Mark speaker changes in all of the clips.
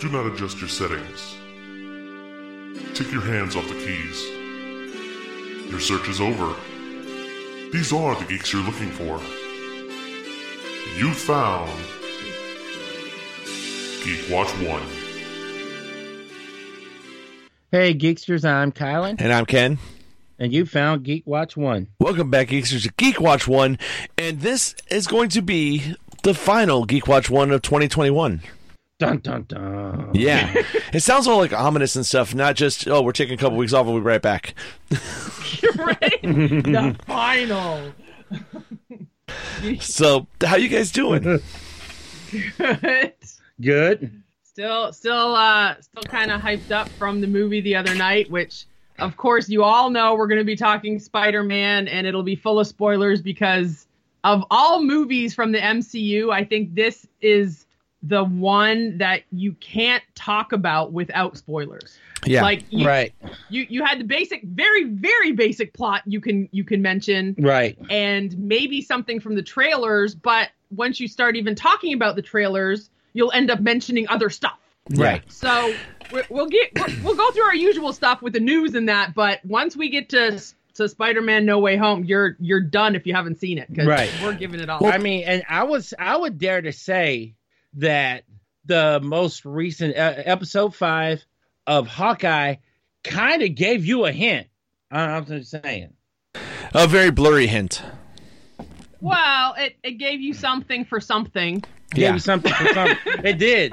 Speaker 1: Do not adjust your settings. Take your hands off the keys. Your search is over. These are the geeks you're looking for. You found Geek Watch 1.
Speaker 2: Hey, Geeksters, I'm Kylan,
Speaker 3: And I'm Ken.
Speaker 2: and you found Geek Watch 1.
Speaker 3: Welcome back, Geeksters, to Geek Watch 1. And this is going to be the final Geek Watch 1 of 2021.
Speaker 2: Dun dun dun.
Speaker 3: Yeah. it sounds all like ominous and stuff, not just, oh, we're taking a couple weeks off and we'll be right back.
Speaker 4: right? the final.
Speaker 3: So, how you guys doing?
Speaker 2: Good.
Speaker 4: still, still, uh, still kind of hyped up from the movie the other night, which, of course, you all know we're going to be talking Spider Man, and it'll be full of spoilers because of all movies from the MCU, I think this is the one that you can't talk about without spoilers.
Speaker 3: Yeah.
Speaker 4: Like you,
Speaker 2: Right.
Speaker 4: you you had the basic very very basic plot you can you can mention
Speaker 2: Right.
Speaker 4: and maybe something from the trailers, but once you start even talking about the trailers, you'll end up mentioning other stuff.
Speaker 2: Right.
Speaker 4: So we- we'll get we'll, we'll go through our usual stuff with the news and that, but once we get to to Spider-Man No Way Home, you're you're done if you haven't seen it because
Speaker 2: Right.
Speaker 4: we're giving it all.
Speaker 2: I mean, and I was I would dare to say that the most recent e- episode 5 of Hawkeye kind of gave you a hint. I- I'm just saying.
Speaker 3: A very blurry hint.
Speaker 4: well, it, it gave you something for something.
Speaker 2: Gave
Speaker 3: Yeah.
Speaker 2: you something for something. it did.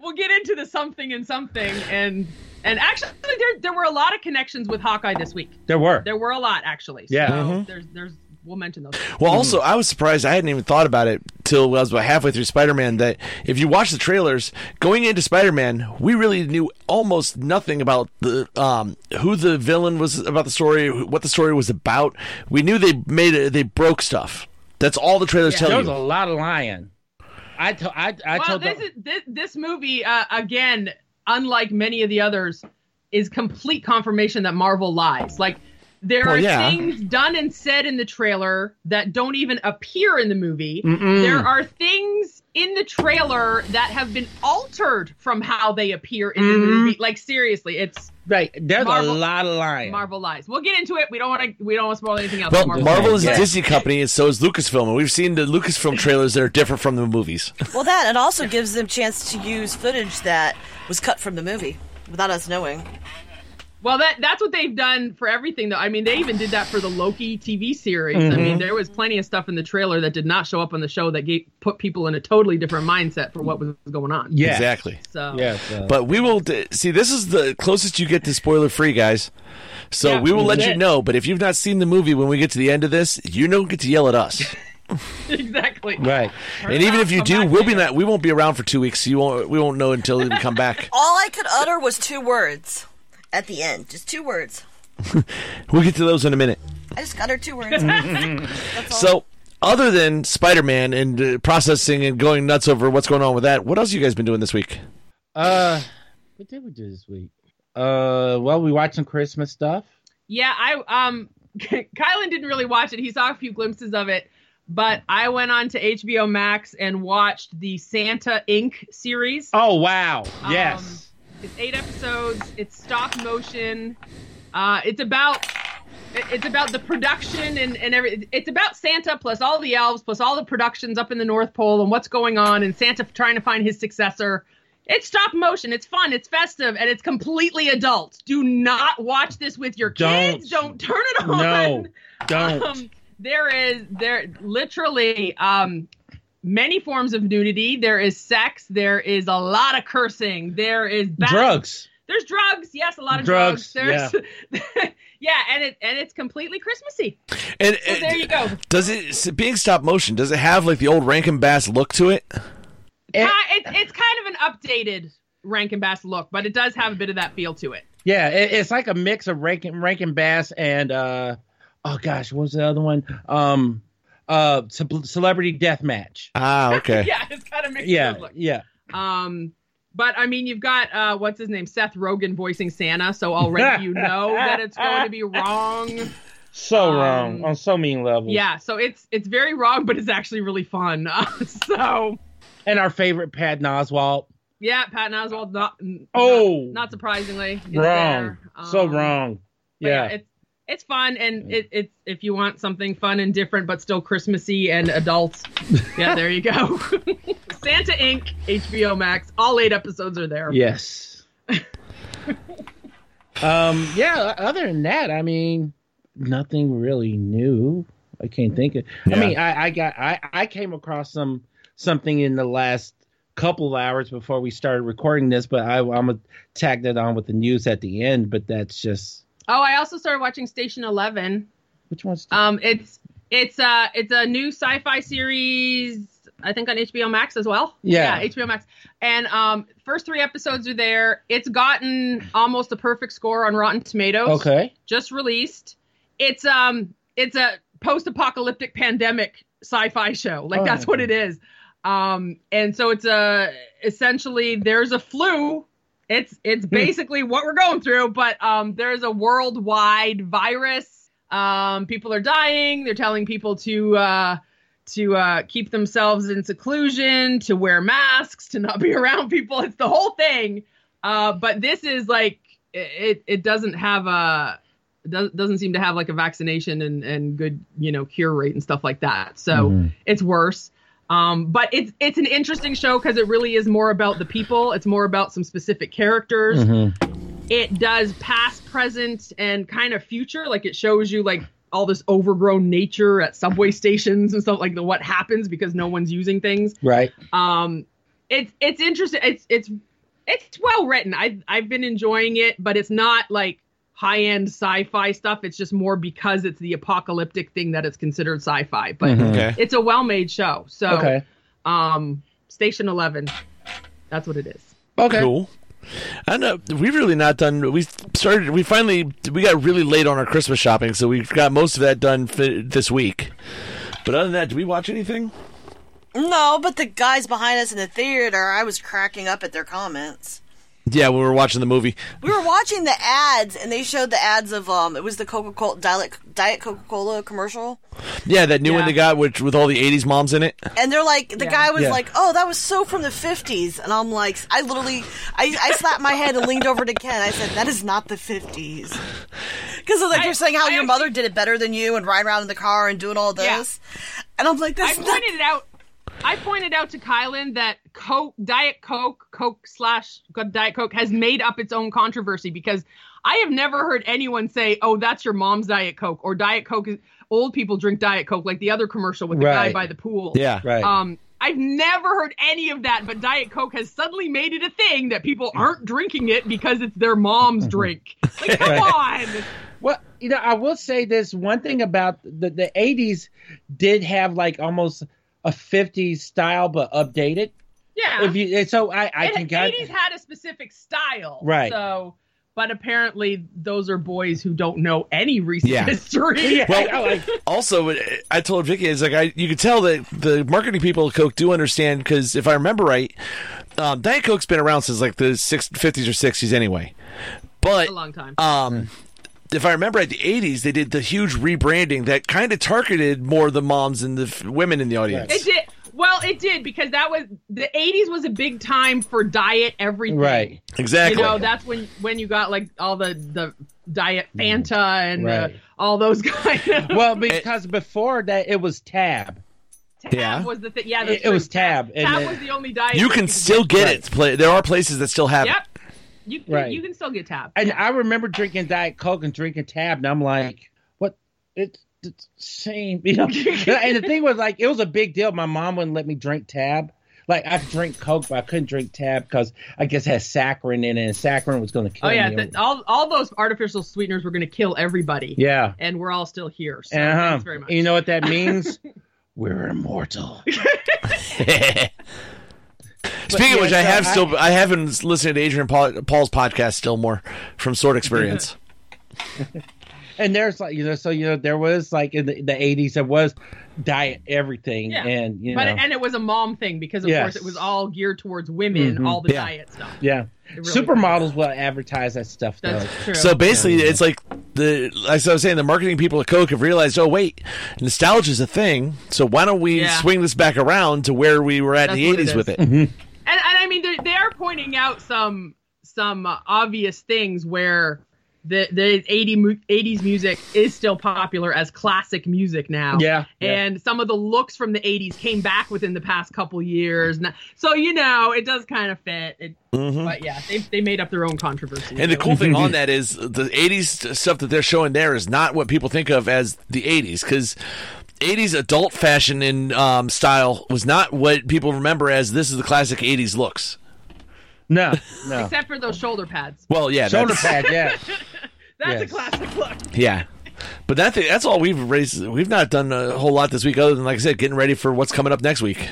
Speaker 4: We'll get into the something and something and and actually there there were a lot of connections with Hawkeye this week.
Speaker 2: There were.
Speaker 4: There were a lot actually.
Speaker 2: Yeah. Mm-hmm.
Speaker 4: So
Speaker 3: Mhm.
Speaker 4: there's there's we'll mention those.
Speaker 3: Well, also, I was surprised. I hadn't even thought about it till I was about halfway through Spider Man. That if you watch the trailers going into Spider Man, we really knew almost nothing about the um, who the villain was about the story, wh- what the story was about. We knew they made it, they broke stuff. That's all the trailers
Speaker 2: There
Speaker 3: tell
Speaker 2: was a
Speaker 3: you.
Speaker 2: lot of lying. I told I I
Speaker 4: well,
Speaker 2: told the-
Speaker 4: this is this, this movie uh, again, unlike many of the others, is complete confirmation that Marvel lies. Like there
Speaker 3: Well,
Speaker 4: are
Speaker 3: yeah.
Speaker 4: things done and said in the trailer that don't even appear in the movie.
Speaker 2: Mm-mm.
Speaker 4: There are things in the trailer that have been altered from how they appear in the
Speaker 3: Mm-hmm.
Speaker 2: Mhm.
Speaker 4: movie. Like seriously, it's
Speaker 2: Right. There's
Speaker 4: Marvel-
Speaker 2: a lot of lying.
Speaker 4: Marvel lies. We'll get into it. We don't want to. We don't want to spoil anything else.
Speaker 3: Well,
Speaker 4: Marvel
Speaker 3: Marvel
Speaker 4: lies.
Speaker 3: is
Speaker 2: Yeah.
Speaker 3: a Disney company, and so is Lucasfilm. And we've seen the Lucasfilm trailers that are different from the movies.
Speaker 5: Well, that it also gives them chance to use footage that was cut from the movie without us knowing.
Speaker 4: Well, that that's what they've done for everything, though. I mean, they even did that for the Loki TV series. I mean, there was plenty of stuff in the trailer that did not show up on the show that gave, put people in a totally different mindset for what was going on.
Speaker 2: Yeah.
Speaker 3: Exactly.
Speaker 4: So
Speaker 2: Yeah. so-
Speaker 3: But we will d- see. This is the closest you get to spoiler free, guys. So
Speaker 4: Yeah.
Speaker 3: we will let you
Speaker 2: Yeah.
Speaker 3: know. But if you've not seen the movie, when we get to the end of this, you don't get to yell at us.
Speaker 4: exactly.
Speaker 2: right.
Speaker 3: and even if you
Speaker 4: Come
Speaker 3: do,
Speaker 4: back
Speaker 3: we'll be
Speaker 4: later.
Speaker 3: not. We won't be around for two weeks. So you won't. We won't know until we come back.
Speaker 5: All I could utter was two words at the end, just two words.
Speaker 3: We'll get to those in a minute.
Speaker 5: I just uttered two words. That's all.
Speaker 3: So. Other than Spider-Man and uh, processing and going nuts over what's going on with that, what else you guys been doing this week?
Speaker 2: Uh, what did we do this week? Uh, well, we watched some Christmas stuff.
Speaker 4: Yeah, I um, Kylan didn't really watch it. He saw a few glimpses of it, but I went on to HBO Max and watched the Santa Inc. series.
Speaker 2: Oh wow!
Speaker 4: Um,
Speaker 2: Yes.
Speaker 4: It's eight episodes. It's stop motion. Uh, it's about it- it's about the production and and every. It's about Santa plus all the elves plus all the productions up in the North Pole and what's going on and Santa trying to find his successor. It's stop motion. It's fun. It's festive and it's completely adult. Do not watch this with your
Speaker 2: Don't.
Speaker 4: kids. Don't turn it on.
Speaker 2: no, don't.
Speaker 4: Um, there is there literally um, many forms of nudity. There is sex. There is a lot of cursing. There is ba-
Speaker 2: Drugs.
Speaker 4: There's drugs. Yes, a lot of
Speaker 2: Drugs,
Speaker 4: drugs. There's yeah. and it and it's completely Christmassy.
Speaker 3: And uh,
Speaker 4: So there you go.
Speaker 3: does it s- being stop motion? Does it have like the old Rankin Bass look to it?
Speaker 2: It-
Speaker 4: Ki- it's it's kind of an updated Rankin Bass look, but it does have a bit of that feel to it.
Speaker 2: Yeah, it, it's like a mix of Rankin, Rankin Bass and uh, oh gosh, what was the other one? Um, uh, ce- Celebrity Death Match.
Speaker 3: Ah, okay.
Speaker 4: Yeah, it's kind of mixed
Speaker 2: Yeah,
Speaker 4: those looks.
Speaker 2: yeah.
Speaker 4: Um, but I mean, you've got uh, what's his name, Seth Rogen voicing Santa, so already you know that it's going to be wrong.
Speaker 2: So
Speaker 4: Um,
Speaker 2: wrong on so many levels.
Speaker 4: Yeah, so it's it's very wrong, but it's actually really fun. so
Speaker 2: and our favorite Pat Oswalt.
Speaker 4: Yeah, Patton Oswald. Not, n-
Speaker 2: Oh.
Speaker 4: not, not surprisingly,
Speaker 2: wrong.
Speaker 4: is there. Um,
Speaker 2: so wrong.
Speaker 4: but
Speaker 2: Yeah.
Speaker 4: it's it's fun, and it, it's if you want something fun and different, but still Christmassy and adults. yeah, there you go. Santa Inc. HBO Max. All eight episodes are there.
Speaker 2: yes. um. Yeah. Other than that, I mean, nothing really new. I can't think of. I
Speaker 3: Yeah.
Speaker 2: mean, I, I got I I came across some something in the last couple of hours before we started recording this, but I, I'm gonna tag that on with the news at the end. But that's just
Speaker 4: Oh, I also started watching Station Eleven.
Speaker 2: which one's
Speaker 4: Um, it's it's uh it's a new sci-fi series. I think on HBO Max as well.
Speaker 2: Yeah.
Speaker 4: HBO Max. And um, first three episodes are there. It's gotten almost a perfect score on Rotten Tomatoes.
Speaker 2: okay.
Speaker 4: Just released. It's um it's a post-apocalyptic pandemic sci-fi show. Like
Speaker 2: Oh.
Speaker 4: that's what it is. Um, and so it's a essentially there's a flu. It's it's
Speaker 2: Hmm.
Speaker 4: basically what we're going through, but um, there's a worldwide virus. Um, people are dying. They're telling people to uh, to uh, keep themselves in seclusion, to wear masks, to not be around people. It's the whole thing. Uh, but this is like it. It doesn't have a it doesn't doesn't seem to have like a vaccination and and good you know cure rate and stuff like that. So
Speaker 2: Mm-hmm.
Speaker 3: Mm-hmm.
Speaker 4: it's worse. Um, but it's it's an interesting show because it really is more about the people. It's more about some specific characters.
Speaker 2: Mm-hmm.
Speaker 4: It does past, present, and kind of future. Like it shows you like all this overgrown nature at subway stations and stuff like the what happens because no one's using things.
Speaker 2: Right.
Speaker 4: Um, it's it's interesting. It's it's it's well written. I I've been enjoying it, but it's not like high end sci fi stuff. It's just more because it's the apocalyptic thing that it's considered sci fi. But
Speaker 3: Okay.
Speaker 4: it's a well made show. So
Speaker 2: Okay.
Speaker 4: um Station Eleven. That's what it is.
Speaker 2: Okay.
Speaker 3: Cool. I know we've really not done. We started. We finally we got really late on our Christmas shopping, so we've got most of that done fi- this week. But other than that, did we watch anything?
Speaker 5: No, but the guys behind us in the theater, I was cracking up at their comments.
Speaker 3: Yeah, when we were watching the movie.
Speaker 5: We were watching the ads, and they showed the ads of um, it was the Coca Cola Diet Diet Coca Cola commercial,
Speaker 3: Yeah, that new one
Speaker 4: Yeah.
Speaker 3: they got, which with all the '80s moms in it.
Speaker 5: and they're like, the
Speaker 4: Yeah.
Speaker 5: guy was
Speaker 2: Yeah.
Speaker 5: like, "Oh, that was so from the '50s," and I'm like, I literally, I, I slapped my head and leaned over to Ken. I said, "That is not the '50s," because like
Speaker 4: I-
Speaker 5: you're saying how
Speaker 4: I
Speaker 5: your mother did it better than you and riding around in the car and doing all
Speaker 4: Yeah.
Speaker 5: this, and I'm like,
Speaker 4: I
Speaker 5: "That's not."
Speaker 4: pointed it out I pointed out to Kylan that Coke Diet Coke, Coke slash Diet Coke has made up its own controversy because I have never heard anyone say, Oh, that's your mom's Diet Coke or Diet Coke is old people drink Diet Coke, like the other commercial with the guy
Speaker 2: Right.
Speaker 4: by the pool.
Speaker 3: Yeah,
Speaker 2: Right.
Speaker 4: Um I've never heard any of that, but Diet Coke has suddenly made it a thing that people aren't drinking it because it's their mom's drink. Like, come on.
Speaker 2: Well, you know, I will say this one thing about the the eighties did have like almost a fifties style, but updated.
Speaker 4: Yeah.
Speaker 2: If you and so, I I
Speaker 4: And
Speaker 2: think I,
Speaker 4: 80s had a specific style.
Speaker 2: Right.
Speaker 4: So, but apparently those are boys who don't know any recent
Speaker 3: Yeah.
Speaker 4: history.
Speaker 2: yeah,
Speaker 3: Well-
Speaker 2: I like
Speaker 3: also, uh, I told Vicky, it's like I you could tell that the marketing people at Coke do understand because if I remember right, um, Diet Coke's been around since like the six, 50s or 60s anyway. But
Speaker 4: A long time.
Speaker 3: um, if I remember right, the 80s, they did the huge rebranding that kind of targeted more the moms and the f- women in the audience.
Speaker 4: it did. Well, it did because that was the 80s was a big time for diet everything.
Speaker 2: right,
Speaker 3: Exactly.
Speaker 4: You know, that's when when you got like all the the diet Fanta and uh,
Speaker 2: Mm. Right.
Speaker 4: all those kind of
Speaker 2: well because before that it was Tab.
Speaker 4: Tab
Speaker 3: Yeah.
Speaker 4: was the thing. Yeah,
Speaker 2: It-
Speaker 4: that's
Speaker 2: it
Speaker 4: true.
Speaker 2: was Tab, and
Speaker 4: Tab
Speaker 2: then-
Speaker 4: was the only diet.
Speaker 3: you
Speaker 4: that
Speaker 3: can
Speaker 4: could
Speaker 3: still get
Speaker 2: Right.
Speaker 3: it. Play, there are places that still have
Speaker 4: get.
Speaker 3: it.
Speaker 4: Yep. You can,
Speaker 2: Right.
Speaker 4: you can still get Tab.
Speaker 2: And I remember drinking Diet Coke and drinking Tab, and I'm like, what? It's it's the same, you know. and the thing was like, it was a big deal. My mom wouldn't let me drink Tab. Like I could drink Coke, but I couldn't drink Tab because I guess it had saccharin in it, and saccharin was going to kill
Speaker 4: Oh yeah,
Speaker 2: me.
Speaker 4: th- all all those artificial sweeteners were going to kill everybody.
Speaker 2: yeah.
Speaker 4: and we're all still here. So
Speaker 2: Uh-huh.
Speaker 4: thanks very much.
Speaker 2: You know what that means? We're immortal.
Speaker 3: Speaking
Speaker 2: yeah,
Speaker 3: of which, I
Speaker 2: so
Speaker 3: have
Speaker 2: I-
Speaker 3: still I have been listening to Adrian Paul, Paul's podcast still more from Sword Experience.
Speaker 2: and there's like you know, so you know, there was like in the, the 80s, there was diet everything,
Speaker 4: Yeah.
Speaker 2: and you know,
Speaker 4: but and it was a mom thing because of
Speaker 2: Yes. Mm-hmm.
Speaker 4: course it was all geared towards women, all the
Speaker 3: Yeah.
Speaker 4: diet stuff.
Speaker 2: yeah,
Speaker 4: really
Speaker 2: supermodels will advertise that stuff though.
Speaker 4: That's true.
Speaker 3: So basically, it's like the as I was saying, the marketing people at Coke have realized, oh wait, nostalgia is a thing. So why don't we
Speaker 4: Yeah.
Speaker 3: swing this back around to where we were at in
Speaker 4: That's
Speaker 3: the
Speaker 4: what it
Speaker 3: '80s
Speaker 4: is.
Speaker 3: with it?
Speaker 4: and, and I mean they, they are pointing out some some uh, obvious things where the the 80 mu- 80s music is still popular as classic music now.
Speaker 2: Yeah, yeah.
Speaker 4: And some of the looks from the 80s came back within the past couple years. N- So you know, it does kind of fit. It, But yeah, they they made up their own controversy.
Speaker 3: Mm-hmm. And the
Speaker 4: So-
Speaker 3: cool thing on that is the 80s stuff that they're showing there is not what people think of as the 80s because 80s adult fashion and um, style was not what people remember as this is the classic 80s looks.
Speaker 2: No, no.
Speaker 4: except for those shoulder pads.
Speaker 3: Well, yeah,
Speaker 2: Shoulder
Speaker 3: that's-
Speaker 2: pad, yeah. Yes.
Speaker 4: That's a classic look.
Speaker 3: yeah. But that thing, that's all we've raised. We've not done a whole lot this week other than, like I said, getting ready for what's coming up next week.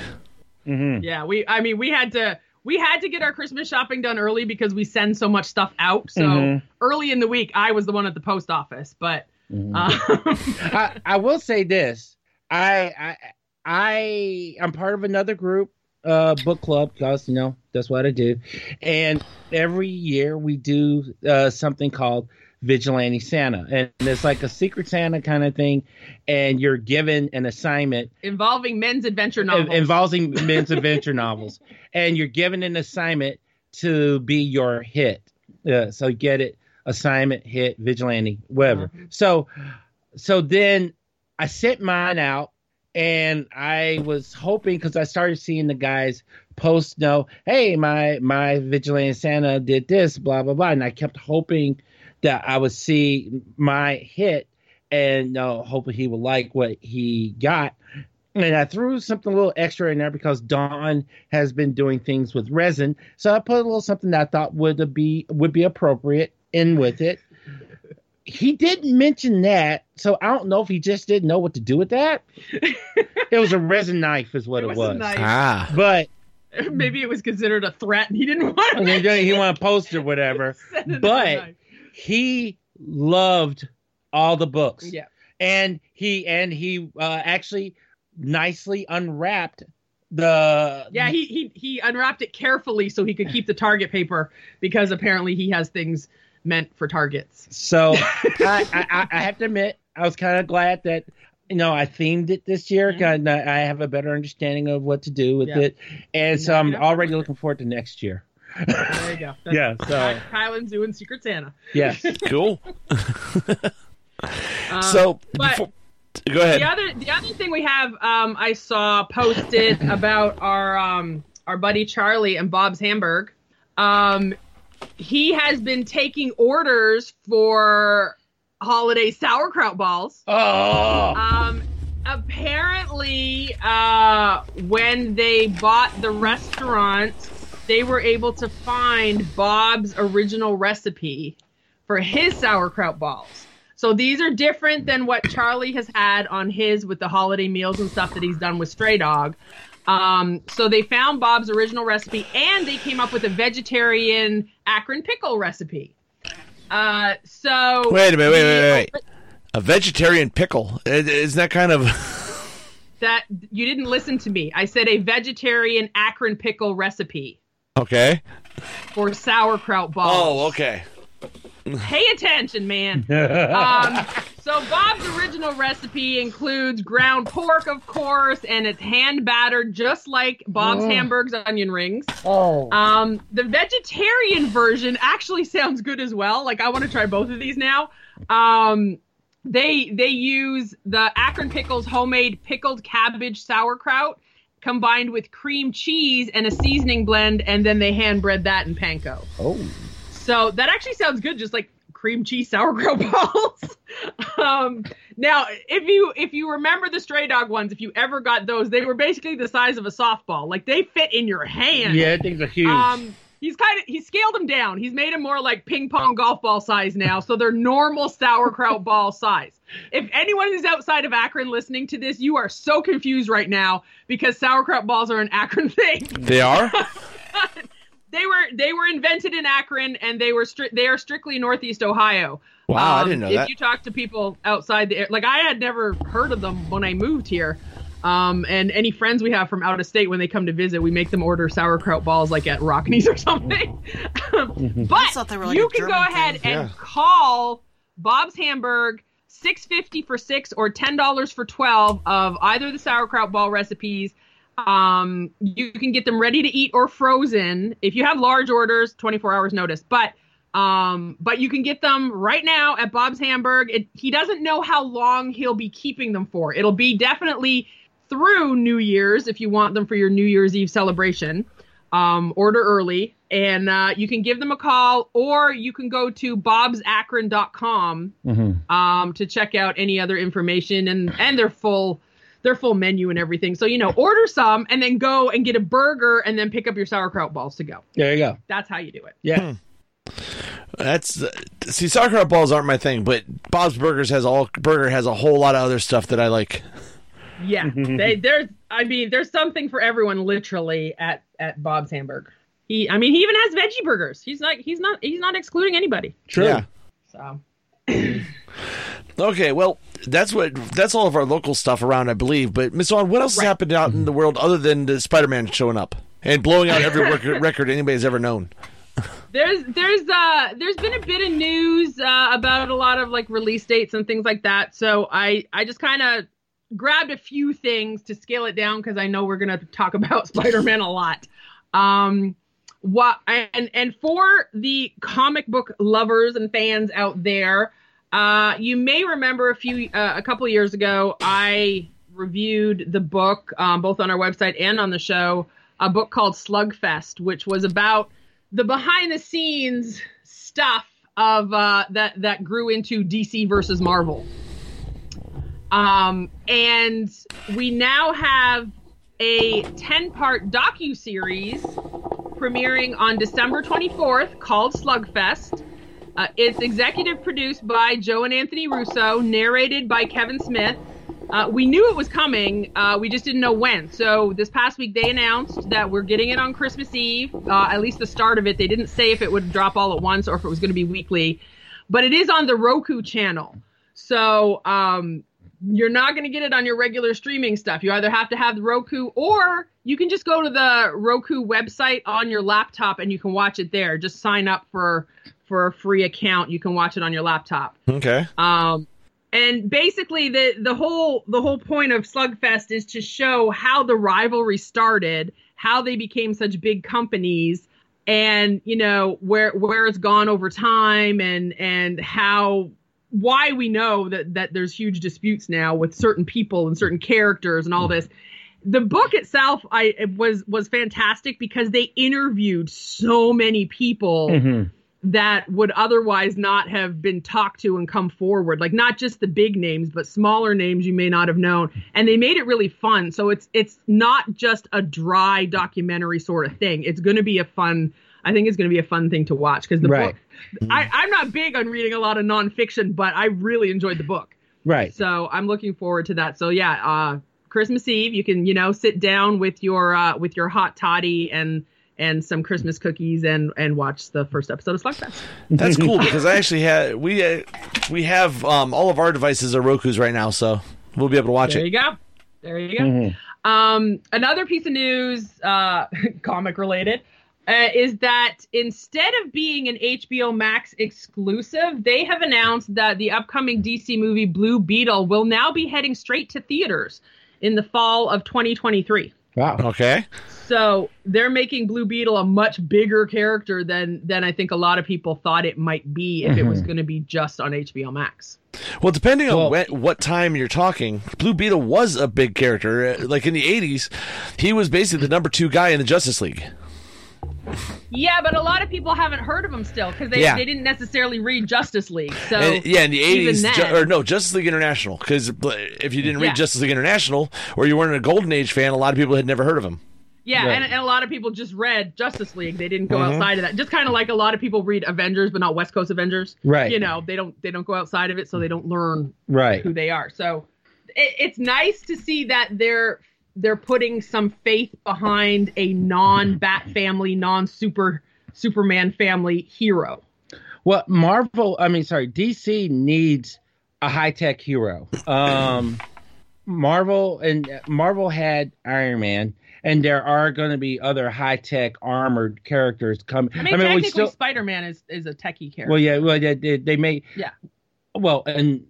Speaker 4: Yeah, we I mean we had to we had to get our Christmas shopping done early because we send so much stuff out. So
Speaker 2: Mm-hmm.
Speaker 4: early in the week I was the one at the post office, but uh,
Speaker 2: I, I will say this. I I I I'm part of another group, uh, book club, because you know that's what I do. And every year we do uh, something called Vigilante Santa, and it's like a Secret Santa kind of thing. And you're given an assignment
Speaker 4: involving men's adventure novels.
Speaker 2: in- involving men's adventure novels, and you're given an assignment to be your hit. Uh, so get it, assignment, hit, vigilante, whatever.
Speaker 4: Mm-hmm.
Speaker 2: So, so then I sent mine out, and I was hoping because I started seeing the guys post, no, hey, my my vigilante Santa did this, blah blah blah, and I kept hoping that I would see my hit. And uh, hoping he would like what he got and I threw something a little extra in there because Dawn has been doing things with resin, so I put a little something that I thought would be would be appropriate in with it. He didn't mention that, so I don't know if he just didn't know what to do with that. it was a resin knife, is what it,
Speaker 4: It was a
Speaker 2: was.
Speaker 4: knife.
Speaker 3: Ah.
Speaker 2: But
Speaker 4: Maybe it was considered a threat and he didn't want
Speaker 2: I
Speaker 4: to
Speaker 2: mean, he want to post or whatever.
Speaker 4: send it
Speaker 2: But-
Speaker 4: online.
Speaker 2: He loved all the books.
Speaker 4: yeah.
Speaker 2: and he and he uh, actually nicely unwrapped the
Speaker 4: Yeah, he, he he unwrapped it carefully so he could keep the target paper because apparently he has things meant for targets.
Speaker 2: So I, I, I have to admit, I was kind of glad that you know I themed it this year.
Speaker 4: Mhm.
Speaker 2: Kind of, I have a better understanding of what to do with
Speaker 4: Yeah.
Speaker 2: it, and so
Speaker 4: No,
Speaker 2: I'm
Speaker 4: you don't-
Speaker 2: already looking forward to next year.
Speaker 4: There you go. That's
Speaker 2: Yeah, so
Speaker 4: Kylan Zoo and Secret Santa.
Speaker 2: yes,
Speaker 3: Cool.
Speaker 4: Um,
Speaker 3: so,
Speaker 4: but-
Speaker 3: before- go ahead.
Speaker 4: the other the other thing we have um, I saw posted about our um, our buddy Charlie and Bob's Hamburg. Um, he has been taking orders for holiday sauerkraut balls.
Speaker 2: oh,
Speaker 4: Um, apparently, uh, when they bought the restaurant, they were able to find Bob's original recipe for his sauerkraut balls. So these are different than what Charlie has had on his with the holiday meals and stuff that he's done with Stray Dog. Um, so they found Bob's original recipe and they came up with a vegetarian Akron pickle recipe. Uh, so
Speaker 3: Wait a minute, wait, wait,
Speaker 4: the-
Speaker 3: wait, wait. A vegetarian pickle. I- Isn't that kind of.
Speaker 4: that you didn't listen to me. I said a vegetarian Akron pickle recipe
Speaker 3: Okay.
Speaker 4: for sauerkraut balls.
Speaker 3: Oh, okay.
Speaker 4: Pay attention, man. um, so Bob's original recipe includes ground pork, of course, and it's hand battered just like Bob's Hamburg's onion rings.
Speaker 2: oh,
Speaker 4: Um, the vegetarian version actually sounds good as well. Like I want to try both of these now. Um, they they use the Akron Pickles homemade pickled cabbage sauerkraut combined with cream cheese and a seasoning blend, and then they hand bread that in panko.
Speaker 2: oh,
Speaker 4: So that actually sounds good, just like cream cheese sauerkraut balls. um, now, if you if you remember the stray dog ones, if you ever got those, they were basically the size of a softball. Like they fit in your hand.
Speaker 2: yeah, things are huge.
Speaker 4: Um, he's kind of he's scaled them down. He's made them more like ping pong golf ball size now, so they're normal sauerkraut ball size. If anyone who's outside of Akron listening to this, you are so confused right now because sauerkraut balls are an Akron thing.
Speaker 3: They are?
Speaker 4: They were they were invented in Akron, and they were stri- they are strictly Northeast Ohio.
Speaker 3: Wow, I
Speaker 4: Um,
Speaker 3: didn't know
Speaker 4: if
Speaker 3: that.
Speaker 4: you talk to people outside the air, like I had never heard of them when I moved here. Um, and any friends we have from out of state when they come to visit, we make them order sauerkraut balls like at Rockney's or something.
Speaker 5: I
Speaker 4: but
Speaker 5: thought they were like
Speaker 4: you
Speaker 5: a
Speaker 4: can go
Speaker 5: German thing.
Speaker 4: ahead
Speaker 3: Yeah.
Speaker 4: and call Bob's Hamburg six fifty for six or ten dollars for twelve of either the sauerkraut ball recipes. Um, you can get them ready to eat or frozen. If you have large orders, 24 hours notice. But um, but you can get them right now at Bob's Hamburg. It, he doesn't know how long he'll be keeping them for. It'll be definitely through New Year's if you want them for your New Year's Eve celebration. Um, order early, and uh, you can give them a call, or you can go to bobsakron.com
Speaker 2: Mm-hmm.
Speaker 4: um, to check out any other information and and their full their full menu and everything. So you know, order some and then go and get a burger and then pick up your sauerkraut balls to go.
Speaker 2: There you go.
Speaker 4: That's how you do it.
Speaker 2: Yeah.
Speaker 3: That's uh, see, sauerkraut balls aren't my thing, but Bob's Burgers has all burger has a whole lot of other stuff that I like.
Speaker 4: Yeah, they, there's. I mean, there's something for everyone, literally at at Bob's Hamburg. He, I mean, he even has veggie burgers. He's not. He's not. He's not excluding anybody.
Speaker 2: True.
Speaker 3: Yeah.
Speaker 4: So
Speaker 3: Okay, well, that's what that's all of our local stuff around, I believe. But Miss On, what else has happened out in the world other than the Spider-Man showing up and blowing out every record, record anybody's ever known?
Speaker 4: there's there's uh there's been a bit of news uh, about a lot of like release dates and things like that. So I I just kind of grabbed a few things to scale it down because I know we're gonna talk about Spider-Man a lot. Um, what and and for the comic book lovers and fans out there, uh, you may remember a few uh, a couple years ago I reviewed the book um, both on our website and on the show a book called Slugfest, which was about the behind the scenes stuff of uh, that that grew into DC versus Marvel. Um, and we now have a 10 part docu series premiering on December 24th called Slugfest. Uh, it's executive produced by Joe and Anthony Russo, narrated by Kevin Smith. Uh, we knew it was coming, uh, we just didn't know when. So this past week, they announced that we're getting it on Christmas Eve, uh, at least the start of it. They didn't say if it would drop all at once or if it was going to be weekly, but it is on the Roku channel. So um, you're not going to get it on your regular streaming stuff. You either have to have the Roku or you can just go to the Roku website on your laptop and you can watch it there. Just sign up for for a free account. You can watch it on your laptop.
Speaker 3: Okay,
Speaker 4: Um, and basically, the the whole the whole point of Slugfest is to show how the rivalry started, how they became such big companies, and you know where where it's gone over time, and and how why we know that that there's huge disputes now with certain people and certain characters and all this. The book itself, I it was was fantastic because they interviewed so many people
Speaker 2: Hmm. Mm-hmm.
Speaker 4: that would otherwise not have been talked to and come forward like not just the big names but smaller names you may not have known and they made it really fun so it's it's not just a dry documentary sort of thing it's going to be a fun i think it's going to be a fun thing to watch because the
Speaker 2: Right.
Speaker 4: book I, i'm not big on reading a lot of nonfiction but i really enjoyed the book
Speaker 2: Right.
Speaker 4: so i'm looking forward to that so yeah uh christmas eve you can you know sit down with your uh with your hot toddy and and some christmas cookies and and watch the first episode of slugfest
Speaker 3: that's cool because I actually had we uh, we have um, all of our devices are Roku's right now, so we'll be able to watch
Speaker 4: There
Speaker 3: it.
Speaker 4: you go. There you go. Um, another piece of news, uh, comic related, uh, is that instead of being an HBO Max exclusive, they have announced that the upcoming DC movie Blue Beetle will now be heading straight to theaters in the fall of 2023.
Speaker 2: Wow.
Speaker 3: Okay,
Speaker 4: So they're making Blue Beetle a much bigger character than than I think a lot of people thought it might be if it was going to be just on HBO Max.
Speaker 3: well, depending on
Speaker 2: Well-
Speaker 3: when, what time you're talking, Blue Beetle was a big character. Uh, Like in the '80s, he was basically the number two guy in the Justice League.
Speaker 4: Yeah, but a lot of people haven't heard of him still because they,
Speaker 3: Yeah.
Speaker 4: they didn't necessarily read Justice League. So
Speaker 3: And, yeah, in the
Speaker 4: even
Speaker 3: eighties,
Speaker 4: then-
Speaker 3: or no, Justice League International. Because if you didn't read
Speaker 4: Yeah.
Speaker 3: Justice League International, or you weren't a Golden Age fan, a lot of people had never heard of him.
Speaker 4: yeah,
Speaker 2: Right. Mm-hmm.
Speaker 4: and, and a lot of people just read Justice League. They didn't go outside of that. Just kind of like a lot of people read Avengers, but not West Coast Avengers.
Speaker 2: Right.
Speaker 4: You know, they don't they don't go outside of it, so they don't learn
Speaker 2: Right.
Speaker 4: who they are. So it, it's nice to see that they're they're putting some faith behind a non Bat family, non super Superman family hero.
Speaker 2: Well, Marvel, I mean, sorry, DC needs a high tech hero. Um, Marvel and Marvel had Iron Man, and there are going to be other high tech armored characters coming.
Speaker 4: I mean, technically, Spider Man is is a techie character.
Speaker 2: Well, yeah, well, they, they, they may.
Speaker 4: Yeah.
Speaker 2: Well, and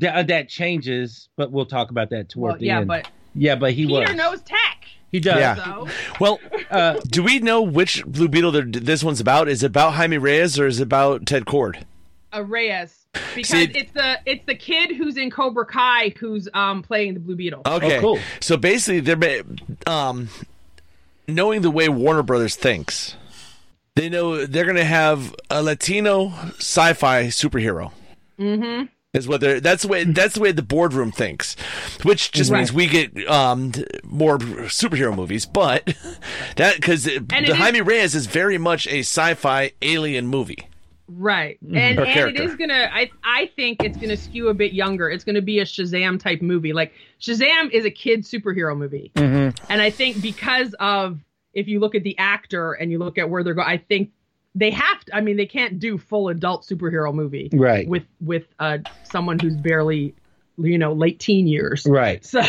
Speaker 2: th- that changes, but we'll talk about that toward
Speaker 4: Well,
Speaker 2: the
Speaker 4: yeah,
Speaker 2: end.
Speaker 4: but
Speaker 2: yeah, but he
Speaker 4: Peter
Speaker 2: was.
Speaker 4: knows tech.
Speaker 2: He does.
Speaker 3: Yeah.
Speaker 4: So
Speaker 3: Well, do we know which Blue Beetle they're- this one's about? Is it about Jaime Reyes or is it about Ted Cord?
Speaker 4: a Reyes because
Speaker 3: See-
Speaker 4: it's the it's the kid who's in Cobra Kai who's um playing the Blue Beetle.
Speaker 3: Okay,
Speaker 2: Oh, cool.
Speaker 3: So basically, they're ba- um, knowing the way Warner Brothers thinks, they know they're going to have a Latino sci-fi superhero. Mm-hmm. Is what they're. That's the way. That's the way the boardroom thinks, which just means we get um more superhero movies. But that because the
Speaker 4: it is-
Speaker 3: Jaime Reyes is very much a sci-fi alien movie.
Speaker 4: Right. And
Speaker 3: Mm-hmm. Her
Speaker 4: and it
Speaker 3: character.
Speaker 4: is gonna I I think it's gonna skew a bit younger. It's gonna be a Shazam type movie. Like Shazam is a kid superhero movie.
Speaker 3: Mm-hmm.
Speaker 4: And I think because of if you look at the actor and you look at where they're going, I think they have to I mean they can't do full adult superhero movie
Speaker 2: Right.
Speaker 4: with with uh someone who's barely you know, late teen years.
Speaker 2: Right.
Speaker 4: So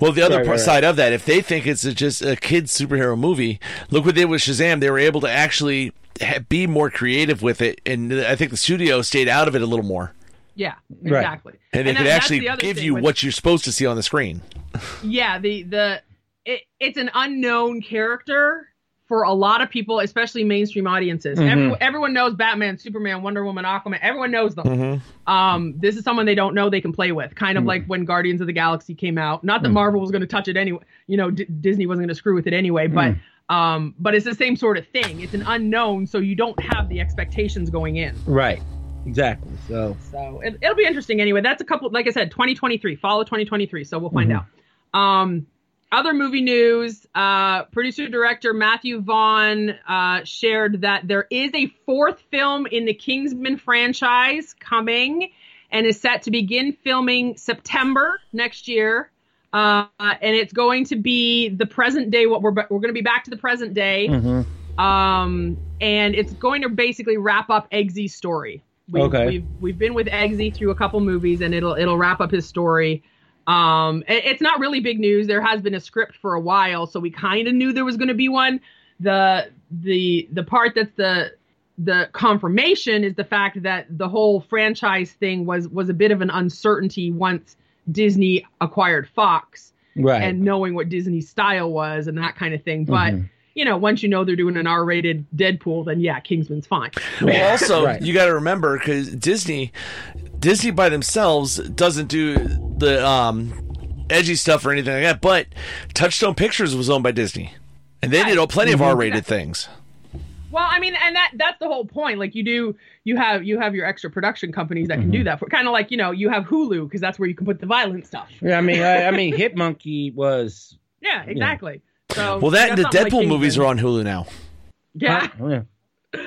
Speaker 3: Well, the other
Speaker 2: Right, right,
Speaker 3: part,
Speaker 2: right.
Speaker 3: side of that, if they think it's a, just a kid's superhero movie, look what they did with Shazam. They were able to actually ha- be more creative with it, and I think the studio stayed out of it a little more,
Speaker 4: yeah,
Speaker 2: Right.
Speaker 4: exactly.
Speaker 3: and they
Speaker 4: that-
Speaker 3: could
Speaker 4: that's
Speaker 3: actually
Speaker 4: the other
Speaker 3: give
Speaker 4: thing
Speaker 3: you
Speaker 4: with-
Speaker 3: what you're supposed to see on the screen.
Speaker 4: yeah the the it, it's an unknown character for a lot of people especially mainstream audiences Every, everyone knows batman superman wonder woman aquaman everyone knows them
Speaker 3: Mm-hmm.
Speaker 4: um this is someone they don't know they can play with kind of like when guardians of the galaxy came out not that marvel was going to touch it anyway you know D- disney wasn't going to screw with it anyway but um but it's the same sort of thing it's an unknown so you don't have the expectations going in
Speaker 2: Right. Exactly. So
Speaker 4: so it, it'll be interesting anyway. That's a couple, like I said, 2023, fall of 2023. So we'll find out. Um, other movie news uh, producer director Matthew Vaughn uh, shared that there is a fourth film in the Kingsman franchise coming and is set to begin filming September next year. Uh, and it's going to be the present day. What we're we're going to be back to the present day, um, and it's going to basically wrap up Eggsy's story. We've,
Speaker 2: Okay.
Speaker 4: we've we've been with Eggsy through a couple movies, and it'll it'll wrap up his story. Um, it- it's not really big news. There has been a script for a while, so we kind of knew there was going to be one. The the the part that's the the confirmation is the fact that the whole franchise thing was was a bit of an uncertainty once Disney acquired Fox
Speaker 2: right.
Speaker 4: and knowing what Disney's style was and that kind of thing. But you know, once you know they're doing an R-rated Deadpool, then yeah, Kingsman's fine.
Speaker 3: Well, also,
Speaker 2: Right.
Speaker 3: you got to remember because Disney, Disney by themselves doesn't do the um, edgy stuff or anything like that. But Touchstone Pictures was owned by Disney, and they did oh, plenty
Speaker 2: Mm-hmm.
Speaker 3: of R-rated things.
Speaker 4: Well, I mean, and that that's the whole point. Like you do, you have you have your extra production companies that can do that for kind of like you know you have Hulu because that's where you can put the violent stuff.
Speaker 2: yeah, I mean, I, I mean, Hit Monkey was.
Speaker 4: Yeah, exactly. So
Speaker 3: Well, that and the
Speaker 4: that's something like
Speaker 3: Deadpool movies
Speaker 4: Kingsman.
Speaker 3: are on Hulu now.
Speaker 4: Yeah.
Speaker 2: Huh? yeah.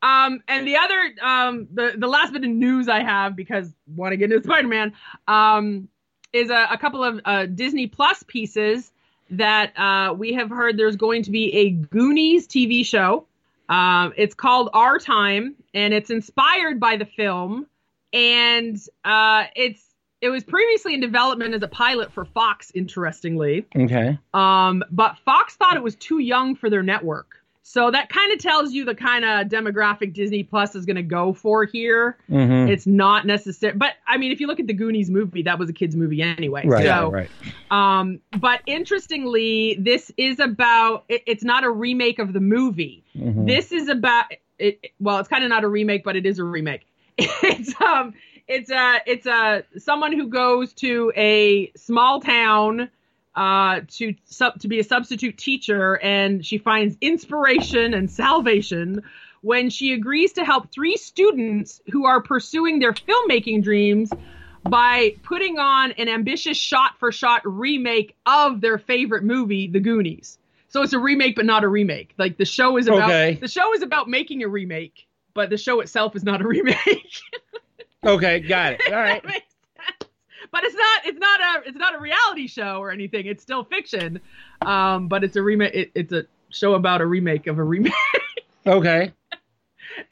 Speaker 4: Um, and the other, um, the, the last bit of news I have because want to get into Spider Man, um, is a, a couple of uh, Disney Plus pieces that uh, we have heard there's going to be a Goonies TV show. Um, it's called Our Time, and it's inspired by the film, and uh, it's it was previously in development as a pilot for Fox, interestingly.
Speaker 2: Okay.
Speaker 4: Um, but Fox thought it was too young for their network. So that kind of tells you the kind of demographic Disney Plus is going to go for here.
Speaker 2: Mm-hmm.
Speaker 4: It's not necessary, but I mean, if you look at the Goonies movie, that was a kids movie anyway.
Speaker 2: Right,
Speaker 4: so,
Speaker 2: right.
Speaker 4: um, but interestingly, this is about. It, it's not a remake of the movie.
Speaker 2: Mm-hmm.
Speaker 4: This is about. It, well, it's kind of not a remake, but it is a remake. It's um, it's a it's a someone who goes to a small town uh to sub to be a substitute teacher and she finds inspiration and salvation when she agrees to help three students who are pursuing their filmmaking dreams by putting on an ambitious shot for shot remake of their favorite movie the goonies so it's a remake but not a remake like the show is about
Speaker 2: Okay.
Speaker 4: the show is about making a remake but the show itself is not a remake
Speaker 2: Okay, got it. All right.
Speaker 4: That makes sense. But it's not it's not a it's not a reality show or anything. It's still fiction. Um, but it's a remake. It, it's a show about a remake of a remake.
Speaker 2: Okay.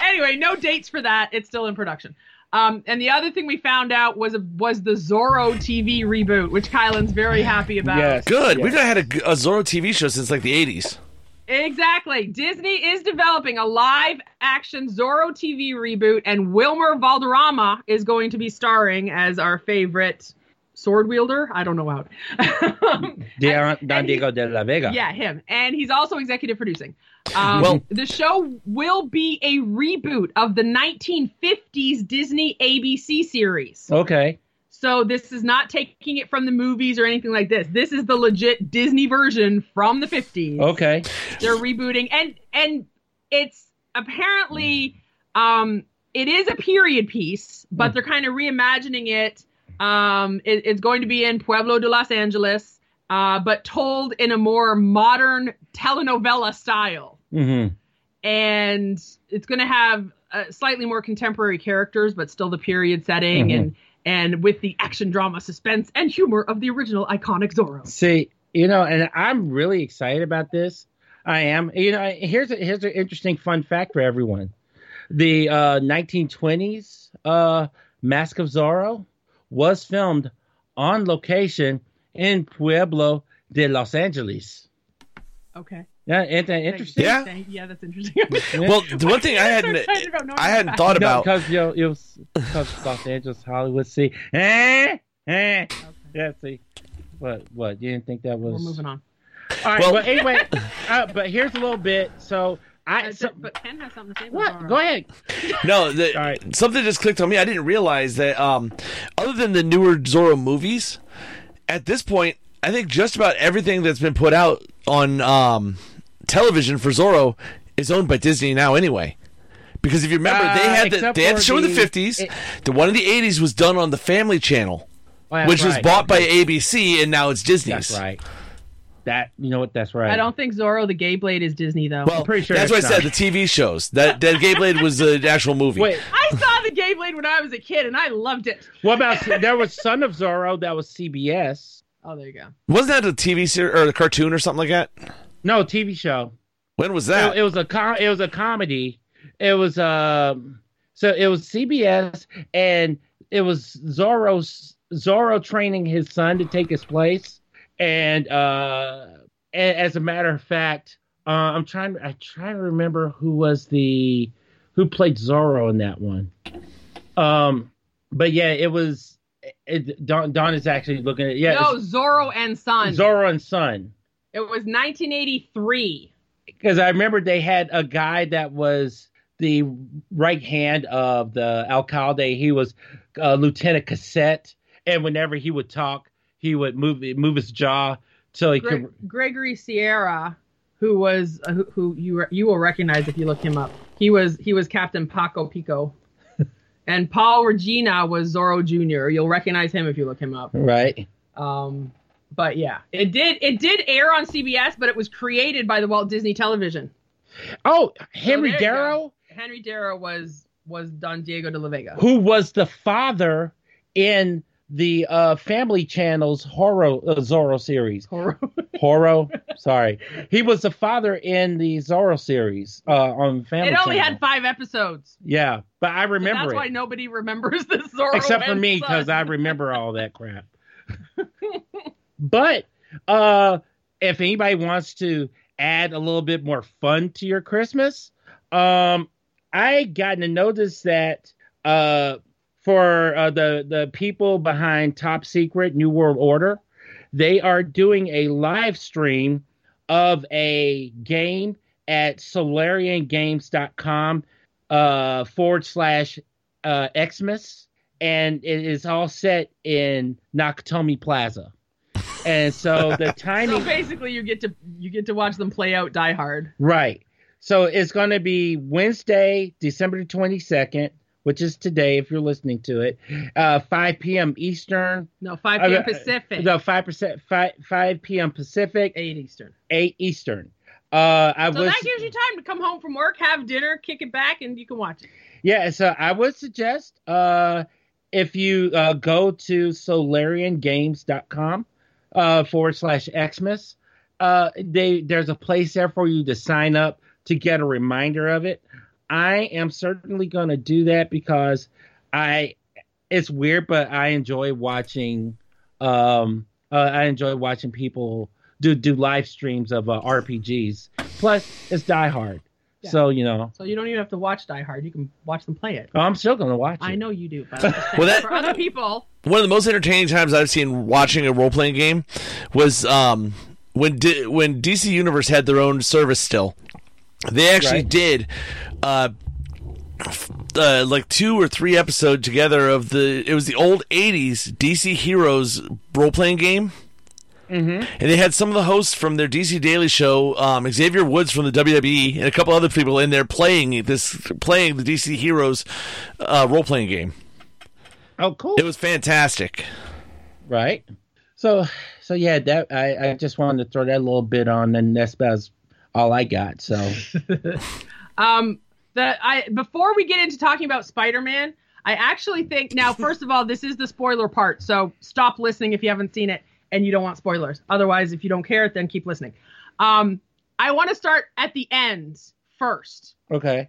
Speaker 4: anyway, no dates for that. It's still in production. Um, and the other thing we found out was was the Zorro TV reboot, which Kylan's very happy about.
Speaker 2: Yes.
Speaker 3: Good.
Speaker 2: Yes.
Speaker 3: We've not had a, g- a Zorro TV show since like the 80s.
Speaker 4: Exactly. Disney is developing a live action Zorro TV reboot, and Wilmer Valderrama is going to be starring as our favorite sword wielder. I don't know how. Um,
Speaker 2: Don,
Speaker 4: and-
Speaker 2: Don
Speaker 4: and he-
Speaker 2: Diego de la Vega.
Speaker 4: yeah, him. And he's also executive producing. Um,
Speaker 3: Well-
Speaker 4: the show will be a reboot of the 1950s Disney ABC series.
Speaker 2: Okay.
Speaker 4: So this is not taking it from the movies or anything like this. This is the legit Disney version from the 50s.
Speaker 2: Okay.
Speaker 4: They're rebooting and and it's apparently um it is a period piece, but they're kind of reimagining it. Um it- it's going to be in Pueblo de Los Angeles, uh but told in a more modern telenovela style.
Speaker 2: hmm
Speaker 4: And it's going to have uh, slightly more contemporary characters but still the period setting
Speaker 2: Mhm.
Speaker 4: and and with the action drama suspense and humor of the original iconic Zorro.
Speaker 2: See, you know, and I'm really excited about this. I am. You know, here's a, here's an interesting fun fact for everyone. The uh, 1920s uh, Mask of Zorro was filmed on location in Pueblo de Los Angeles.
Speaker 4: Okay.
Speaker 2: Yeah, isn't that
Speaker 4: Thank-
Speaker 2: interesting?
Speaker 3: Yeah.
Speaker 4: thank- yeah, that's interesting.
Speaker 3: Well, the one thing I hadn't
Speaker 4: excited about knowing
Speaker 3: I hadn't
Speaker 4: that.
Speaker 3: thought
Speaker 2: No,
Speaker 3: about
Speaker 2: because you know, it was because Los Angeles, Hollywood, see, eh, eh, yeah, see, what, what? You didn't think that was?
Speaker 4: We're moving on.
Speaker 2: All right,
Speaker 3: Well-
Speaker 2: but anyway, uh, but here's a little bit. So I,
Speaker 4: Uh,
Speaker 2: so,
Speaker 4: but Ken has something to say. about
Speaker 2: what?
Speaker 4: Zorro.
Speaker 2: Go ahead.
Speaker 3: no, the,
Speaker 2: All right.
Speaker 3: something just clicked on me. I didn't realize that. Um, other than the newer Zorro movies, at this point, I think just about everything that's been put out on um, television for Zorro is owned by Disney now, anyway. Because if you remember,
Speaker 2: Uh,
Speaker 3: they had the
Speaker 2: except
Speaker 3: they had the
Speaker 2: for
Speaker 3: show in the
Speaker 2: the-
Speaker 3: fifties.
Speaker 2: it-
Speaker 3: The one in the eighties was done on the Family Channel,
Speaker 2: Oh, that's
Speaker 3: which was
Speaker 2: right.
Speaker 3: bought by ABC, and now it's Disney's.
Speaker 2: That's right. That you know what? That's right.
Speaker 4: I don't think Zorro the Gay Blade is Disney though.
Speaker 3: Well,
Speaker 2: pretty sure
Speaker 3: that's what I
Speaker 2: it's
Speaker 3: said. The
Speaker 2: not.
Speaker 3: TV shows that that Gay Blade was an actual movie.
Speaker 2: Wait,
Speaker 4: I saw the Gay Blade when I was a kid and I loved it.
Speaker 2: what about there was Son of Zorro that was CBS?
Speaker 4: Oh, there you go.
Speaker 3: wasn't that a TV series or a cartoon or something like that?
Speaker 2: No TV show.
Speaker 3: When was that?
Speaker 2: It, it was a com- it was a comedy. It was um so it was CBS and it was Zorro's Zorro training his son to take his place. And uh a- as a matter of fact, uh, I'm trying I try to remember who was the who played Zorro in that one. Um but yeah, it was it, Don Don is actually looking at yeah,
Speaker 4: no,
Speaker 2: it's
Speaker 4: Zorro and Son.
Speaker 2: Zorro and Son
Speaker 4: it was 1983.
Speaker 2: because I remember they had a guy that was the right hand of the alcalde. He was uh, Lieutenant Cassette, and whenever he would talk, he would move move his jaw so he
Speaker 4: Gre-
Speaker 2: could.
Speaker 4: Gregory Sierra, who was uh, who, who you re- you will recognize if you look him up. He was he was Captain Paco Pico. And Paul Regina was Zorro Jr. You'll recognize him if you look him up.
Speaker 2: Right.
Speaker 4: Um, but yeah, it did it did air on CBS, but it was created by the Walt Disney Television.
Speaker 2: Oh, Henry
Speaker 4: there you
Speaker 2: Darrow,
Speaker 4: Henry Darrow was was Don Diego de la Vega.
Speaker 2: who was the father in the uh, Family Channel's horror uh, Zorro series.
Speaker 4: Horror.
Speaker 2: Horror, sorry, he was the father in the Zorro series uh, on Family.
Speaker 4: It only
Speaker 2: Channel.
Speaker 4: had five episodes.
Speaker 2: Yeah, but I
Speaker 4: So
Speaker 2: remember
Speaker 4: that's
Speaker 2: it.
Speaker 4: why nobody remembers the Zorro.
Speaker 2: except for
Speaker 4: and
Speaker 2: me
Speaker 4: Son.
Speaker 2: because I remember all that crap. but uh, if anybody wants to add a little bit more fun to your Christmas, um, I gotten to notice that uh, for uh, the the people behind Top Secret New World Order, they are doing a live stream of a game at solariangames.com uh, forward slash uh, Xmas and it is all set in Nakatomi Plaza. And so the
Speaker 4: So
Speaker 2: timing,
Speaker 4: basically, you get to you get to watch them play out Die Hard.
Speaker 2: right? So it's going to be Wednesday, December twenty second, which is today if you're listening to it, uh, five p.m. Eastern,
Speaker 4: No, five
Speaker 2: Uh,
Speaker 4: p.m. Pacific,
Speaker 2: no five percent five five p.m. Pacific,
Speaker 4: eight Eastern.
Speaker 2: eight Eastern. Uh, I
Speaker 4: So
Speaker 2: was
Speaker 4: that gives you time to come home from work, have dinner, kick it back, and you can watch it.
Speaker 2: Yeah, so I would suggest uh, if you uh, go to solariangames.com uh, forward slash Xmas, uh, they, there's a place there for you to sign up to get a reminder of it. I am certainly going to do that because I it's weird, but I enjoy watching um, uh, I enjoy watching people do do live streams of uh, RPGs. Plus, it's Die Hard, So you know,
Speaker 4: So you don't even have to watch Die Hard. You can watch them play it.
Speaker 2: I'm still gonna watch it.
Speaker 4: I know you do, but I'm just saying,
Speaker 3: Well, that-
Speaker 4: for other people,
Speaker 3: one of the most entertaining times I've seen watching a role playing game was um, when D- when DC Universe had their own service. Still, they actually
Speaker 2: Right.
Speaker 3: did. Uh, f- uh, like two or three episode together of the it was the old 80s DC Heroes role playing game and they had some of the hosts from their DC Daily Show, um, Xavier Woods from the WWE, and a couple other people in there playing this, playing the DC Heroes uh, role playing game.
Speaker 2: Oh, cool.
Speaker 3: It was fantastic.
Speaker 2: right. So, so yeah, that I, I just wanted to throw that little bit on, and that's about all I got. So,
Speaker 4: um, the I before we get into talking about Spider Man, I actually think now. First of all, this is the spoiler part, so stop listening if you haven't seen it and you don't want spoilers. Otherwise, if you don't care, then keep listening. Um, I want to start at the end first.
Speaker 2: okay,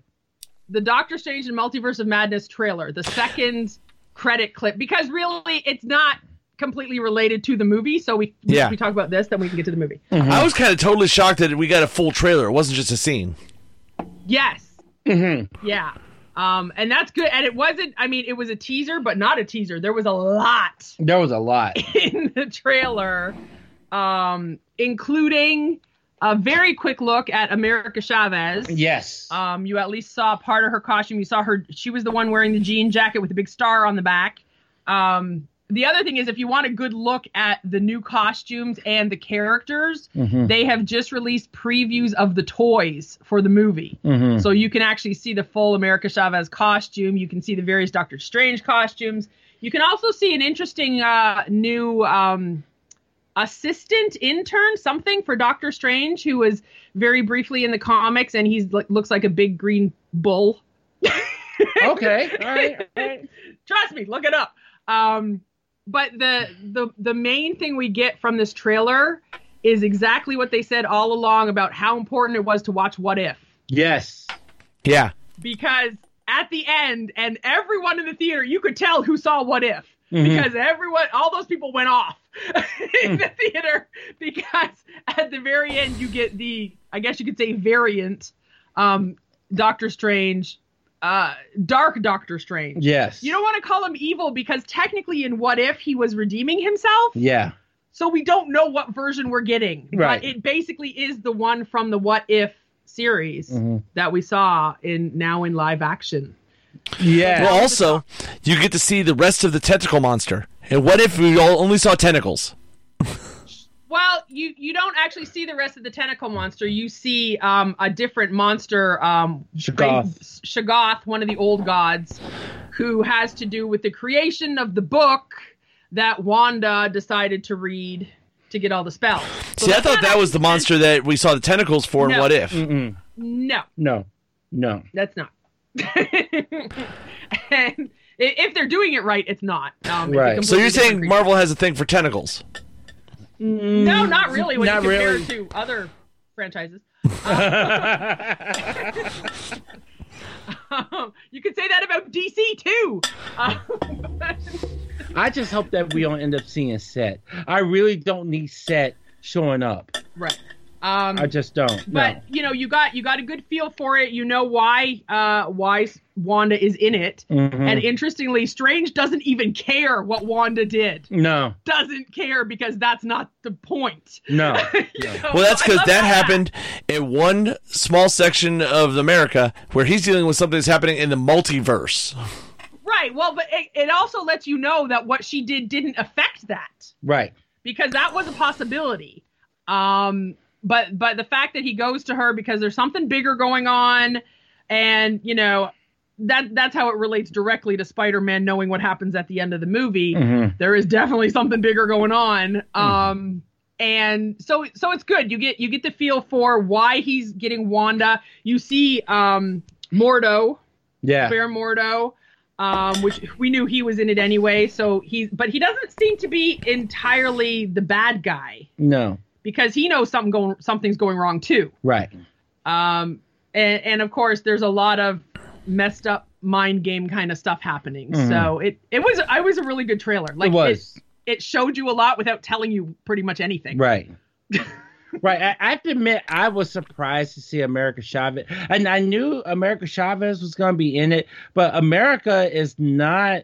Speaker 4: the Doctor Strange and Multiverse of Madness trailer, the second credit clip, because really it's not completely related to the movie. So we we-
Speaker 3: Yeah.
Speaker 4: we talk about this, then we can get to the movie.
Speaker 3: I was kind of totally shocked that we got a full trailer. It wasn't just a scene.
Speaker 4: Yes. Yeah. Um, and that's good. And it wasn't. I mean, it was a teaser, but not a teaser. There was a lot
Speaker 2: there was a lot.
Speaker 4: in the trailer, um, including a very quick look at America Chavez.
Speaker 2: Yes.
Speaker 4: Um, you at least saw part of her costume. You saw her; she was the one wearing the jean jacket with the big star on the back. Um, the other thing is, if you want a good look at the new costumes and the characters,
Speaker 2: Mhm.
Speaker 4: they have just released previews of the toys for the movie.
Speaker 2: Mhm.
Speaker 4: So you can actually see the full America Chavez costume. You can see the various Doctor Strange costumes. You can also see an interesting uh, new um, assistant intern, something for Doctor Strange, who was very briefly in the comics, and he's like looks like a big green bull.
Speaker 2: okay. All right. All right.
Speaker 4: Trust me, look it up. Um, but the the the main thing we get from this trailer is exactly what they said all along about how important it was to watch What If.
Speaker 2: Yes.
Speaker 3: Yeah.
Speaker 4: because at the end and everyone in the theater you could tell who saw what if
Speaker 2: Mhm.
Speaker 4: because everyone all those people went off in the theater because at the very end you get the i guess you could say variant um doctor strange uh dark doctor strange
Speaker 2: Yes.
Speaker 4: you don't want to call him evil because technically in what if he was redeeming himself
Speaker 2: Yeah.
Speaker 4: so we don't know what version we're getting
Speaker 2: Right.
Speaker 4: but it basically is the one from the what if series
Speaker 2: Mhm.
Speaker 4: that we saw in now in live action
Speaker 2: Yeah.
Speaker 3: Well, also, you get to see the rest of the tentacle monster. And what if we all only saw tentacles?
Speaker 4: well you you don't actually see the rest of the tentacle monster you see um a different monster um
Speaker 2: Shoggoth.
Speaker 4: Sh- Shoggoth, one of the old gods who has to do with the creation of the book that wanda decided to read to get all the spells So
Speaker 3: See, I
Speaker 4: that's
Speaker 3: thought
Speaker 4: not
Speaker 3: that was the
Speaker 4: actually-
Speaker 3: monster that we saw the tentacles for. And
Speaker 4: No. Mm-hmm.
Speaker 3: what if?
Speaker 2: Mm-mm.
Speaker 4: no
Speaker 2: No. No.
Speaker 4: that's not. and i- if they're doing it right, it's not. Um, it's a
Speaker 2: Right.
Speaker 4: completely
Speaker 3: So you're
Speaker 4: different
Speaker 3: saying
Speaker 4: creature.
Speaker 3: Marvel has a thing for tentacles?
Speaker 4: No, not really. When
Speaker 2: Not
Speaker 4: you compare
Speaker 2: really.
Speaker 4: it to other franchises, um, you could say that about DC too. Um,
Speaker 2: I just hope that we don't end up seeing Set. I really don't need Set showing up.
Speaker 4: right. Um,
Speaker 2: I just don't.
Speaker 4: but
Speaker 2: no.
Speaker 4: you know, you got you got a good feel for it. You know why uh, why Wanda is in it.
Speaker 3: Mm-hmm.
Speaker 2: Mhm.
Speaker 4: And interestingly, Strange doesn't even care what Wanda did.
Speaker 2: No.
Speaker 4: Doesn't care because that's not the point.
Speaker 2: No.
Speaker 4: You know?
Speaker 3: Well, that's
Speaker 4: I
Speaker 3: because
Speaker 4: love
Speaker 3: that happened in one small section of America where he's dealing with something that's happening in the multiverse.
Speaker 4: Right. Well, but it, it also lets you know that what she did didn't affect that
Speaker 2: Right.
Speaker 4: because that was a possibility. Um, but but the fact that he goes to her because there's something bigger going on, and you know that that's how it relates directly to Spider-Man knowing what happens at the end of the movie.
Speaker 2: Mhm.
Speaker 4: There is definitely something bigger going on. Um, and so so it's good. You get you get the feel for why he's getting Wanda. You see um, Mordo,
Speaker 2: Yeah.
Speaker 4: Bear Mordo, um, which we knew he was in it anyway. So he's, but he doesn't seem to be entirely the bad guy
Speaker 2: No.
Speaker 4: because he knows something going, something's going wrong too.
Speaker 2: Right.
Speaker 4: Um, and, and of course, there's a lot of messed up mind game kind of stuff happening. So it it was I was a really good trailer. Like
Speaker 2: Mm-hmm. it was.
Speaker 4: It, it showed you a lot without telling you pretty much anything.
Speaker 2: Right. right. I, I have to admit, I was surprised to see America Chavez, and I knew America Chavez was going to be in it, but America is not.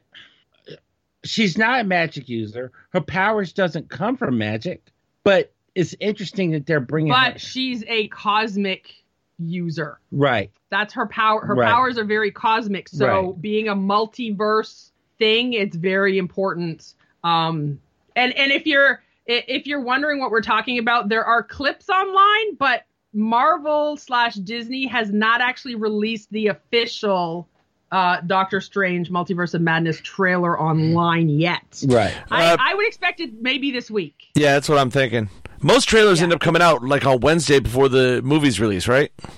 Speaker 2: She's not a magic user. Her powers doesn't come from magic, but it's interesting that they're bringing. her-
Speaker 4: but she's a cosmic user.
Speaker 2: right,
Speaker 4: That's her power. Her
Speaker 2: Right.
Speaker 4: powers are very cosmic. So
Speaker 2: Right.
Speaker 4: being a multiverse thing, it's very important. Um, and and if you're i- if you're wondering what we're talking about, there are clips online, but Marvel slash Disney has not actually released the official uh, Doctor Strange Multiverse of Madness trailer online yet.
Speaker 2: right.
Speaker 3: Uh,
Speaker 4: I, I would expect it maybe this week.
Speaker 3: Yeah, that's what I'm thinking. Most trailers end up coming out like on Wednesday before the movie's release, right?
Speaker 4: Uh,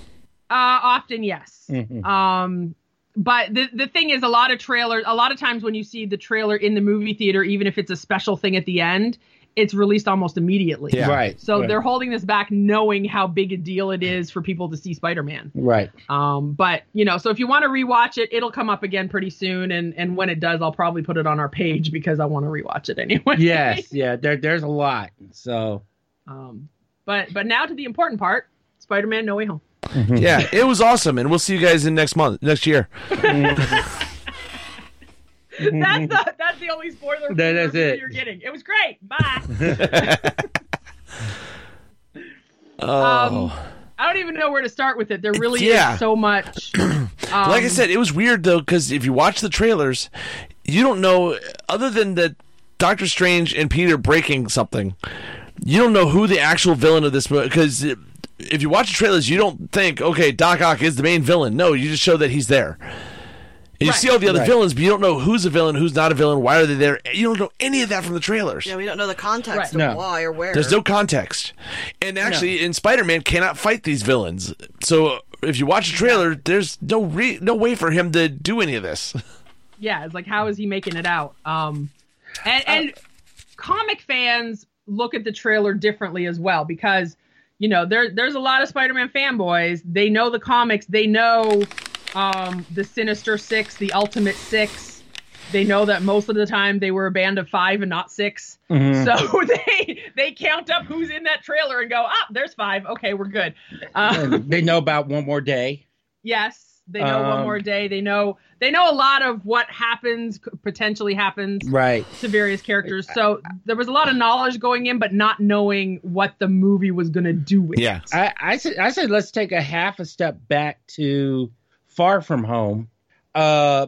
Speaker 4: often, yes.
Speaker 2: Mhm.
Speaker 4: Um, but the the thing is, a lot of trailers, a lot of times when you see the trailer in the movie theater, even if it's a special thing at the end, it's released almost immediately.
Speaker 3: Yeah.
Speaker 2: Right.
Speaker 4: So
Speaker 2: right,
Speaker 4: they're holding this back, knowing how big a deal it is for people to see Spider Man.
Speaker 2: right.
Speaker 4: Um, but you know, so if you want to rewatch it, it'll come up again pretty soon, and and when it does, I'll probably put it on our page because I want to rewatch it anyway.
Speaker 2: Yes. Yeah. There, there's a lot. So
Speaker 4: Um, but but now to the important part, Spider Man No Way Home.
Speaker 3: Yeah, it was awesome, and we'll see you guys in next month, next year.
Speaker 4: that's the that's the only spoiler
Speaker 2: That is
Speaker 4: review
Speaker 2: it.
Speaker 4: you're getting. It was great. Bye. Um,
Speaker 3: Oh,
Speaker 4: I don't even know where to start with it. There really
Speaker 3: Yeah.
Speaker 4: is so much. Um,
Speaker 3: like I said, it was weird though because if you watch the trailers, you don't know other than that Doctor Strange and Peter breaking something. You don't know who the actual villain of this movie because if you watch the trailers, you don't think okay Doc Ock is the main villain. No, you just show that he's there. And you
Speaker 4: Right.
Speaker 3: see all the other
Speaker 2: Right.
Speaker 3: villains, but you don't know who's a villain, who's not a villain. Why are they there? You don't know any of that from the trailers.
Speaker 5: Yeah, we don't know the context
Speaker 4: Right.
Speaker 5: of
Speaker 2: No.
Speaker 5: why or where.
Speaker 3: There's no context. And actually, in Spider-Man, cannot fight these villains. So uh, if you watch the trailer, there's no re- no way for him to do any of this.
Speaker 4: yeah, it's like how is he making it out? Um, and
Speaker 3: Uh,
Speaker 4: and comic fans look at the trailer differently as well because you know there there's a lot of Spider-Man fanboys. They know the comics. They know um, the Sinister Six, the Ultimate Six. They know that most of the time they were a band of five and not 6
Speaker 2: mm-hmm. Mm.
Speaker 4: So they they count up who's in that trailer and go, ah, there's five. Okay, we're good. Um,
Speaker 2: and they know about one more day.
Speaker 4: Yes, they know
Speaker 2: Um,
Speaker 4: one more day. They know they know a lot of what happens could potentially happens
Speaker 2: Right.
Speaker 4: to various characters. So there was a lot of knowledge going in, but not knowing what the movie was going to do with.
Speaker 3: Yeah.
Speaker 4: it.
Speaker 2: I, I said I said let's take a half a step back to Far From Home, uh,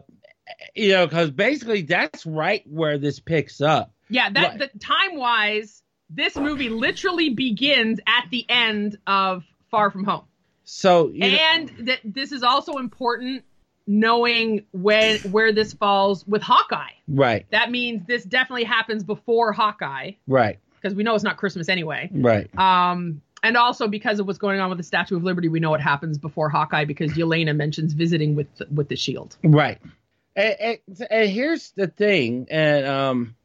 Speaker 2: you know, because basically that's right where this picks up.
Speaker 4: yeah. That the time wise, this movie literally begins at the end of Far From Home,
Speaker 2: So you know,
Speaker 4: and that this is also important knowing when where this falls with Hawkeye.
Speaker 2: right,
Speaker 4: That means this definitely happens before Hawkeye
Speaker 2: right,
Speaker 4: because we know it's not Christmas anyway.
Speaker 2: right,
Speaker 4: Um, and also because of what's going on with the Statue of Liberty, we know what happens before Hawkeye because Yelena mentions visiting with with the Shield.
Speaker 2: right. And, and- and here's the thing, and um,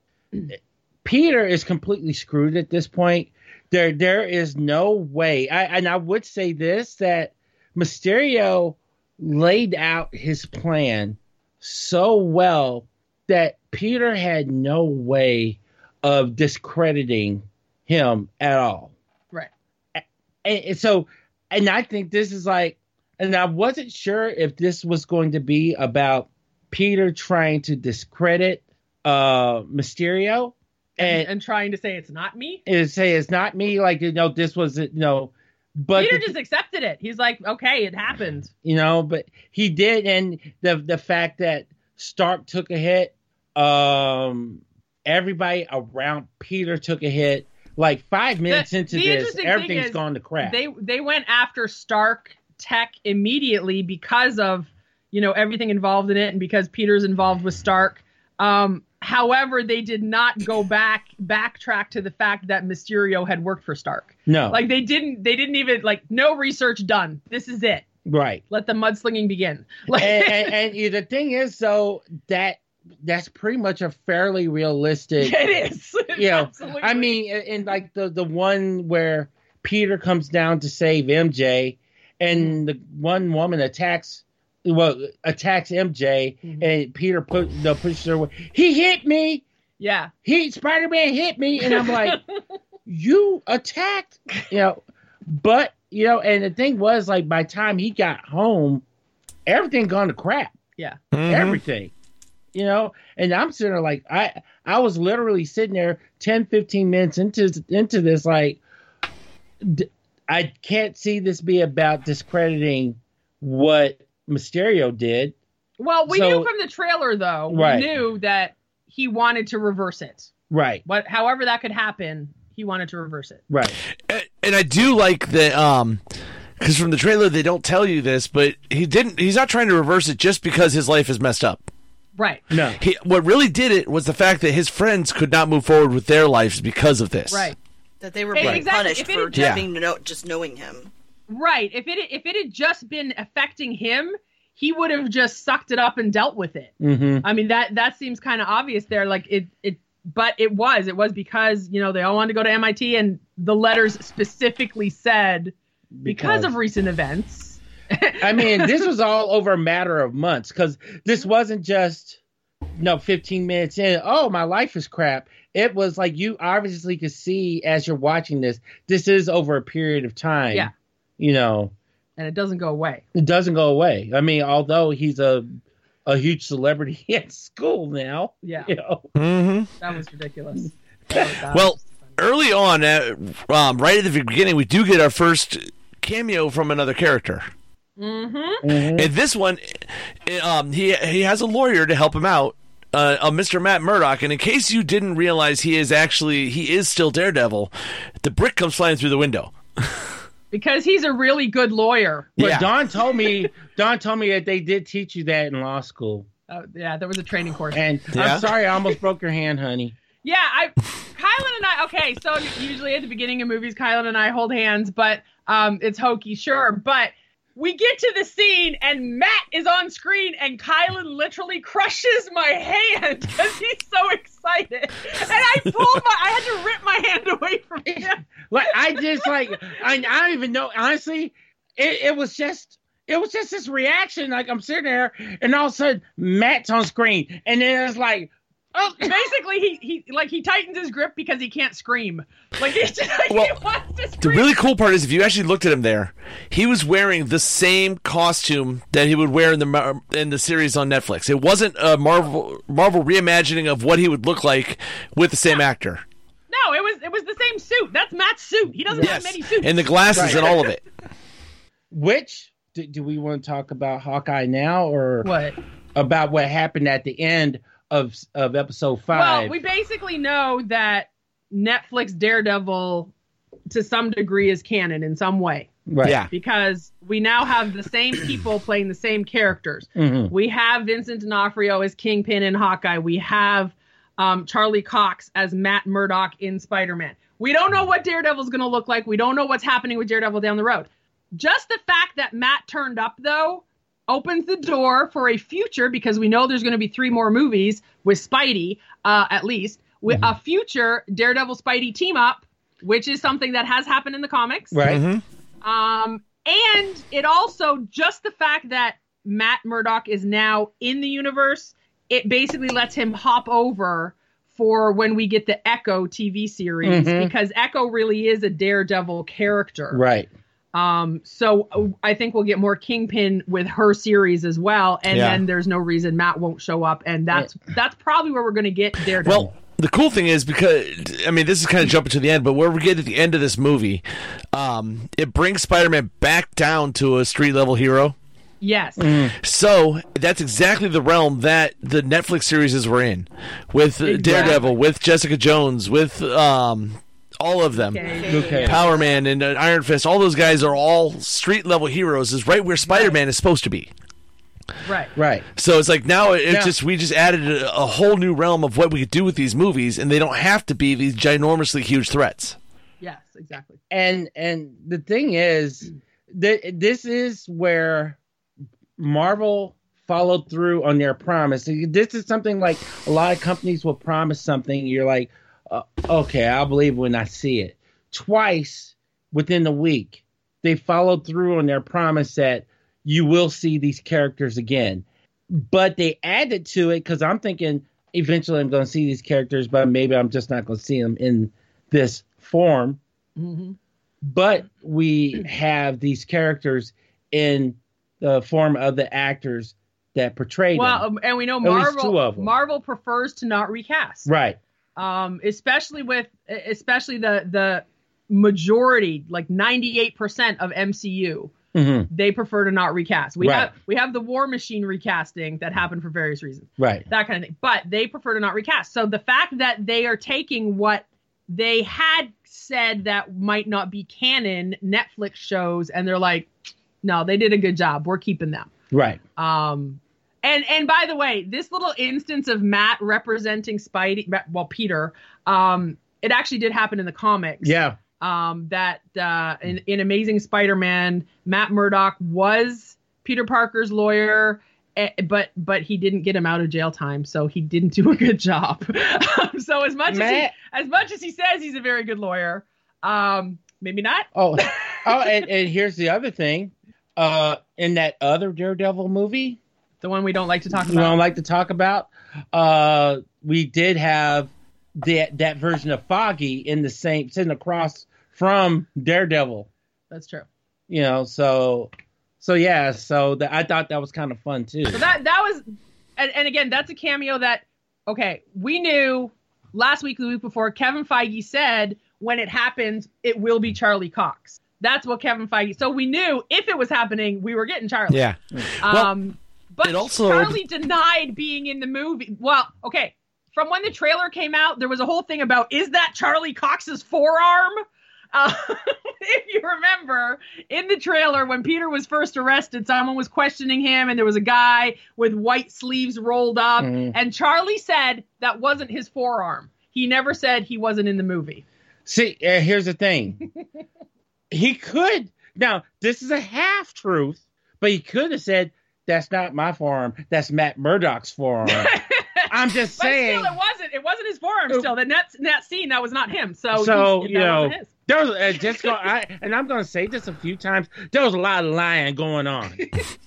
Speaker 2: Peter is completely screwed at this point. There, there is no way. I and I would say this that Mysterio laid out his plan so well that Peter had no way of discrediting him at all.
Speaker 4: Right.
Speaker 2: A- And, and so, and I think this is like, and I wasn't sure if this was going to be about Peter trying to discredit uh Mysterio
Speaker 4: And,
Speaker 2: and
Speaker 4: and, trying to say it's not me.
Speaker 2: and say it's not me. Like you know, this was you know, but
Speaker 4: Peter just accepted it. He's like, okay, it happened.
Speaker 2: you know, but he did, and the the fact that Stark took a hit, um, everybody around Peter took a hit. Like five minutes into
Speaker 4: the
Speaker 2: this,
Speaker 4: interesting thing
Speaker 2: everything's
Speaker 4: is
Speaker 2: gone to crap.
Speaker 4: They they went after Stark Tech immediately because of you know everything involved in it and because Peter's involved with Stark. Um, however, they did not go back backtrack to the fact that Mysterio had worked for Stark.
Speaker 2: no,
Speaker 4: Like they didn't they didn't even like no research done. This is it.
Speaker 2: right.
Speaker 4: Let the mudslinging begin. Like
Speaker 2: and, and, and yeah, the thing is, though, that that's pretty much a fairly realistic.
Speaker 4: it is.
Speaker 2: Yeah.
Speaker 4: Absolutely.
Speaker 2: I mean, in- in like the the one where Peter comes down to save MJ, and the one woman attacks, well, attacks MJ,
Speaker 4: Mhm.
Speaker 2: and Peter put no pushes her away. He hit me.
Speaker 4: yeah.
Speaker 2: He Spider Man hit me, and I'm like, you attacked, you know, but you know, and the thing was like by the time he got home, everything gone to crap.
Speaker 4: Yeah.
Speaker 2: Mm-hmm. Everything. You know, and I'm sitting there like I I was literally sitting there 10, 15 minutes into into this like d- I can't see this be about discrediting what Mysterio did.
Speaker 4: Well, we
Speaker 2: So-
Speaker 4: knew from the trailer though. We
Speaker 2: Right.
Speaker 4: knew that he wanted to reverse it.
Speaker 2: Right,
Speaker 4: What however that could happen, he wanted to reverse it.
Speaker 2: right.
Speaker 3: And, and I do like that um because from the trailer they don't tell you this, but he didn't. He's not trying to reverse it just because his life is messed up.
Speaker 4: Right.
Speaker 2: No.
Speaker 3: He, what really did it was the fact that his friends could not move forward with their lives because of this.
Speaker 4: Right.
Speaker 5: that they were
Speaker 4: Right.
Speaker 5: being
Speaker 4: Exactly.
Speaker 5: punished
Speaker 4: If it
Speaker 5: for
Speaker 4: had
Speaker 5: just
Speaker 3: Yeah.
Speaker 5: being no, just knowing him.
Speaker 4: Right. If it if it had just been affecting him, he would have just sucked it up and dealt with it.
Speaker 2: Mm-hmm.
Speaker 4: I mean that that seems kind of obvious there. Like it it, but it was it was because you know they all wanted to go to MIT and the letters specifically said because, of recent events.
Speaker 2: I mean, this was all over a matter of months because this wasn't just no 15 minutes in. Oh, my life is crap. It was like you obviously could see as you're watching this. This is over a period of time.
Speaker 4: Yeah.
Speaker 2: You know,
Speaker 4: And it doesn't go away.
Speaker 2: it doesn't go away. I mean, although he's a a huge celebrity at school now.
Speaker 4: Yeah,
Speaker 2: You know,
Speaker 3: Mm-hmm.
Speaker 4: that was ridiculous.
Speaker 3: Well, early on, uh, um, right at the beginning, we do get our first cameo from another character.
Speaker 4: mm-hmm.
Speaker 3: And this one, eh, um, he he has a lawyer to help him out, uh, a Mr. Matt Murdock. And in case you didn't realize, he is actually he is still Daredevil. The brick comes flying through the window.
Speaker 4: because he's a really good lawyer.
Speaker 2: but
Speaker 3: Yeah.
Speaker 2: Don told me Don told me that they did teach you that in law school.
Speaker 4: Uh, yeah, there was a training course.
Speaker 2: And
Speaker 3: Yeah.
Speaker 2: I'm sorry, I almost broke your hand, honey.
Speaker 4: Yeah, I Kylan and I okay, so usually at the beginning of movies Kylan and I hold hands, but um it's hokey, sure. But we get to the scene and Matt is on screen and Kylan literally crushes my hand because he's so excited. And I pulled my I had to rip my hand away from him.
Speaker 2: Like I just like I, I don't even know. Honestly, it, it was just it was just this reaction. Like I'm sitting there, and all of a sudden Matt's on screen, and then it's like,
Speaker 4: Oh, basically he he like he tightens his grip because he can't scream. Like he's just like
Speaker 3: Well,
Speaker 4: he wants to
Speaker 3: The
Speaker 4: scream.
Speaker 3: really cool part is if you actually looked at him there, he was wearing the same costume that he would wear in the mar- in the series on Netflix. It wasn't a Marvel Marvel reimagining of what he would look like with the same actor.
Speaker 4: no, it was it was the same suit. That's Matt's suit. He doesn't have many suits.
Speaker 3: and the glasses
Speaker 2: Right.
Speaker 3: and all of it.
Speaker 2: which do, do we want to talk about Hawkeye now, or
Speaker 4: what?
Speaker 2: about what happened at the end of of episode
Speaker 4: Well,
Speaker 2: five?
Speaker 4: we basically know that Netflix Daredevil to some degree is canon in some way
Speaker 2: right.
Speaker 3: Yeah.
Speaker 4: because we now have the same people playing the same characters.
Speaker 2: Mhm.
Speaker 4: We have Vincent D'Onofrio as Kingpin in Hawkeye. We have um, Charlie Cox as Matt Murdock in Spider Man. We don't know what Daredevil's going to look like. We don't know what's happening with Daredevil down the road. Just the fact that Matt turned up, though, opens the door for a future because we know there's going to be three more movies with Spidey, uh, at least, with a future Daredevil Spidey team up, which is something that has happened in the comics.
Speaker 2: Right.
Speaker 3: Mm-hmm.
Speaker 4: Um, and it also just the fact that Matt Murdock is now in the universe, it basically lets him hop over for when we get the Echo TV series
Speaker 3: Mm-hmm.
Speaker 2: Mhm.
Speaker 4: because Echo really is a daredevil character.
Speaker 2: Right.
Speaker 4: Um, so uh, I think we'll get more Kingpin with her series as well, and
Speaker 3: Yeah.
Speaker 4: then there's no reason Matt won't show up, and that's that's probably where we're going to get Daredevil.
Speaker 3: Well, the cool thing is because I mean this is kind of jumping to the end, but where we get at the end of this movie, um, it brings Spider-Man back down to a street level hero.
Speaker 4: yes,
Speaker 3: mm. So that's exactly the realm that the Netflix series were in, with uh Daredevil, with Jessica Jones, with um, all of them.
Speaker 4: Okay.
Speaker 2: Okay.
Speaker 3: Power Man and uh, Iron Fist, all those guys are all street level heroes. Is right where Spider Man is supposed to be.
Speaker 4: right.
Speaker 2: Right.
Speaker 3: So it's like now it's
Speaker 2: Now-
Speaker 3: just we just added a, a whole new realm of what we could do with these movies, and they don't have to be these ginormously huge threats.
Speaker 4: Yes, exactly.
Speaker 2: and and the thing is that this is where Marvel followed through on their promise. This is something like a lot of companies will promise something. You're like, uh, okay, I'll believe when I see it. Twice within the week, they followed through on their promise that you will see these characters again. But they added to it because I'm thinking eventually I'm going to see these characters, but maybe I'm just not going to see them in this form,
Speaker 4: Mhm.
Speaker 2: but we have these characters in the form of the actors that portray
Speaker 4: Well,
Speaker 2: them.
Speaker 4: um, and we know
Speaker 2: At least two
Speaker 4: Marvel
Speaker 2: of 'em.
Speaker 4: Marvel prefers to not recast.
Speaker 2: Right.
Speaker 4: um, especially with e, especially the the majority like 98% of mcu
Speaker 2: Mhm.
Speaker 4: they prefer to not recast we
Speaker 2: Right.
Speaker 4: have we have the war machine recasting that happened for various reasons
Speaker 2: Right.
Speaker 4: that kind of thing but they prefer to not recast so the fact that they are taking what they had said that might not be canon netflix shows and they're like no they did a good job we're keeping them
Speaker 2: Right.
Speaker 4: um, and and by the way, this little instance of Matt representing Spidey, well, Peter, um, it actually did happen in the comics.
Speaker 2: Yeah.
Speaker 4: Um, that uh, in, in Amazing Spider-Man, Matt Murdock was Peter Parker's lawyer. eh, But but he didn't get him out of jail time, so he didn't do a good job. so as much as he,
Speaker 2: Matt.
Speaker 4: as much as he says he's a very good lawyer, um, maybe not.
Speaker 2: Oh. oh. And, and here's the other thing. Uh, in that other Daredevil movie,
Speaker 4: The one we don't like to talk
Speaker 2: you know, I
Speaker 4: about.
Speaker 2: like to talk about. Uh, we did have that that version of Foggy in the same sitting across from Daredevil.
Speaker 4: That's true.
Speaker 2: You know, so so yeah, so that I thought that was kind of fun too.
Speaker 4: So that that was, and, and again, that's a cameo that okay, we knew last week, the week before, Kevin Feige said when it happens, it will be Charlie Cox. That's what Kevin Feige. So we knew if it was happening, we were getting Charlie.
Speaker 3: Yeah.
Speaker 4: Um, but
Speaker 3: it also-
Speaker 4: Charlie denied being in the movie. Well, okay. From when the trailer came out, there was a whole thing about is that Charlie Cox's forearm? Uh, if you remember, in the trailer, when Peter was first arrested, someone was questioning him, and there was a guy with white sleeves rolled up,
Speaker 2: Mhm.
Speaker 4: and Charlie said that wasn't his forearm. He never said he wasn't in the movie.
Speaker 2: See, uh, here's the thing. he could now. This is a half truth, but he could have said, "That's not my forearm. That's Matt Murdock's forearm." I'm just
Speaker 4: But
Speaker 2: saying.
Speaker 4: still, it wasn't. It wasn't his forearm.
Speaker 2: Uh,
Speaker 4: Still, that that, that scene that was not him. So,
Speaker 2: So,
Speaker 4: he-
Speaker 2: you
Speaker 4: Oh, that
Speaker 2: know,
Speaker 4: wasn't his.
Speaker 2: There was uh, just go, I, and I'm gonna say this a few times. There was a lot of lying going on,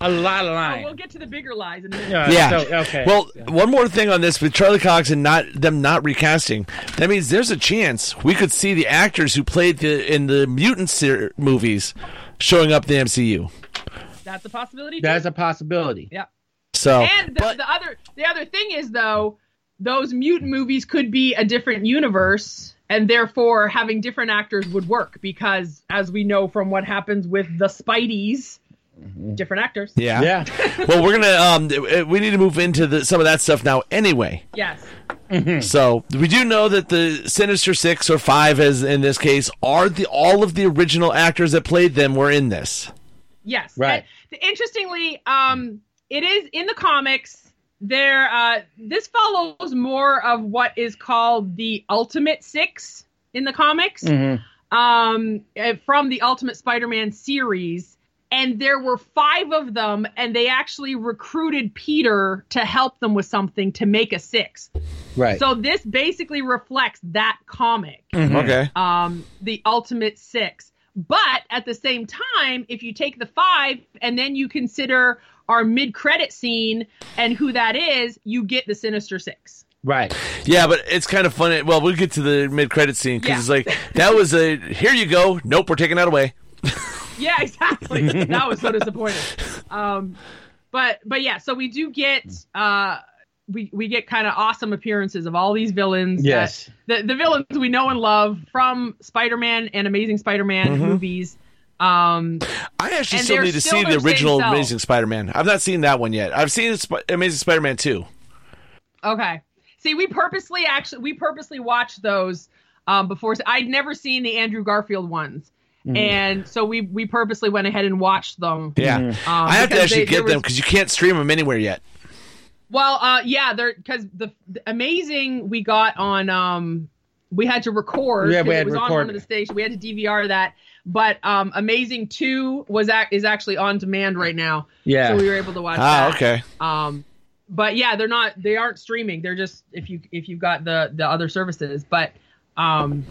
Speaker 2: a lot of
Speaker 4: Oh,
Speaker 2: lying.
Speaker 4: we'll get to the bigger lies in a minute.
Speaker 2: Uh,
Speaker 3: Yeah.
Speaker 2: so- okay.
Speaker 3: Well, one more thing on this with Charlie Cox and not them not recasting. That means there's a chance we could see the actors who played the in the mutant ser- movies showing up in the MCU.
Speaker 4: That's a possibility. too.
Speaker 2: that's a Oh. possibility.
Speaker 4: yeah.
Speaker 3: So
Speaker 4: And the,
Speaker 3: but-
Speaker 4: the other the other thing is though, those mutant movies could be a different universe, and therefore having different actors would work because, as we know from what happens with the Spideys, different actors.
Speaker 3: yeah.
Speaker 2: Yeah.
Speaker 3: well, we're gonna um, th- we need to move into the, some of that stuff now. Anyway,
Speaker 4: Yes.
Speaker 3: so we do know that the Sinister Six or Five, as in this case, are the all of the original actors that played them were in this.
Speaker 4: Yes.
Speaker 2: Right.
Speaker 4: And interestingly, um, it is in the comics. There, uh, this follows more of what is called the Ultimate Six in the comics.
Speaker 2: Mhm.
Speaker 4: um, eh, from the Ultimate Spider-Man series, and there were five of them, and they actually recruited Peter to help them with something to make a six.
Speaker 2: Right.
Speaker 4: So this basically reflects that comic,
Speaker 3: Hmm. Okay.
Speaker 4: um, the Ultimate Six. But at the same time, if you take the five and then you consider our mid-credit scene and who that is, you get the Sinister Six.
Speaker 2: right.
Speaker 3: Yeah, but it's kind of funny. Well, we'll get to the mid-credit scene because
Speaker 4: Yeah.
Speaker 3: it's like that was a here you go. Nope, we're taking that away.
Speaker 4: Yeah, exactly. that was so disappointing. Um, but but yeah, so we do get uh, we we get kind of awesome appearances of all these villains. that-
Speaker 2: Yes.
Speaker 4: the the villains we know and love from Spider-Man and Amazing Spider-Man
Speaker 3: Mm-hmm.
Speaker 4: movies. Um,
Speaker 3: I actually
Speaker 4: And
Speaker 3: still
Speaker 4: they're
Speaker 3: need to
Speaker 4: still
Speaker 3: see the
Speaker 4: their same
Speaker 3: original
Speaker 4: self.
Speaker 3: Amazing Spider-Man. I've not seen that one yet. I've seen Sp- Amazing Spider-Man two.
Speaker 4: okay, see, we purposely actually we purposely watched those um, before. I'd never seen the Andrew Garfield ones, and so we we purposely went ahead and watched
Speaker 3: Mm.
Speaker 4: them. Um,
Speaker 3: Yeah, Mm-hmm. I have to
Speaker 4: Oh, because
Speaker 3: actually
Speaker 4: they-
Speaker 3: get
Speaker 4: there
Speaker 3: them
Speaker 4: was-
Speaker 3: because you can't stream them anywhere yet.
Speaker 4: Well, uh, yeah, they're because the, the amazing we got on. Um, we had to record.
Speaker 2: Yeah, we
Speaker 4: 'cause
Speaker 2: had
Speaker 4: it was on
Speaker 2: record.
Speaker 4: one of the stations. We had to DVR that, but um, Amazing Two was ac is actually on demand right now,
Speaker 2: Yeah.
Speaker 4: so we were able to watch.
Speaker 3: Ah,
Speaker 4: that.
Speaker 3: okay.
Speaker 4: Um, but yeah, they're not. They aren't streaming. They're just if you if you've got the the other services. But um,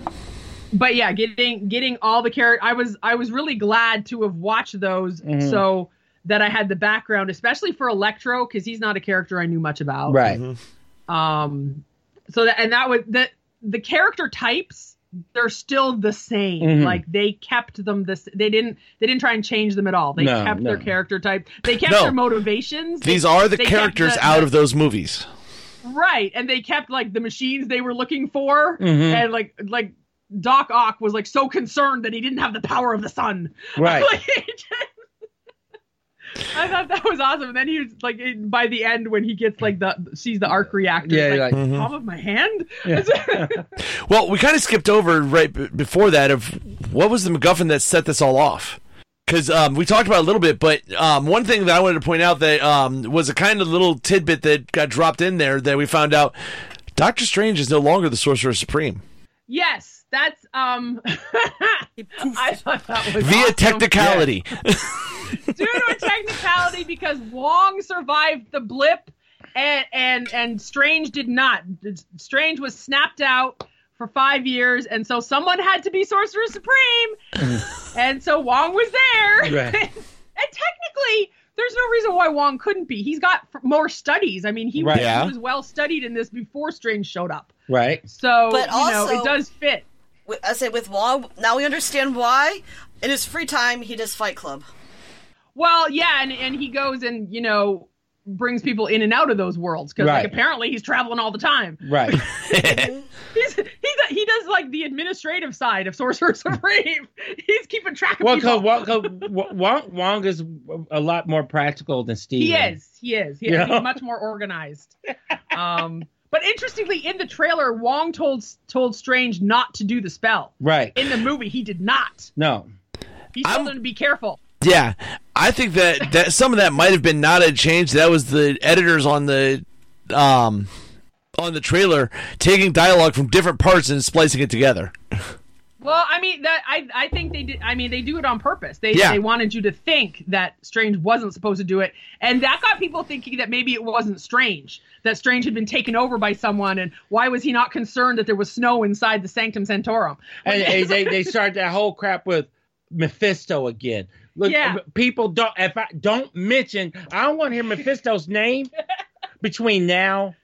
Speaker 4: but yeah, getting getting all the character. I was I was really glad to have watched those
Speaker 2: Mhm.
Speaker 4: so that I had the background, especially for Electro, because he's not a character I knew much about.
Speaker 2: right.
Speaker 4: Um, so that and that was the the character types they're still the same.
Speaker 2: Mhm.
Speaker 4: Like they kept them this. They didn't. They didn't try and change them at all. They
Speaker 2: No,
Speaker 4: kept their
Speaker 2: no.
Speaker 4: character type. They kept
Speaker 3: No.
Speaker 4: their motivations. They-
Speaker 3: These are the
Speaker 4: they kept
Speaker 3: characters out of those movies.
Speaker 4: right, and they kept like the machines they were looking for,
Speaker 2: Mhm.
Speaker 4: and like like Doc Ock was like so concerned that he didn't have the power of the sun.
Speaker 2: Right.
Speaker 4: I thought that was awesome. And then he was like, it- by the end, when he gets like the sees the arc reactor,
Speaker 2: Yeah,
Speaker 4: it's like,
Speaker 2: like- mm-hmm.
Speaker 3: Mhm.
Speaker 4: palm of my hand.
Speaker 2: Yeah.
Speaker 3: Well, we kind of skipped over right b- before that of what was the MacGuffin that set this all off. Because um, we talked about it a little bit, but um, one thing that I wanted to point out that um, was a kind of little tidbit that got dropped in there that we found out Doctor Strange is no longer the Sorcerer Supreme.
Speaker 4: yes, that's um. I thought that was
Speaker 3: Via
Speaker 4: awesome.
Speaker 3: technicality.
Speaker 4: due to a technicality because Wong survived the blip and and and Strange did not. Strange was snapped out for five years, and so someone had to be Sorcerer Supreme, and so Wong was there.
Speaker 2: Right.
Speaker 4: and technically, there's no reason why Wong couldn't be. He's got f- more studies. I mean, he,
Speaker 2: Right.
Speaker 4: was,
Speaker 3: Yeah.
Speaker 4: he was well studied in this before Strange showed up,
Speaker 2: Right.
Speaker 4: so
Speaker 5: But
Speaker 4: you know
Speaker 5: also-
Speaker 4: it does fit.
Speaker 5: Wi- I say with Wong, now we understand why. In his free time, he does Fight Club.
Speaker 4: Well, yeah, and, and he goes and, you know, brings people in and out of those worlds because,
Speaker 2: Right.
Speaker 4: like, apparently he's traveling all the time.
Speaker 2: Right.
Speaker 4: He's, he's a, he does, like, the administrative side of Sorcerer Supreme. he's keeping track of
Speaker 2: Well,
Speaker 4: people.
Speaker 2: cause, well, 'cause Wo- Wong, Wong is a lot more practical than Steve.
Speaker 4: he is. He is. He,
Speaker 2: Yeah.
Speaker 4: He's much more organized. um, but interestingly, in the trailer, Wong told told Strange not to do the spell.
Speaker 2: Right.
Speaker 4: In the movie, he did not.
Speaker 2: No.
Speaker 4: He told
Speaker 3: I'm-
Speaker 4: him to be careful.
Speaker 3: Yeah, I think that, that some of that might have been not a change. That was the editors on the um on the trailer taking dialogue from different parts and splicing it together.
Speaker 4: Well, I mean that I I think they did. I mean they do it on purpose. They
Speaker 3: Yeah.
Speaker 4: they wanted you to think that Strange wasn't supposed to do it, and that got people thinking that maybe it wasn't Strange. That Strange had been taken over by someone, and why was he not concerned that there was snow inside the Sanctum Sanctorum?
Speaker 2: And, and they they start that whole crap with Mephisto again. Look, uh,
Speaker 4: Yeah.
Speaker 2: people don't if I don't mention, I don't want to hear Mephisto's name between now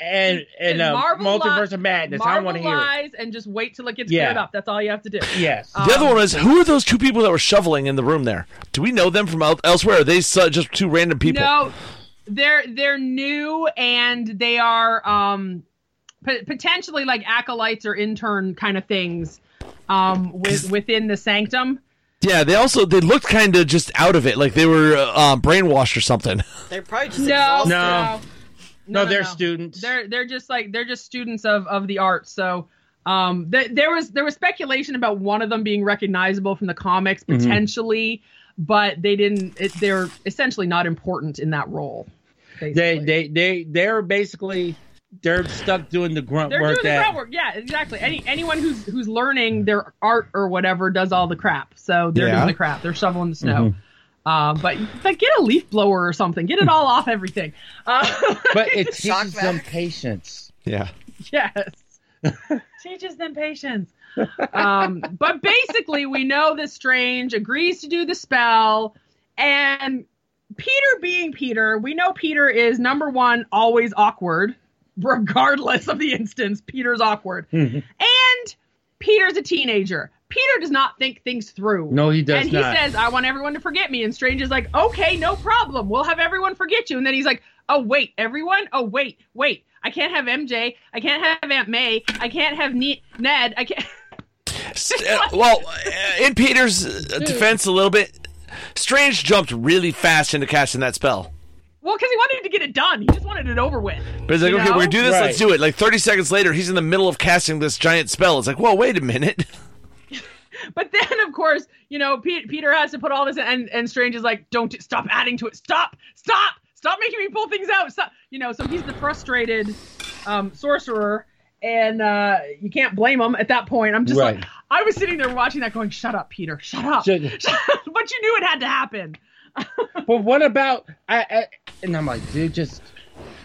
Speaker 2: and and uh,
Speaker 4: Marvel
Speaker 2: multiverse
Speaker 4: li-
Speaker 2: of madness. I don't
Speaker 4: Marvel
Speaker 2: want to hear. It.
Speaker 4: lies and just wait till it gets
Speaker 2: Yeah.
Speaker 4: cleared up. That's all you have to do.
Speaker 2: Yes.
Speaker 4: Uh,
Speaker 3: The other
Speaker 4: Um,
Speaker 3: one is who are those two people that were shoveling in the room there? Do we know them from el- elsewhere? Are they su- just two random people?
Speaker 4: No, they're they're new and they are um p- potentially like acolytes or intern kind of things um with, within the sanctum.
Speaker 3: Yeah, they also they looked kind of just out of it, like they were uh, um, brainwashed or something.
Speaker 5: They're probably just
Speaker 4: No,
Speaker 5: exhausted.
Speaker 2: No. no, they're students.
Speaker 4: They're they're just like they're just students of of the art. So um th- there was there was speculation about one of them being recognizable from the comics potentially, but they didn't it, they're essentially not important in that role.
Speaker 2: they
Speaker 4: basically.
Speaker 2: they they they're basically they're stuck doing the grunt
Speaker 4: They're
Speaker 2: work
Speaker 4: doing
Speaker 2: that
Speaker 4: the grunt work. Yeah, exactly. Any anyone who's who's learning their art or whatever does all the crap. So they're
Speaker 3: Yeah.
Speaker 4: doing the crap. They're shoveling the snow. Uh, but but get a leaf blower or something. Get it all off everything. Uh,
Speaker 2: but it
Speaker 5: Shock
Speaker 2: teaches them
Speaker 5: value.
Speaker 2: patience.
Speaker 3: Yeah,
Speaker 4: yes. Teaches them patience. Um, but basically, we know that Strange agrees to do the spell, and Peter, being Peter, we know Peter is number one, always awkward, regardless of the instance. Peter's awkward, and Peter's a teenager. Peter does not think things through.
Speaker 2: No, he does
Speaker 4: and
Speaker 2: not.
Speaker 4: he says, "I want everyone to forget me." And Strange is like, "Okay, no problem. We'll have everyone forget you." And then he's like, "Oh wait, everyone? Oh wait, wait. I can't have MJ. I can't have Aunt May. I can't have ne- Ned. I can't."
Speaker 3: well, uh, in Peter's uh, defense, a little bit, Strange jumped really fast into casting that spell.
Speaker 4: Well, because he wanted to get it done. He just wanted it over with.
Speaker 3: But it's like,
Speaker 4: You
Speaker 3: okay,
Speaker 4: know?
Speaker 3: we do this, let's
Speaker 2: Right.
Speaker 3: do it. Like 30 seconds later, he's in the middle of casting this giant spell. It's like, whoa, wait a minute.
Speaker 4: But then, of course, you know, Pe- Peter has to put all this, in, and and Strange is like, "Don't do- stop adding to it. Stop, stop, stop making me pull things out. Stop." You know, so he's the frustrated um, sorcerer, and uh, you can't blame him at that point. I'm just
Speaker 2: Right.
Speaker 4: like, I was sitting there watching that, going, "Shut up, Peter. Shut up."
Speaker 2: Shut-
Speaker 4: but you knew it had to happen.
Speaker 2: But what about I, I and I'm like, dude, just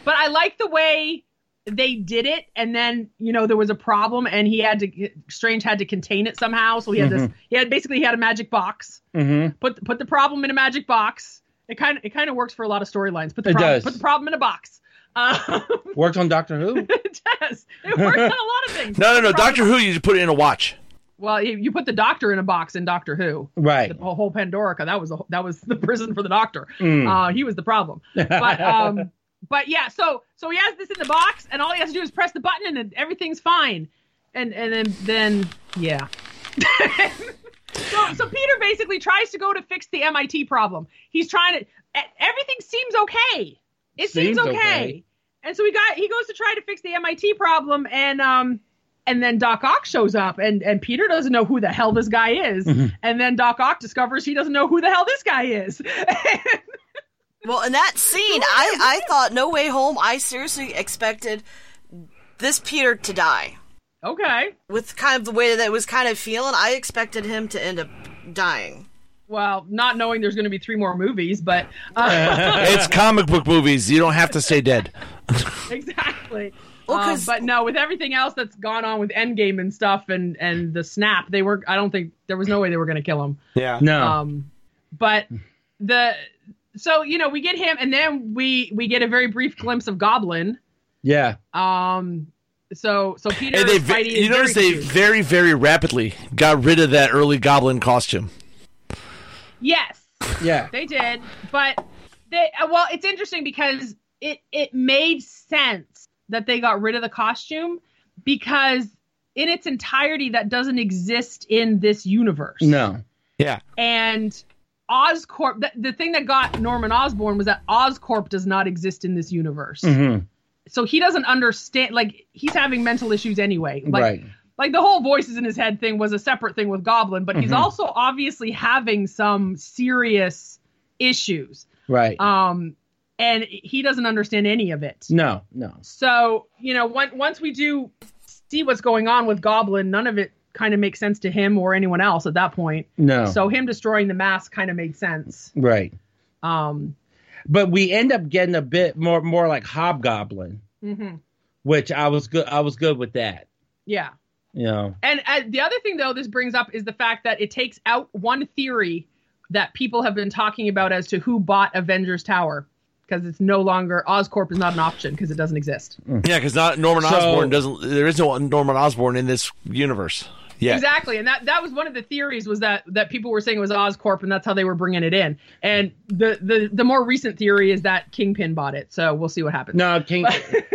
Speaker 4: But I like the way they did it, and then you know there was a problem, and he had to Strange had to contain it somehow. So he had
Speaker 3: Mm-hmm.
Speaker 4: this. He had basically he had a magic box.
Speaker 2: mhm.
Speaker 4: Put put the problem in a magic box. It kind of it kind of works for a lot of storylines. Put the
Speaker 2: It
Speaker 4: problem,
Speaker 2: does.
Speaker 4: Put the problem in a box. Um,
Speaker 2: Worked on Doctor Who.
Speaker 4: it does. It works on a lot of things.
Speaker 3: No, no, no. Doctor Who, you just put it in a watch.
Speaker 4: Well, you, you put the doctor in a box in Doctor Who.
Speaker 2: Right.
Speaker 4: The whole Pandorica. That was a, that was the prison for the doctor.
Speaker 2: Mm.
Speaker 4: Uh, he was the problem. But um, but yeah. So so he has this in the box, and all he has to do is press the button, and everything's fine. And and then then yeah. so so Peter basically tries to go to fix the MIT problem. He's trying to. e- Everything seems okay. It seems,
Speaker 2: Seems
Speaker 4: okay.
Speaker 2: okay.
Speaker 4: And so he got he goes to try to fix the MIT problem, and um. And then Doc Ock shows up, and, and Peter doesn't know who the hell this guy is.
Speaker 2: Mhm.
Speaker 4: And then Doc Ock discovers he doesn't know who the hell this guy is.
Speaker 5: Well, in that scene, I, I thought No Way Home, I seriously expected this Peter to die.
Speaker 4: okay.
Speaker 5: With kind of the way that it was kind of feeling, I expected him to end up dying.
Speaker 4: Well, not knowing there's going to be three more movies, but uh,
Speaker 3: It's comic book movies. You don't have to stay dead.
Speaker 4: exactly.
Speaker 5: Well,
Speaker 4: Um,
Speaker 5: 'cause-
Speaker 4: but no, with everything else that's gone on with Endgame and stuff, and and the snap, they were. I don't think there was no way they were going to kill him.
Speaker 3: Yeah.
Speaker 2: no.
Speaker 4: Um, but the so you know we get him, and then we we get a very brief glimpse of Goblin.
Speaker 2: yeah.
Speaker 4: Um, so so Peter
Speaker 3: And they,
Speaker 4: is fighting.
Speaker 3: ve- you notice they very, very rapidly got rid of that early goblin costume.
Speaker 4: yes.
Speaker 2: Yeah.
Speaker 4: They did, but they uh, well, it's interesting because it it made sense that they got rid of the costume because in its entirety that doesn't exist in this universe.
Speaker 2: No.
Speaker 3: Yeah.
Speaker 4: And Oscorp the, the thing that got Norman Osborn was that Oscorp does not exist in this universe.
Speaker 2: Mhm.
Speaker 4: So he doesn't understand like he's having mental issues anyway. Like
Speaker 2: right.
Speaker 4: like the whole voices in his head thing was a separate thing with Goblin, but he's
Speaker 2: Mhm.
Speaker 4: also obviously having some serious issues
Speaker 2: Right.
Speaker 4: um and he doesn't understand any of it
Speaker 2: no. No.
Speaker 4: so you know once once we do see what's going on with goblin none of it kind of makes sense to him or anyone else at that point
Speaker 2: No.
Speaker 4: so him destroying the mask kind of made sense
Speaker 2: right.
Speaker 4: um
Speaker 2: But we end up getting a bit more more like Hobgoblin,
Speaker 4: mhm.
Speaker 2: which I was good. I was good with that.
Speaker 4: yeah
Speaker 2: You know.
Speaker 4: and uh, the other thing though this brings up is the fact that it takes out one theory that people have been talking about as to who bought avengers tower because it's no longer oscorp is not an option because it doesn't exist
Speaker 3: Yeah, because not Norman
Speaker 2: So-
Speaker 3: Osborn doesn't. There is no Norman Osborn in this universe. Yeah.
Speaker 4: Exactly, and that that was one of the theories was that that people were saying it was Oscorp, and that's how they were bringing it in. And the the the more recent theory is that Kingpin bought it. So we'll see what happens.
Speaker 2: No. King. I,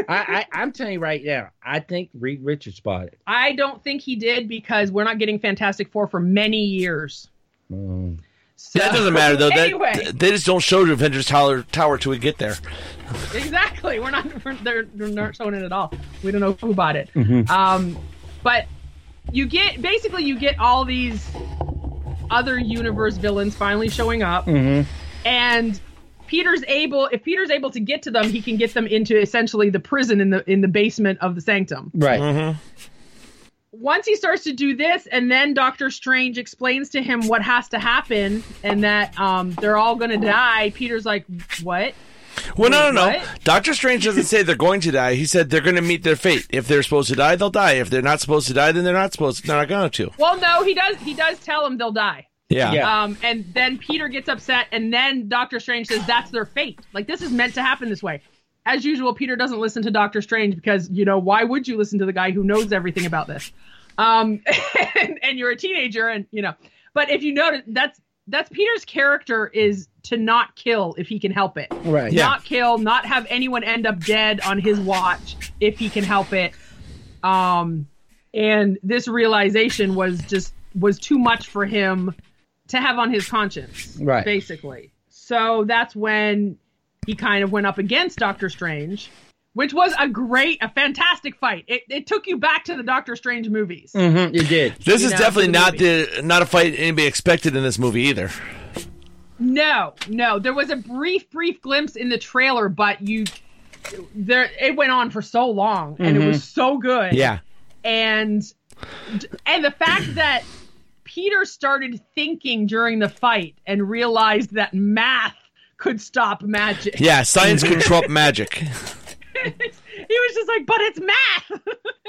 Speaker 2: I I'm telling you right now. I think Reed Richards bought it.
Speaker 4: I don't think he did because we're not getting Fantastic Four for many years.
Speaker 2: Mm.
Speaker 4: So,
Speaker 3: That doesn't matter though. That-
Speaker 4: anyway,
Speaker 3: th- they just don't show the Avengers Tower Tower till we get there.
Speaker 4: exactly. We're not we're, they're they're not showing it at all. We don't know who bought it. Um, but you get basically you get all these other universe villains finally showing up.
Speaker 2: Mhm.
Speaker 4: and Peter's able if Peter's able to get to them, he can get them into essentially the prison in the in the basement of the sanctum.
Speaker 2: Right.
Speaker 4: Once he starts to do this, and then Doctor Strange explains to him what has to happen and that um, they're all gonna die. Peter's like, "What?
Speaker 3: Well, no, no, no.
Speaker 4: What?
Speaker 3: Doctor Strange doesn't say they're going to die. He said they're going to meet their fate. If they're supposed to die, they'll die. If they're not supposed to die, then they're not supposed. To, they're not going to.
Speaker 4: Well, no, he does. He does tell him they'll die."
Speaker 3: Yeah.
Speaker 2: Yeah.
Speaker 4: Um, and then Peter gets upset, and then Doctor Strange says that's their fate. Like this is meant to happen this way. As usual, Peter doesn't listen to Doctor Strange because you know why would you listen to the guy who knows everything about this? Um, and, and you're a teenager, and you know. But if you notice, that's that's Peter's character is to not kill if he can help it.
Speaker 2: Right.
Speaker 3: Yeah.
Speaker 4: Not kill, not have anyone end up dead on his watch if he can help it. Um, and this realization was just was too much for him to have on his conscience,
Speaker 2: Right.
Speaker 4: Basically, so that's when he kind of went up against Doctor Strange, which was a great, a fantastic fight. It it took you back to the Doctor Strange movies.
Speaker 2: Mhm, It did.
Speaker 3: This
Speaker 4: You
Speaker 3: is
Speaker 4: know,
Speaker 3: definitely
Speaker 4: for the
Speaker 3: not
Speaker 4: movie.
Speaker 3: the not a fight anybody expected in this movie either.
Speaker 4: No, no, there was a brief, brief glimpse in the trailer, but you. There, it went on for so long, and it was so good.
Speaker 3: Mm-hmm. Yeah.
Speaker 4: and and the fact that Peter started thinking during the fight and realized that math could stop magic.
Speaker 3: Yeah. Science can trump magic.
Speaker 4: He was just like, "But it's math."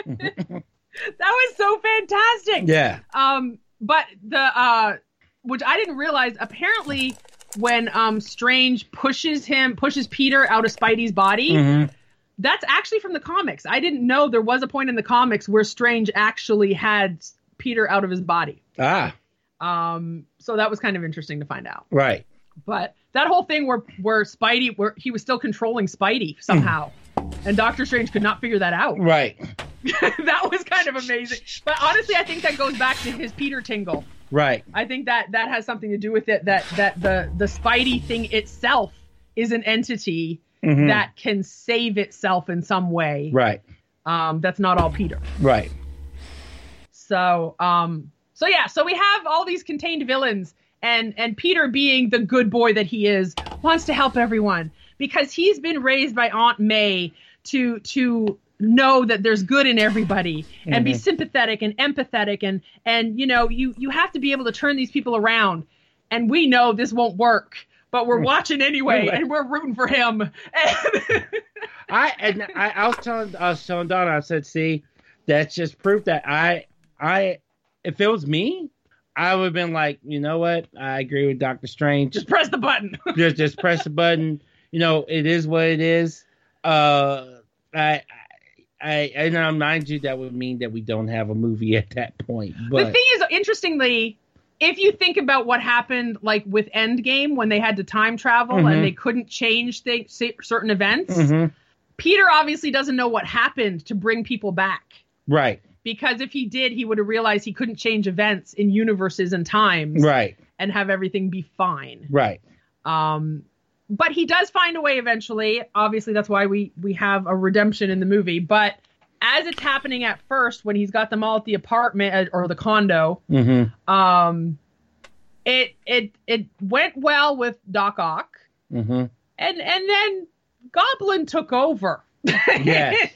Speaker 3: Mm-hmm.
Speaker 4: that was so fantastic.
Speaker 2: Yeah.
Speaker 4: Um, but the uh, which I didn't realize apparently when um Strange pushes him pushes Peter out of Spidey's body,
Speaker 2: Mhm.
Speaker 4: that's actually from the comics. I didn't know there was a point in the comics where Strange actually had Peter out of his body.
Speaker 2: Ah,
Speaker 4: Um, so that was kind of interesting to find out.
Speaker 2: right.
Speaker 4: But that whole thing where where Spidey, where he was still controlling Spidey somehow, and Doctor Strange could not figure that out.
Speaker 2: Right.
Speaker 4: that was kind of amazing. But honestly, I think that goes back to his Peter Tingle.
Speaker 2: Right.
Speaker 4: I think that that has something to do with it. That that the the Spidey thing itself is an entity
Speaker 2: Mhm.
Speaker 4: that can save itself in some way.
Speaker 2: Right.
Speaker 4: Um, that's not all Peter.
Speaker 2: Right.
Speaker 4: So um, so yeah. So we have all these contained villains, and and Peter, being the good boy that he is, wants to help everyone because he's been raised by Aunt May to to know that there's good in everybody and be sympathetic and empathetic and and you know you you have to be able to turn these people around and we know this won't work but we're watching anyway and we're rooting for him And-
Speaker 2: I and I, I was telling I was telling Donna, I said, see, that's just proof that I I if it was me, I would have been like, you know what? I agree with Doctor Strange.
Speaker 4: just press the button
Speaker 2: just just press the button. You know, it is what it is. Uh, I, I, I now mind you, that would mean that we don't have a movie at that point.
Speaker 4: the
Speaker 2: But
Speaker 4: thing is interestingly if you think about what happened like with endgame when they had to time travel
Speaker 2: Mhm.
Speaker 4: and they couldn't change th- certain events
Speaker 2: Mhm.
Speaker 4: peter obviously doesn't know what happened to bring people back
Speaker 2: right,
Speaker 4: because if he did he would have realized he couldn't change events in universes and times
Speaker 2: right,
Speaker 4: and have everything be fine
Speaker 2: right,
Speaker 4: um but he does find a way eventually obviously that's why we we have a redemption in the movie but as it's happening at first when he's got them all at the apartment uh, or the condo
Speaker 2: hmm
Speaker 4: um it it it went well with doc ock
Speaker 2: hmm
Speaker 4: and and then goblin took over
Speaker 2: Yes.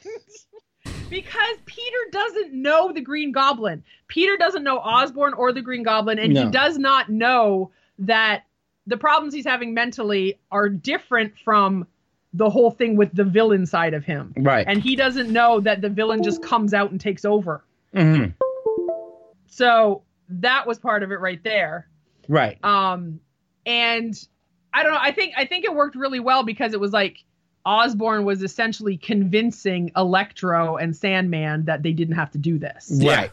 Speaker 4: because peter doesn't know the green goblin peter doesn't know osborne or the green goblin and
Speaker 2: No.
Speaker 4: he does not know that the problems he's having mentally are different from the whole thing with the villain side of him
Speaker 2: right,
Speaker 4: and he doesn't know that the villain just comes out and takes over
Speaker 2: Mhm.
Speaker 4: so that was part of it right there
Speaker 2: right,
Speaker 4: um and i don't know i think i think it worked really well because it was like osborne was essentially convincing electro and sandman that they didn't have to do this
Speaker 3: Yeah.
Speaker 2: right,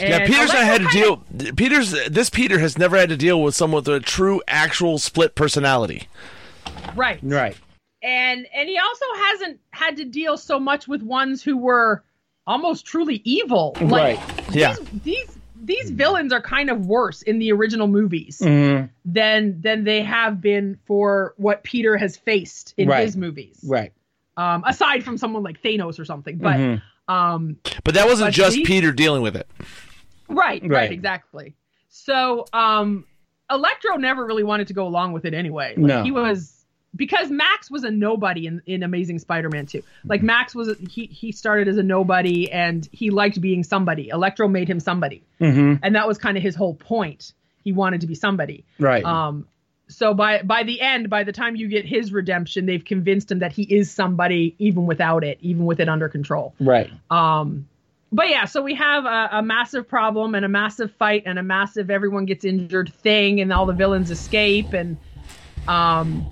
Speaker 3: Yeah,
Speaker 4: And
Speaker 3: Peter's not had to
Speaker 4: Electro
Speaker 3: deal. Peter's this Peter has never had to deal with someone with a true, actual split personality.
Speaker 4: kinda- right
Speaker 2: right,
Speaker 4: and and he also hasn't had to deal so much with ones who were almost truly evil like
Speaker 2: right,
Speaker 3: Yeah,
Speaker 4: these, these these villains are kind of worse in the original movies
Speaker 2: Mhm.
Speaker 4: than than they have been for what Peter has faced in
Speaker 2: Right.
Speaker 4: his movies.
Speaker 2: right,
Speaker 4: Um, aside from someone like Thanos or something, but
Speaker 2: Mhm.
Speaker 4: um,
Speaker 3: but that wasn't
Speaker 4: But
Speaker 3: just
Speaker 4: he-
Speaker 3: Peter dealing with it.
Speaker 4: right, right,
Speaker 2: Right.
Speaker 4: exactly. So, um, Electro never really wanted to go along with it anyway.
Speaker 2: No.
Speaker 4: Like, he was because Max was a nobody in, in Amazing Spider-Man 2. Like Max was he he started as a nobody and he liked being somebody. Electro made him somebody,
Speaker 2: Mhm.
Speaker 4: and that was kind of his whole point. He wanted to be somebody.
Speaker 2: right,
Speaker 4: Um, so by by the end, by the time you get his redemption, they've convinced him that he is somebody, even without it, even with it under control.
Speaker 2: right,
Speaker 4: Um, but yeah, so we have a, a massive problem and a massive fight and a massive everyone gets injured thing, and all the villains escape and um,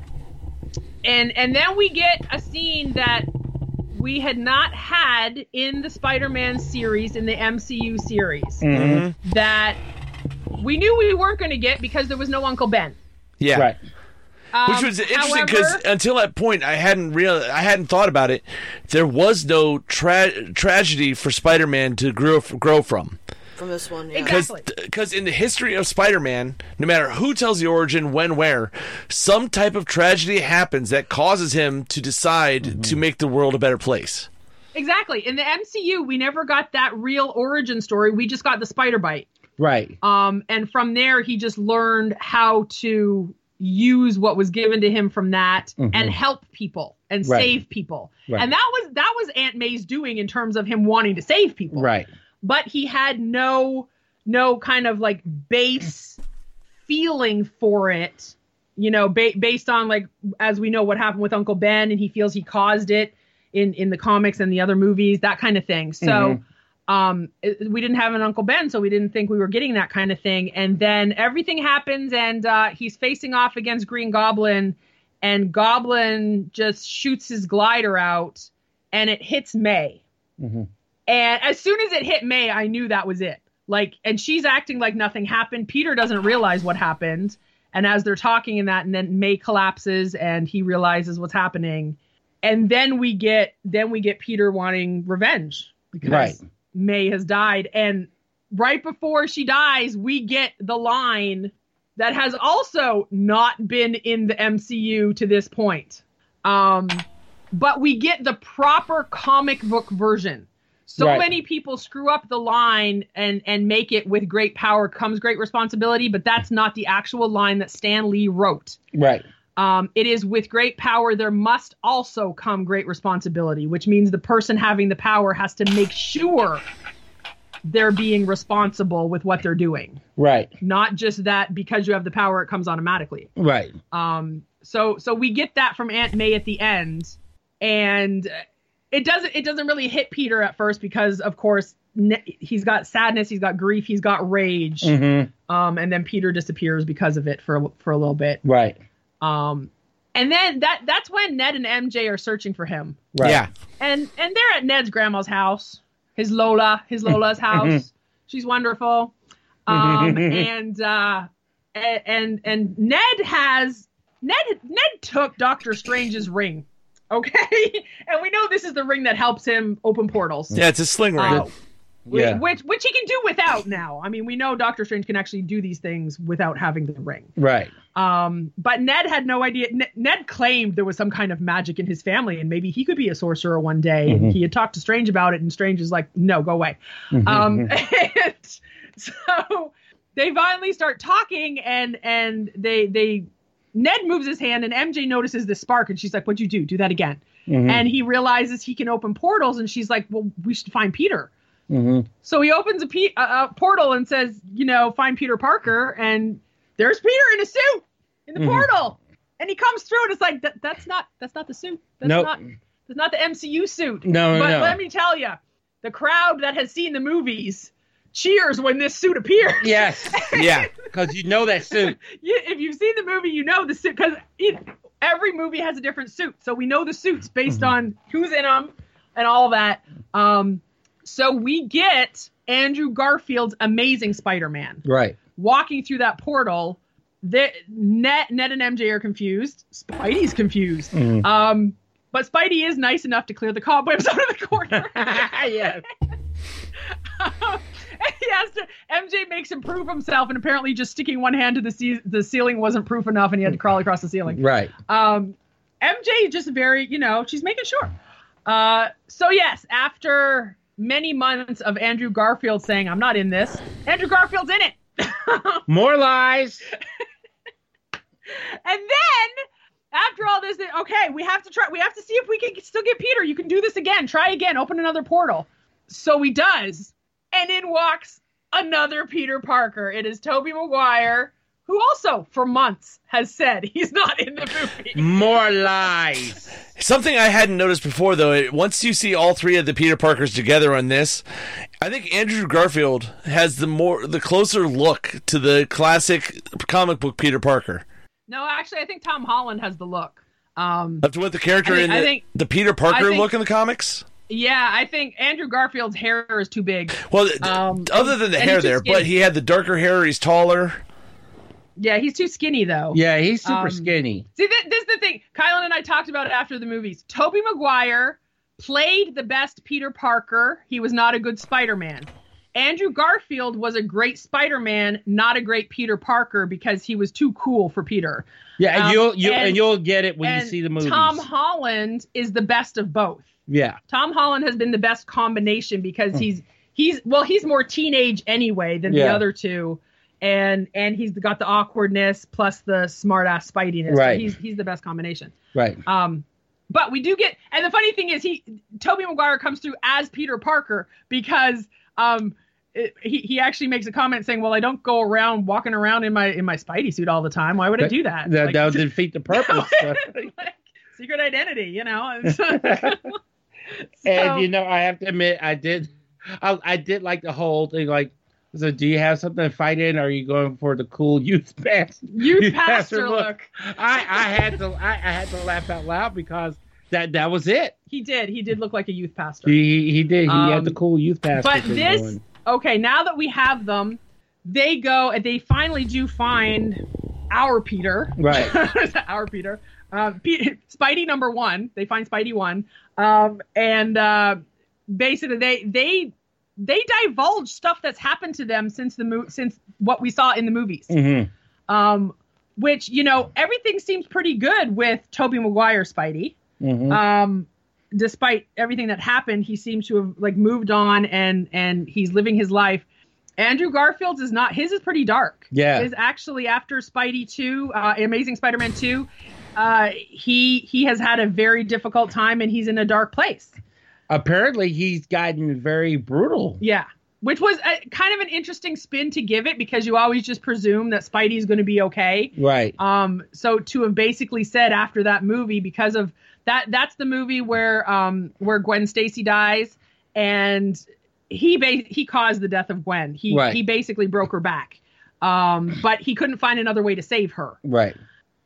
Speaker 4: and and then we get a scene that we had not had in the Spider-Man series in the MCU series
Speaker 2: Mhm.
Speaker 4: that we knew we weren't going to get because there was no Uncle Ben.
Speaker 3: Yeah,
Speaker 2: right,
Speaker 4: Um,
Speaker 3: which was interesting because
Speaker 4: however-
Speaker 3: until that point, I hadn't real, I hadn't thought about it. There was no tra- tragedy for Spider-Man to grow grow from.
Speaker 5: from this one. Yeah.
Speaker 4: Exactly.
Speaker 3: Because in the history of Spider-Man, no matter who tells the origin, when, where, some type of tragedy happens that causes him to decide
Speaker 2: Mm-hmm.
Speaker 3: to make the world a better place.
Speaker 4: exactly in the MCU, we never got that real origin story. We just got the spider bite.
Speaker 2: right,
Speaker 4: Um, and from there, he just learned how to use what was given to him from that and help people and
Speaker 2: Mm-hmm. Right.
Speaker 4: save people.
Speaker 2: Right.
Speaker 4: And that was that was Aunt May's doing in terms of him wanting to save people.
Speaker 2: right,
Speaker 4: But he had no no kind of like base feeling for it. You know, ba- based on like as we know what happened with Uncle Ben, and he feels he caused it in in the comics and the other movies, that kind of thing. So
Speaker 2: Mhm.
Speaker 4: um it- we didn't have an uncle ben so we didn't think we were getting that kind of thing and then everything happens and uh he's facing off against green goblin and goblin just shoots his glider out and it hits May.
Speaker 2: Mhm.
Speaker 4: And as soon as it hit May, I knew that was it. Like, and she's acting like nothing happened. Peter doesn't realize what happened. And as they're talking in that, and then May collapses and he realizes what's happening. And then we get then we get Peter wanting revenge because
Speaker 2: Right.
Speaker 4: May has died. And right before she dies, we get the line that has also not been in the MCU to this point. Um, but we get the proper comic book version. So
Speaker 2: Right.
Speaker 4: many people screw up the line and and make it with great power comes great responsibility, but that's not the actual line that Stan Lee wrote.
Speaker 2: Right.
Speaker 4: Um, it is with great power there must also come great responsibility, which means the person having the power has to make sure they're being responsible with what they're doing,
Speaker 2: Right.
Speaker 4: not just that because you have the power it comes automatically.
Speaker 2: Right.
Speaker 4: Um, so so we get that from Aunt May at the end, and it doesn't it doesn't really hit Peter at first because of course ne- he's got sadness, he's got grief, he's got rage,
Speaker 2: Mhm.
Speaker 4: um, and then Peter disappears because of it for a- for a little bit.
Speaker 2: Right.
Speaker 4: Um, and then that that's when Ned and MJ are searching for him,
Speaker 2: Right.
Speaker 3: Yeah.
Speaker 4: and and they're at Ned's grandma's house, his Lola, his Lola's
Speaker 3: Mm-hmm.
Speaker 4: house. She's wonderful, um, and uh, a- and and Ned has Ned Ned took Doctor Strange's ring, okay, and we know this is the ring that helps him open portals.
Speaker 3: Yeah, it's a sling ring.
Speaker 4: Uh, wh-
Speaker 2: Yeah.
Speaker 4: Which which he can do without now. I mean, we know Doctor Strange can actually do these things without having the ring.
Speaker 2: Right.
Speaker 4: Um, but Ned had no idea. N- Ned claimed there was some kind of magic in his family, and maybe he could be a sorcerer one day. And he had talked to Strange about it, and Strange is like, "No, go away."
Speaker 2: Mm-hmm,
Speaker 4: Um, and so they finally start talking, and and they they Ned moves his hand, and MJ notices the spark, and she's like, "What'd you do? Do that again?"
Speaker 2: Mhm.
Speaker 4: And he realizes he can open portals, and she's like, "Well, we should find Peter."
Speaker 2: Mhm.
Speaker 4: So he opens a, pe- a, a portal and says, you know, find Peter Parker. And there's Peter in a suit in the
Speaker 2: Mhm.
Speaker 4: portal. And he comes through and it's like, that, that's not, that's not the suit. That's
Speaker 2: Nope.
Speaker 4: not, that's not the MCU suit.
Speaker 2: No, no,
Speaker 4: but
Speaker 2: no.
Speaker 4: let me tell you, the crowd that has seen the movies cheers when this suit appears.
Speaker 2: Yes.
Speaker 3: yeah.
Speaker 2: Because you know that suit.
Speaker 4: You- if you've seen the movie, you know the suit because every movie has a different suit, so we know the suits based on who's in them and all that. Um, so we get Andrew Garfield's Amazing Spider-Man
Speaker 2: Right.
Speaker 4: walking through that portal. The, Ned, Ned and MJ are confused. Spidey's confused.
Speaker 2: Mhm.
Speaker 4: Um, but Spidey is nice enough to clear the cobwebs out of the corner.
Speaker 2: yeah.
Speaker 4: and he has to. MJ makes him prove himself, and apparently, just sticking one hand to the ce- the ceiling wasn't proof enough, and he had to crawl across the ceiling.
Speaker 2: Right.
Speaker 4: Um, MJ just very, you know, she's making sure. Uh, so yes, after many months of Andrew Garfield saying I'm not in this, Andrew Garfield's in it,
Speaker 2: More lies.
Speaker 4: and then. After all this, they- okay, we have to try. We have to see if we can still get Peter. You can do this again. Try again. Open another portal. So he does, and in walks another Peter Parker. It is Toby Maguire, who also for months has said he's not in the
Speaker 2: Mm.
Speaker 4: movie.
Speaker 2: More lies.
Speaker 3: Something I hadn't noticed before, though, it- once you see all three of the Peter Parkers together on this, I think Andrew Garfield has the more the closer look to the classic comic book Peter Parker.
Speaker 4: No, actually, I think Tom Holland has the look. Um,
Speaker 3: Up to what the character
Speaker 4: I think-
Speaker 3: in
Speaker 4: I
Speaker 3: the,
Speaker 4: think-
Speaker 3: the Peter Parker
Speaker 4: think-
Speaker 3: look in the comics.
Speaker 4: yeah, I think Andrew Garfield's hair is too big.
Speaker 3: Well, th-
Speaker 4: Um,
Speaker 3: other than the
Speaker 4: and
Speaker 3: hair
Speaker 4: he's
Speaker 3: there,
Speaker 4: just
Speaker 3: but
Speaker 4: skinny.
Speaker 3: he had the darker hair. He's taller.
Speaker 4: Yeah, he's too skinny though.
Speaker 2: Yeah, he's super
Speaker 4: Um,
Speaker 2: skinny.
Speaker 4: See, th- this is the thing. Kylan and I talked about it after the movies. Toby Maguire played the best Peter Parker. He was not a good Spider-Man. Andrew Garfield was a great Spider-Man, not a great Peter Parker because he was too cool for Peter.
Speaker 2: Yeah, and
Speaker 4: um,
Speaker 2: you'll you and,
Speaker 4: and-
Speaker 2: you'll get it when
Speaker 4: and
Speaker 2: you see the movies.
Speaker 4: Tom Holland is the best of both.
Speaker 2: yeah.
Speaker 4: Tom Holland has been the best combination because he's he's well he's more teenage anyway than the
Speaker 2: Hmm. Yeah.
Speaker 4: other two, and and he's got the awkwardness plus the smart ass spideyness. So
Speaker 2: Right.
Speaker 4: he's he's the best combination.
Speaker 2: Right.
Speaker 4: Um, but we do get and the funny thing is he Toby Maguire comes through as Peter Parker because um. it- he, he actually makes a comment saying, "Well, I don't go around walking around in my in my Spidey suit all the time. Why would I
Speaker 2: That-
Speaker 4: do that?"
Speaker 2: That,
Speaker 4: Like,
Speaker 2: that would defeat the purpose.
Speaker 4: like, secret identity, you know. And so-
Speaker 2: And you know, I have to admit, I did, I, I did like the whole thing. Like, so do you have something to fight in? Or are you going for the cool youth pass?
Speaker 4: You
Speaker 2: Youth
Speaker 4: pastor
Speaker 2: pastor
Speaker 4: look.
Speaker 2: look. I, I had to, I, I had to laugh out loud because that that was it.
Speaker 4: he did. He did look like a youth pastor.
Speaker 2: He he did. He had
Speaker 4: Um,
Speaker 2: the cool youth pastor.
Speaker 4: but
Speaker 2: thing
Speaker 4: this
Speaker 2: going.
Speaker 4: okay now that we have them they go and they finally do find our peter
Speaker 2: Right.
Speaker 4: our peter um, Pe- spidey number one they find spidey one um, and uh, basically they they they divulge stuff that's happened to them since the mo- since what we saw in the movies
Speaker 2: Mhm.
Speaker 4: um, which you know everything seems pretty good with toby maguire spidey
Speaker 2: Mhm.
Speaker 4: um despite everything that happened he seems to have like moved on and and he's living his life andrew garfield's is not his is pretty dark
Speaker 2: Yeah.
Speaker 4: is actually after spidey 2 uh amazing spider-man 2 uh he he has had a very difficult time and he's in a dark place
Speaker 2: Apparently, he's gotten very brutal.
Speaker 4: yeah which was a, kind of an interesting spin to give it because you always just presume that spidey's going to be okay
Speaker 2: Right.
Speaker 4: um so to have basically said after that movie because of that that's the movie where um where Gwen Stacy dies and he ba- he caused the death of Gwen he
Speaker 2: Right.
Speaker 4: he basically broke her back um but he couldn't find another way to save her
Speaker 2: Right.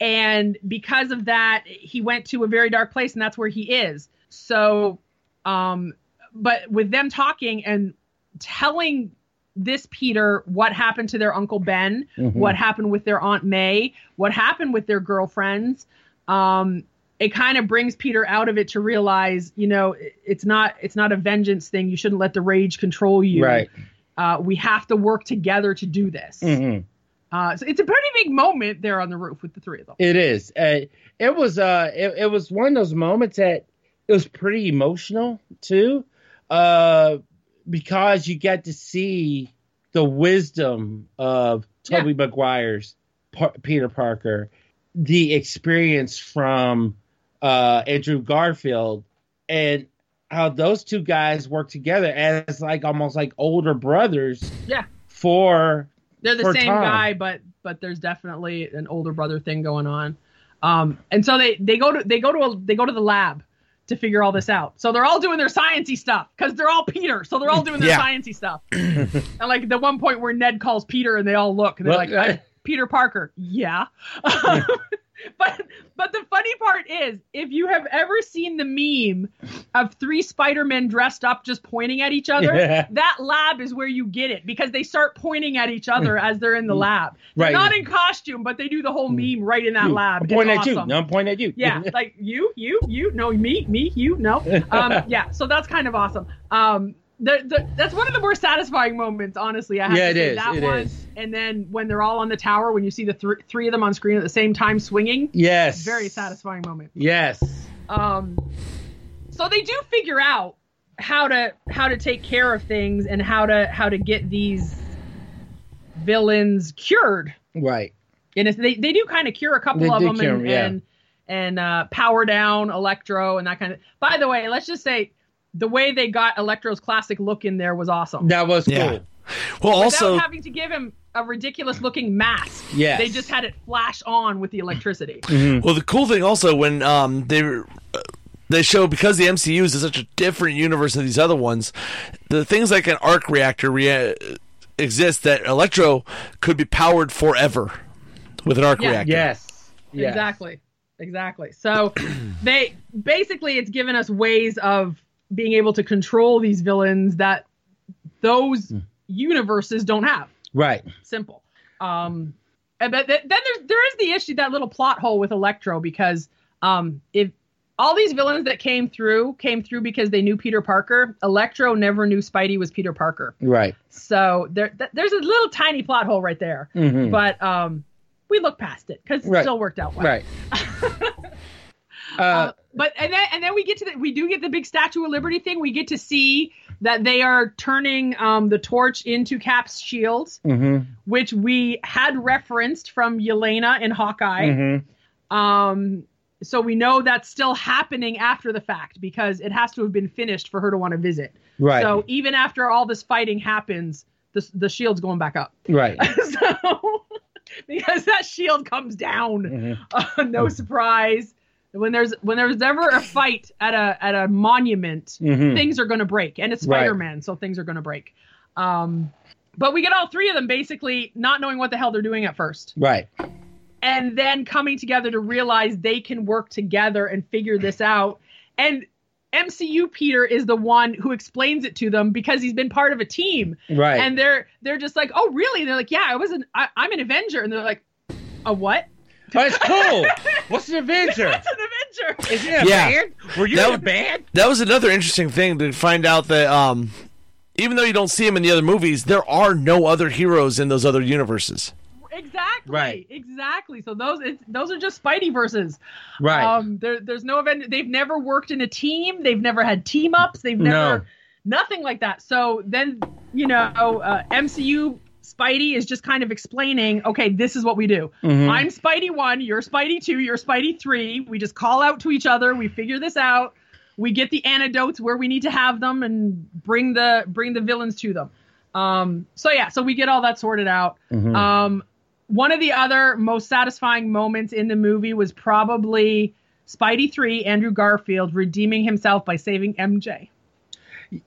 Speaker 4: and because of that he went to a very dark place and that's where he is so um but with them talking and telling this peter what happened to their uncle ben
Speaker 2: Mhm.
Speaker 4: what happened with their aunt may what happened with their girlfriends um it kind of brings peter out of it to realize you know it- it's not it's not a vengeance thing you shouldn't let the rage control you
Speaker 2: Right.
Speaker 4: uh, we have to work together to do this
Speaker 2: Mhm.
Speaker 4: uh, so it's a pretty big moment there on the roof with the three of them
Speaker 2: It is. Uh, it was. Uh, it, it was one of those moments that it was pretty emotional too, uh, because you got to see the wisdom of Toby Maguire's Par- Peter Parker, the experience from uh, Andrew Garfield, and how those two guys work together as like almost like older brothers.
Speaker 4: Yeah.
Speaker 2: For
Speaker 4: they're the
Speaker 2: for
Speaker 4: same
Speaker 2: Tom.
Speaker 4: guy, but but there's definitely an older brother thing going on. Um, and so they they go to they go to a, they go to the lab to figure all this out. So they're all doing their sciency stuff because they're all Peter. So they're all doing their
Speaker 3: Yeah.
Speaker 4: sciency stuff. and like the one point where Ned calls Peter and they all look and they're
Speaker 2: Well,
Speaker 4: like,
Speaker 2: I-
Speaker 4: "I'm Peter Parker, yeah. but but the funny part is, if you have ever seen the meme of three Spider Men dressed up just pointing at each other,
Speaker 2: Yeah.
Speaker 4: that lab is where you get it because they start pointing at each other as they're in the lab. They're
Speaker 2: Mm. Right.
Speaker 4: not in costume, but they do the whole meme right in that
Speaker 2: you,
Speaker 4: lab.
Speaker 2: I'm
Speaker 4: It's
Speaker 2: pointing at you.
Speaker 4: awesome.
Speaker 2: No, I'm pointing at you.
Speaker 4: Yeah, like you, you, you, no, me, me, you, no. Um, yeah, so that's kind of awesome. Um, the, the, that's one of the more satisfying moments, honestly. I have
Speaker 2: Yeah,
Speaker 4: to
Speaker 2: it
Speaker 4: say
Speaker 2: is,
Speaker 4: that
Speaker 2: it
Speaker 4: one.
Speaker 2: is.
Speaker 4: And then when they're all on the tower, when you see the thr- three of them on screen at the same time swinging,
Speaker 2: Yes.
Speaker 4: very satisfying moment.
Speaker 2: Yes.
Speaker 4: Um, so they do figure out how to how to take care of things and how to how to get these villains cured.
Speaker 2: Right.
Speaker 4: And it's, they they do kind of cure a couple
Speaker 2: They
Speaker 4: of
Speaker 2: do
Speaker 4: them
Speaker 2: cure
Speaker 4: and
Speaker 2: 'em, yeah.
Speaker 4: and, and uh, power down Electro and that kind of. By the way, let's just say the way they got Electro's classic look in there was awesome.
Speaker 2: That was cool.
Speaker 3: Yeah. Well, also,
Speaker 4: Without having to give him a ridiculous looking mask.
Speaker 2: Yes.
Speaker 4: They just had it flash on with the electricity.
Speaker 3: well, the cool thing also when um they were- uh, they show because the MCU is such a different universe than these other ones, the things like an arc reactor rea- exist that Electro could be powered forever with an arc
Speaker 4: Yeah.
Speaker 3: reactor.
Speaker 2: Yes. Yes.
Speaker 4: Exactly. Exactly. So they basically it's given us ways of being able to control these villains that those
Speaker 2: Hmm.
Speaker 4: universes don't have.
Speaker 2: Right.
Speaker 4: Simple. Um and but th- then there's there is the issue that little plot hole with Electro because um if all these villains that came through came through because they knew Peter Parker, Electro never knew Spidey was Peter Parker.
Speaker 2: Right.
Speaker 4: So there th- there's a little tiny plot hole right there.
Speaker 2: Mhm.
Speaker 4: But um we look past it because it
Speaker 2: Right.
Speaker 4: still worked out well.
Speaker 2: Right. uh,
Speaker 4: Uh, but and then and then we get to the, we do get the big Statue of Liberty thing. We get to see that they are turning um, the torch into Cap's shield,
Speaker 2: mhm,
Speaker 4: which we had referenced from Yelena in Hawkeye.
Speaker 2: mhm.
Speaker 4: Um, so we know that's still happening after the fact because it has to have been finished for her to want to visit.
Speaker 2: Right.
Speaker 4: So even after all this fighting happens, the the shield's going back up.
Speaker 2: right.
Speaker 4: so because that shield comes down
Speaker 2: Mhm.
Speaker 4: uh, no surprise when there's when there's ever a fight at a at a monument
Speaker 2: Mhm.
Speaker 4: things are going to break and it's
Speaker 2: Right.
Speaker 4: spider-man so things are going to break um but we get all three of them basically not knowing what the hell they're doing at first
Speaker 2: Right.
Speaker 4: and then coming together to realize they can work together and figure this out and MCU Peter is the one who explains it to them because he's been part of a team.
Speaker 2: Right.
Speaker 4: And they're they're just like, "Oh, really?" And they're like, "Yeah, I was an I, I'm an Avenger." And they're like, "A what?"
Speaker 2: oh, it's cool. What's an Avenger?
Speaker 4: That's an Avenger.
Speaker 2: Is it a
Speaker 3: Yeah.
Speaker 2: band? Were you
Speaker 3: That
Speaker 2: in a
Speaker 3: would-
Speaker 2: band?
Speaker 3: That was another interesting thing to find out that um, even though you don't see him in the other movies, there are no other heroes in those other universes.
Speaker 4: Exactly.
Speaker 2: Right.
Speaker 4: Exactly. So those it's, those are just Spidey verses.
Speaker 2: Right.
Speaker 4: Um, there, there's no event. They've never worked in a team. They've never had team ups. They've never
Speaker 2: No.
Speaker 4: nothing like that. So then you know uh, MCU Spidey is just kind of explaining. Okay, this is what we do.
Speaker 2: Mhm.
Speaker 4: I'm Spidey one. You're Spidey two. You're Spidey three. We just call out to each other. We figure this out. We get the antidotes where we need to have them and bring the bring the villains to them. Um, so yeah, so we get all that sorted out.
Speaker 2: Mhm.
Speaker 4: Um, one of the other most satisfying moments in the movie was probably Spidey 3, Andrew Garfield, redeeming himself by saving MJ.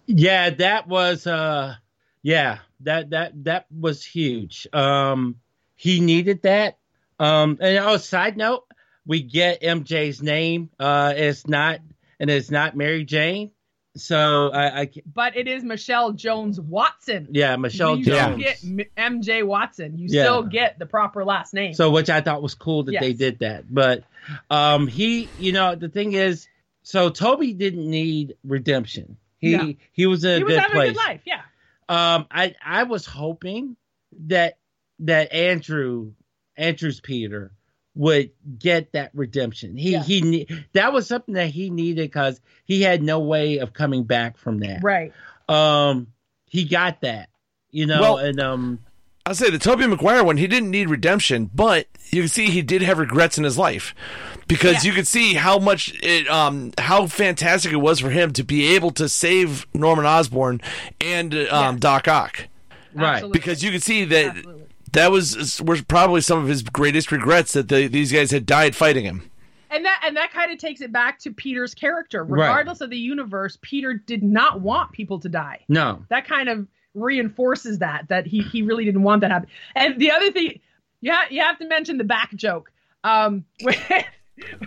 Speaker 2: yeah that was uh yeah that that that was huge um he needed that um and oh side note we get mj's name uh it's not and it's not mary jane so i i ca-
Speaker 4: But it is Michelle Jones Watson.
Speaker 2: yeah michelle
Speaker 4: you
Speaker 2: jones
Speaker 4: don't get M- MJ Watson. You
Speaker 2: Yeah.
Speaker 4: still get the proper last name.
Speaker 2: So, which I thought was cool that they
Speaker 4: Yes.
Speaker 2: did that. But um, he, you know, the thing is, so Toby didn't need redemption. He
Speaker 4: No.
Speaker 2: he was in a
Speaker 4: he was
Speaker 2: good
Speaker 4: having
Speaker 2: place.
Speaker 4: a good life. Yeah.
Speaker 2: Um, I I was hoping that that Andrew Andrew's Peter would get that redemption. He
Speaker 4: Yeah.
Speaker 2: he ne- that was something that he needed because he had no way of coming back from that.
Speaker 4: Right.
Speaker 2: Um, he got that, you know,
Speaker 3: Well-
Speaker 2: and um,
Speaker 3: I'll say the Toby McGuire one, he didn't need redemption, but you can see he did have regrets in his life because you could see how much it, um, how fantastic it was for him to be able to save Norman Osborn and uh, um, Doc Ock
Speaker 2: Right.
Speaker 4: Absolutely.
Speaker 3: because you could see that
Speaker 4: Absolutely.
Speaker 3: that was were probably some of his greatest regrets that the, these guys had died fighting him.
Speaker 4: and that and that kind of takes it back to Peter's character.
Speaker 2: Right.
Speaker 4: Regardless of the universe, Peter did not want people to die.
Speaker 2: no,
Speaker 4: that kind of reinforces that that he he really didn't want that to happen. And the other thing, yeah, you have to mention the back joke. Um, with,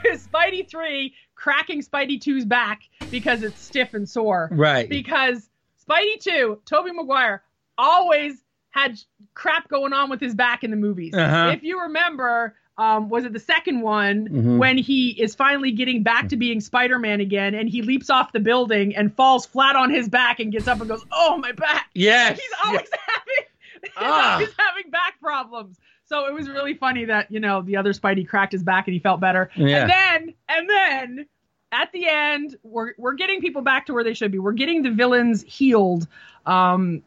Speaker 4: with Spidey three cracking Spidey 2's back because it's stiff and sore.
Speaker 2: right,
Speaker 4: Because Spidey two, Toby Maguire always had crap going on with his back in the movies.
Speaker 2: Uh-huh.
Speaker 4: If you remember. Um, was it the second one
Speaker 2: Mhm.
Speaker 4: when he is finally getting back to being Spider-Man again, and he leaps off the building and falls flat on his back and gets up and goes, "Oh my back!"
Speaker 2: yes,
Speaker 4: He's always having he's
Speaker 2: Ah.
Speaker 4: always having back problems. So it was really funny that, you know, the other Spidey cracked his back and he felt better.
Speaker 2: Yeah.
Speaker 4: And then and then at the end, we're we're getting people back to where they should be. We're getting the villains healed. Um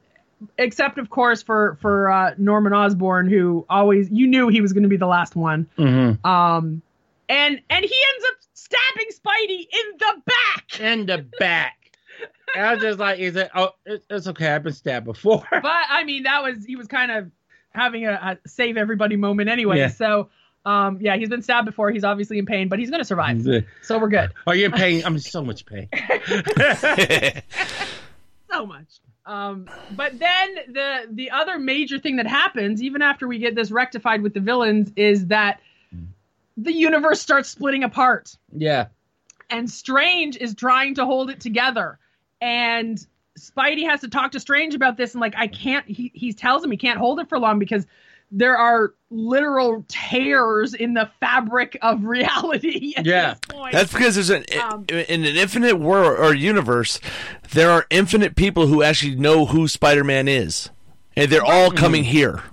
Speaker 4: except of course for for uh Norman Osborn who always you knew he was going to be the last one.
Speaker 2: Mhm.
Speaker 4: Um and and he ends up stabbing Spidey in the back.
Speaker 2: in the back. And I was just like, is it? Oh, it- it's okay. I've been stabbed before.
Speaker 4: but I mean, that was he was kind of having a, a save everybody moment anyway.
Speaker 2: Yeah.
Speaker 4: So, um, yeah, he's been stabbed before. He's obviously in pain, but he's gonna survive. So we're good.
Speaker 2: Are you in pain? I'm in so much pain.
Speaker 4: So much. Um, but then the the other major thing that happens, even after we get this rectified with the villains, is that the universe starts splitting apart.
Speaker 2: Yeah.
Speaker 4: and Strange is trying to hold it together. And Spidey has to talk to Strange about this, and like I can't. He he tells him he can't hold it for long because there are literal tears in the fabric of reality. At
Speaker 2: Yeah.
Speaker 4: this point.
Speaker 3: That's because there's an
Speaker 4: Um,
Speaker 3: in an infinite world or universe, there are infinite people who actually know who Spider-Man is, and they're all coming here.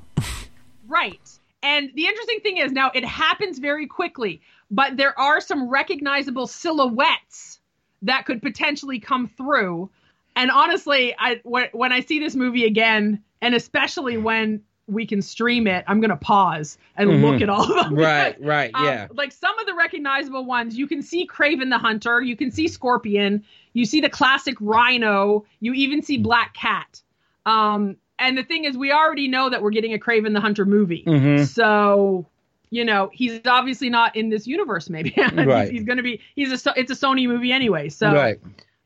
Speaker 4: Right. And the interesting thing is now it happens very quickly, but there are some recognizable silhouettes that could potentially come through. And honestly, I when, when I see this movie again, and especially when we can stream it, I'm going to pause and
Speaker 2: Mhm.
Speaker 4: look at all of them.
Speaker 2: Right.
Speaker 4: because,
Speaker 2: Right.
Speaker 4: um,
Speaker 2: Yeah.
Speaker 4: like some of the recognizable ones, you can see Craven the Hunter, you can see Scorpion, you see the classic Rhino, you even see Black Cat. Um, and the thing is, we already know that we're getting a Craven the Hunter movie.
Speaker 2: Mhm.
Speaker 4: So, you know, he's obviously not in this universe. Maybe
Speaker 2: Right.
Speaker 4: he's, he's going to be. He's a. so- It's a Sony movie anyway. So
Speaker 2: right.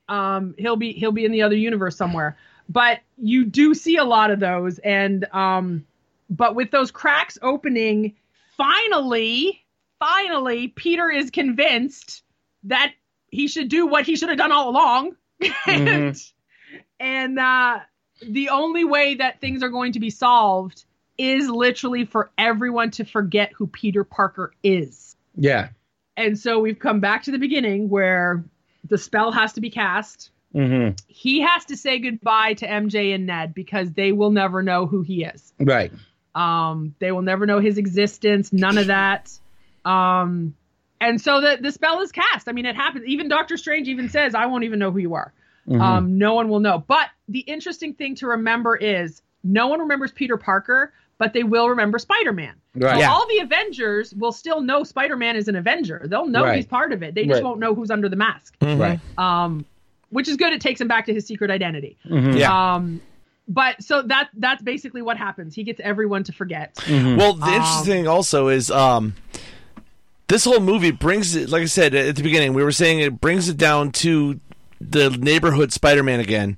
Speaker 4: um, he'll be he'll be in the other universe somewhere. But you do see a lot of those, and um, but with those cracks opening, finally, finally, Peter is convinced that he should do what he should have done all along. and and uh, the only way that things are going to be solved is literally for everyone to forget who Peter Parker is.
Speaker 2: Yeah.
Speaker 4: And so we've come back to the beginning where the spell has to be cast.
Speaker 2: hmm
Speaker 4: He has to say goodbye to MJ and Ned because they will never know who he is.
Speaker 2: Right.
Speaker 4: Um, they will never know his existence, none of that. Um, and so the, the spell is cast. I mean, it happens. Even Doctor Strange even says, I won't even know who you are.
Speaker 2: Mhm.
Speaker 4: Um, no one will know. But the interesting thing to remember is no one remembers Peter Parker, but they will remember Spider Man.
Speaker 2: right.
Speaker 4: So
Speaker 3: Yeah.
Speaker 4: all the Avengers will still know Spider Man is an Avenger. They'll know
Speaker 2: Right.
Speaker 4: he's part of it. They just
Speaker 2: Right.
Speaker 4: won't know who's under the mask.
Speaker 2: Mm-hmm.
Speaker 3: Mm-hmm.
Speaker 2: Right.
Speaker 4: Um, which is good. It takes him back to his secret identity.
Speaker 2: Mhm.
Speaker 3: Yeah.
Speaker 4: Um, but so that that's basically what happens. He gets everyone to forget.
Speaker 3: Well,
Speaker 4: Um,
Speaker 3: the interesting thing also is um, this whole movie brings it. Like I said at the beginning, we were saying it brings it down to the neighborhood Spider-Man again,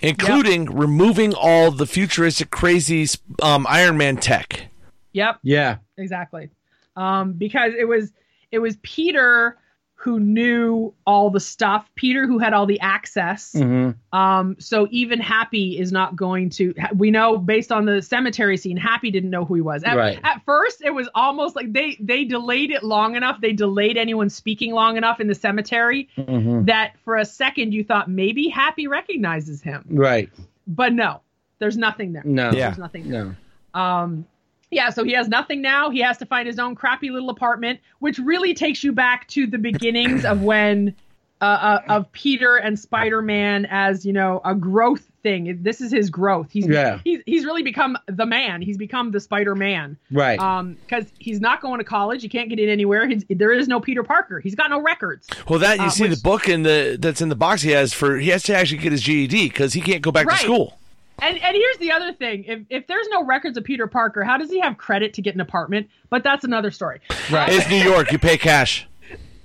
Speaker 3: including removing all the futuristic, crazy um, Iron Man tech.
Speaker 4: Yep.
Speaker 2: Yeah.
Speaker 4: exactly um because it was it was peter who knew all the stuff peter who had all the access
Speaker 2: Mhm.
Speaker 4: um so even happy is not going to ha- we know based on the cemetery scene happy didn't know who he was at,
Speaker 2: Right.
Speaker 4: at first it was almost like they they delayed it long enough they delayed anyone speaking long enough in the cemetery
Speaker 2: Mhm.
Speaker 4: that for a second you thought maybe happy recognizes him
Speaker 2: Right.
Speaker 4: but no there's nothing there
Speaker 2: No.
Speaker 3: Yeah.
Speaker 4: there's nothing there
Speaker 2: No.
Speaker 4: um, yeah, so he has nothing now. He has to find his own crappy little apartment, which really takes you back to the beginnings of when uh, uh, of Peter and Spider Man as you know a growth thing. This is his growth. He's
Speaker 2: Yeah.
Speaker 4: he's he's really become the man. He's become the Spider Man.
Speaker 2: Right.
Speaker 4: Um, because he's not going to college. He can't get in anywhere. He's, there is no Peter Parker. He's got no records.
Speaker 3: Well, that you
Speaker 4: Uh,
Speaker 3: see
Speaker 4: which-
Speaker 3: the book in the that's in the box he has for he has to actually get his GED because he can't go back
Speaker 4: Right.
Speaker 3: to school.
Speaker 4: And and here's the other thing: if if there's no records of Peter Parker, how does he have credit to get an apartment? But that's another story.
Speaker 2: right.
Speaker 3: It's New York. You pay cash.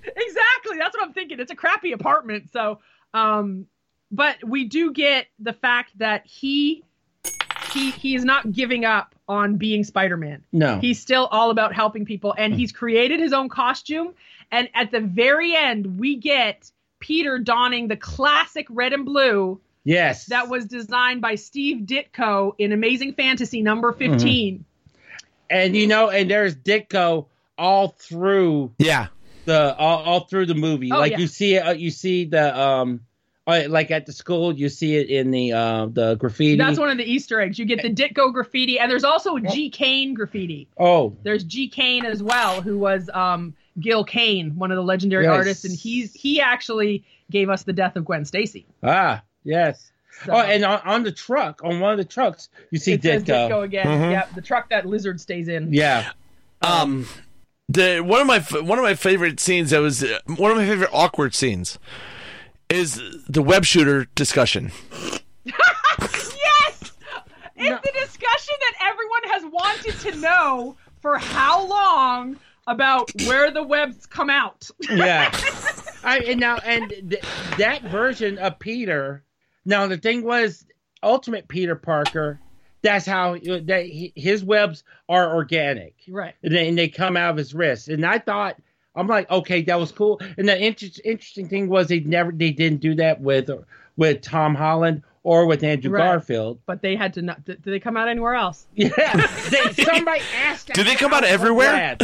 Speaker 4: exactly that's what i'm thinking it's a crappy apartment so um but we do get the fact that he he he is not giving up on being spider-man
Speaker 2: no.
Speaker 4: he's still all about helping people and he's created his own costume and at the very end we get peter donning the classic red and blue
Speaker 2: yes.
Speaker 4: that was designed by steve ditko in amazing fantasy number
Speaker 2: Mm-hmm.
Speaker 4: 15
Speaker 2: and you know, and there's Ditko all through
Speaker 3: Yeah.
Speaker 2: the all, all through the movie.
Speaker 4: Oh,
Speaker 2: like
Speaker 4: yeah.
Speaker 2: you see it, uh, you see the um, uh, like at the school, you see it in the uh, the graffiti.
Speaker 4: that's one of the easter eggs you get the ditko graffiti and there's also a g kane graffiti
Speaker 2: Oh,
Speaker 4: there's G. Kane as well, who was um, Gil Kane, one of the legendary
Speaker 2: Yes.
Speaker 4: artists, and he's he actually gave us the death of Gwen Stacy.
Speaker 2: ah, yes.
Speaker 4: So
Speaker 2: oh, and on, on the truck, on one of the trucks, you see
Speaker 4: it says
Speaker 2: Ditko.
Speaker 4: Ditko again. Yep, the truck that lizard stays in.
Speaker 2: Mm-hmm. Yeah.
Speaker 3: Um, the one of my f- one of my favorite scenes that was uh, one of my favorite awkward scenes is the web shooter discussion.
Speaker 4: Yes, it's the discussion that everyone has wanted to know for how long about where the webs come out.
Speaker 2: yeah. I and now and th- that version of Peter. Now the thing was, ultimate Peter Parker. That's how uh, that he, his webs are organic,
Speaker 4: right.
Speaker 2: and they, and they come out of his wrist. And I thought, I'm like, okay, that was cool. And the inter- interesting thing was, they never they didn't do that with with Tom Holland or with Andrew
Speaker 4: Right.
Speaker 2: Garfield.
Speaker 4: But they had to not. Did did they come out anywhere else?
Speaker 2: Yeah, they, somebody asked.
Speaker 3: Do they
Speaker 2: us
Speaker 3: come out
Speaker 2: how-
Speaker 3: everywhere?
Speaker 2: Glad.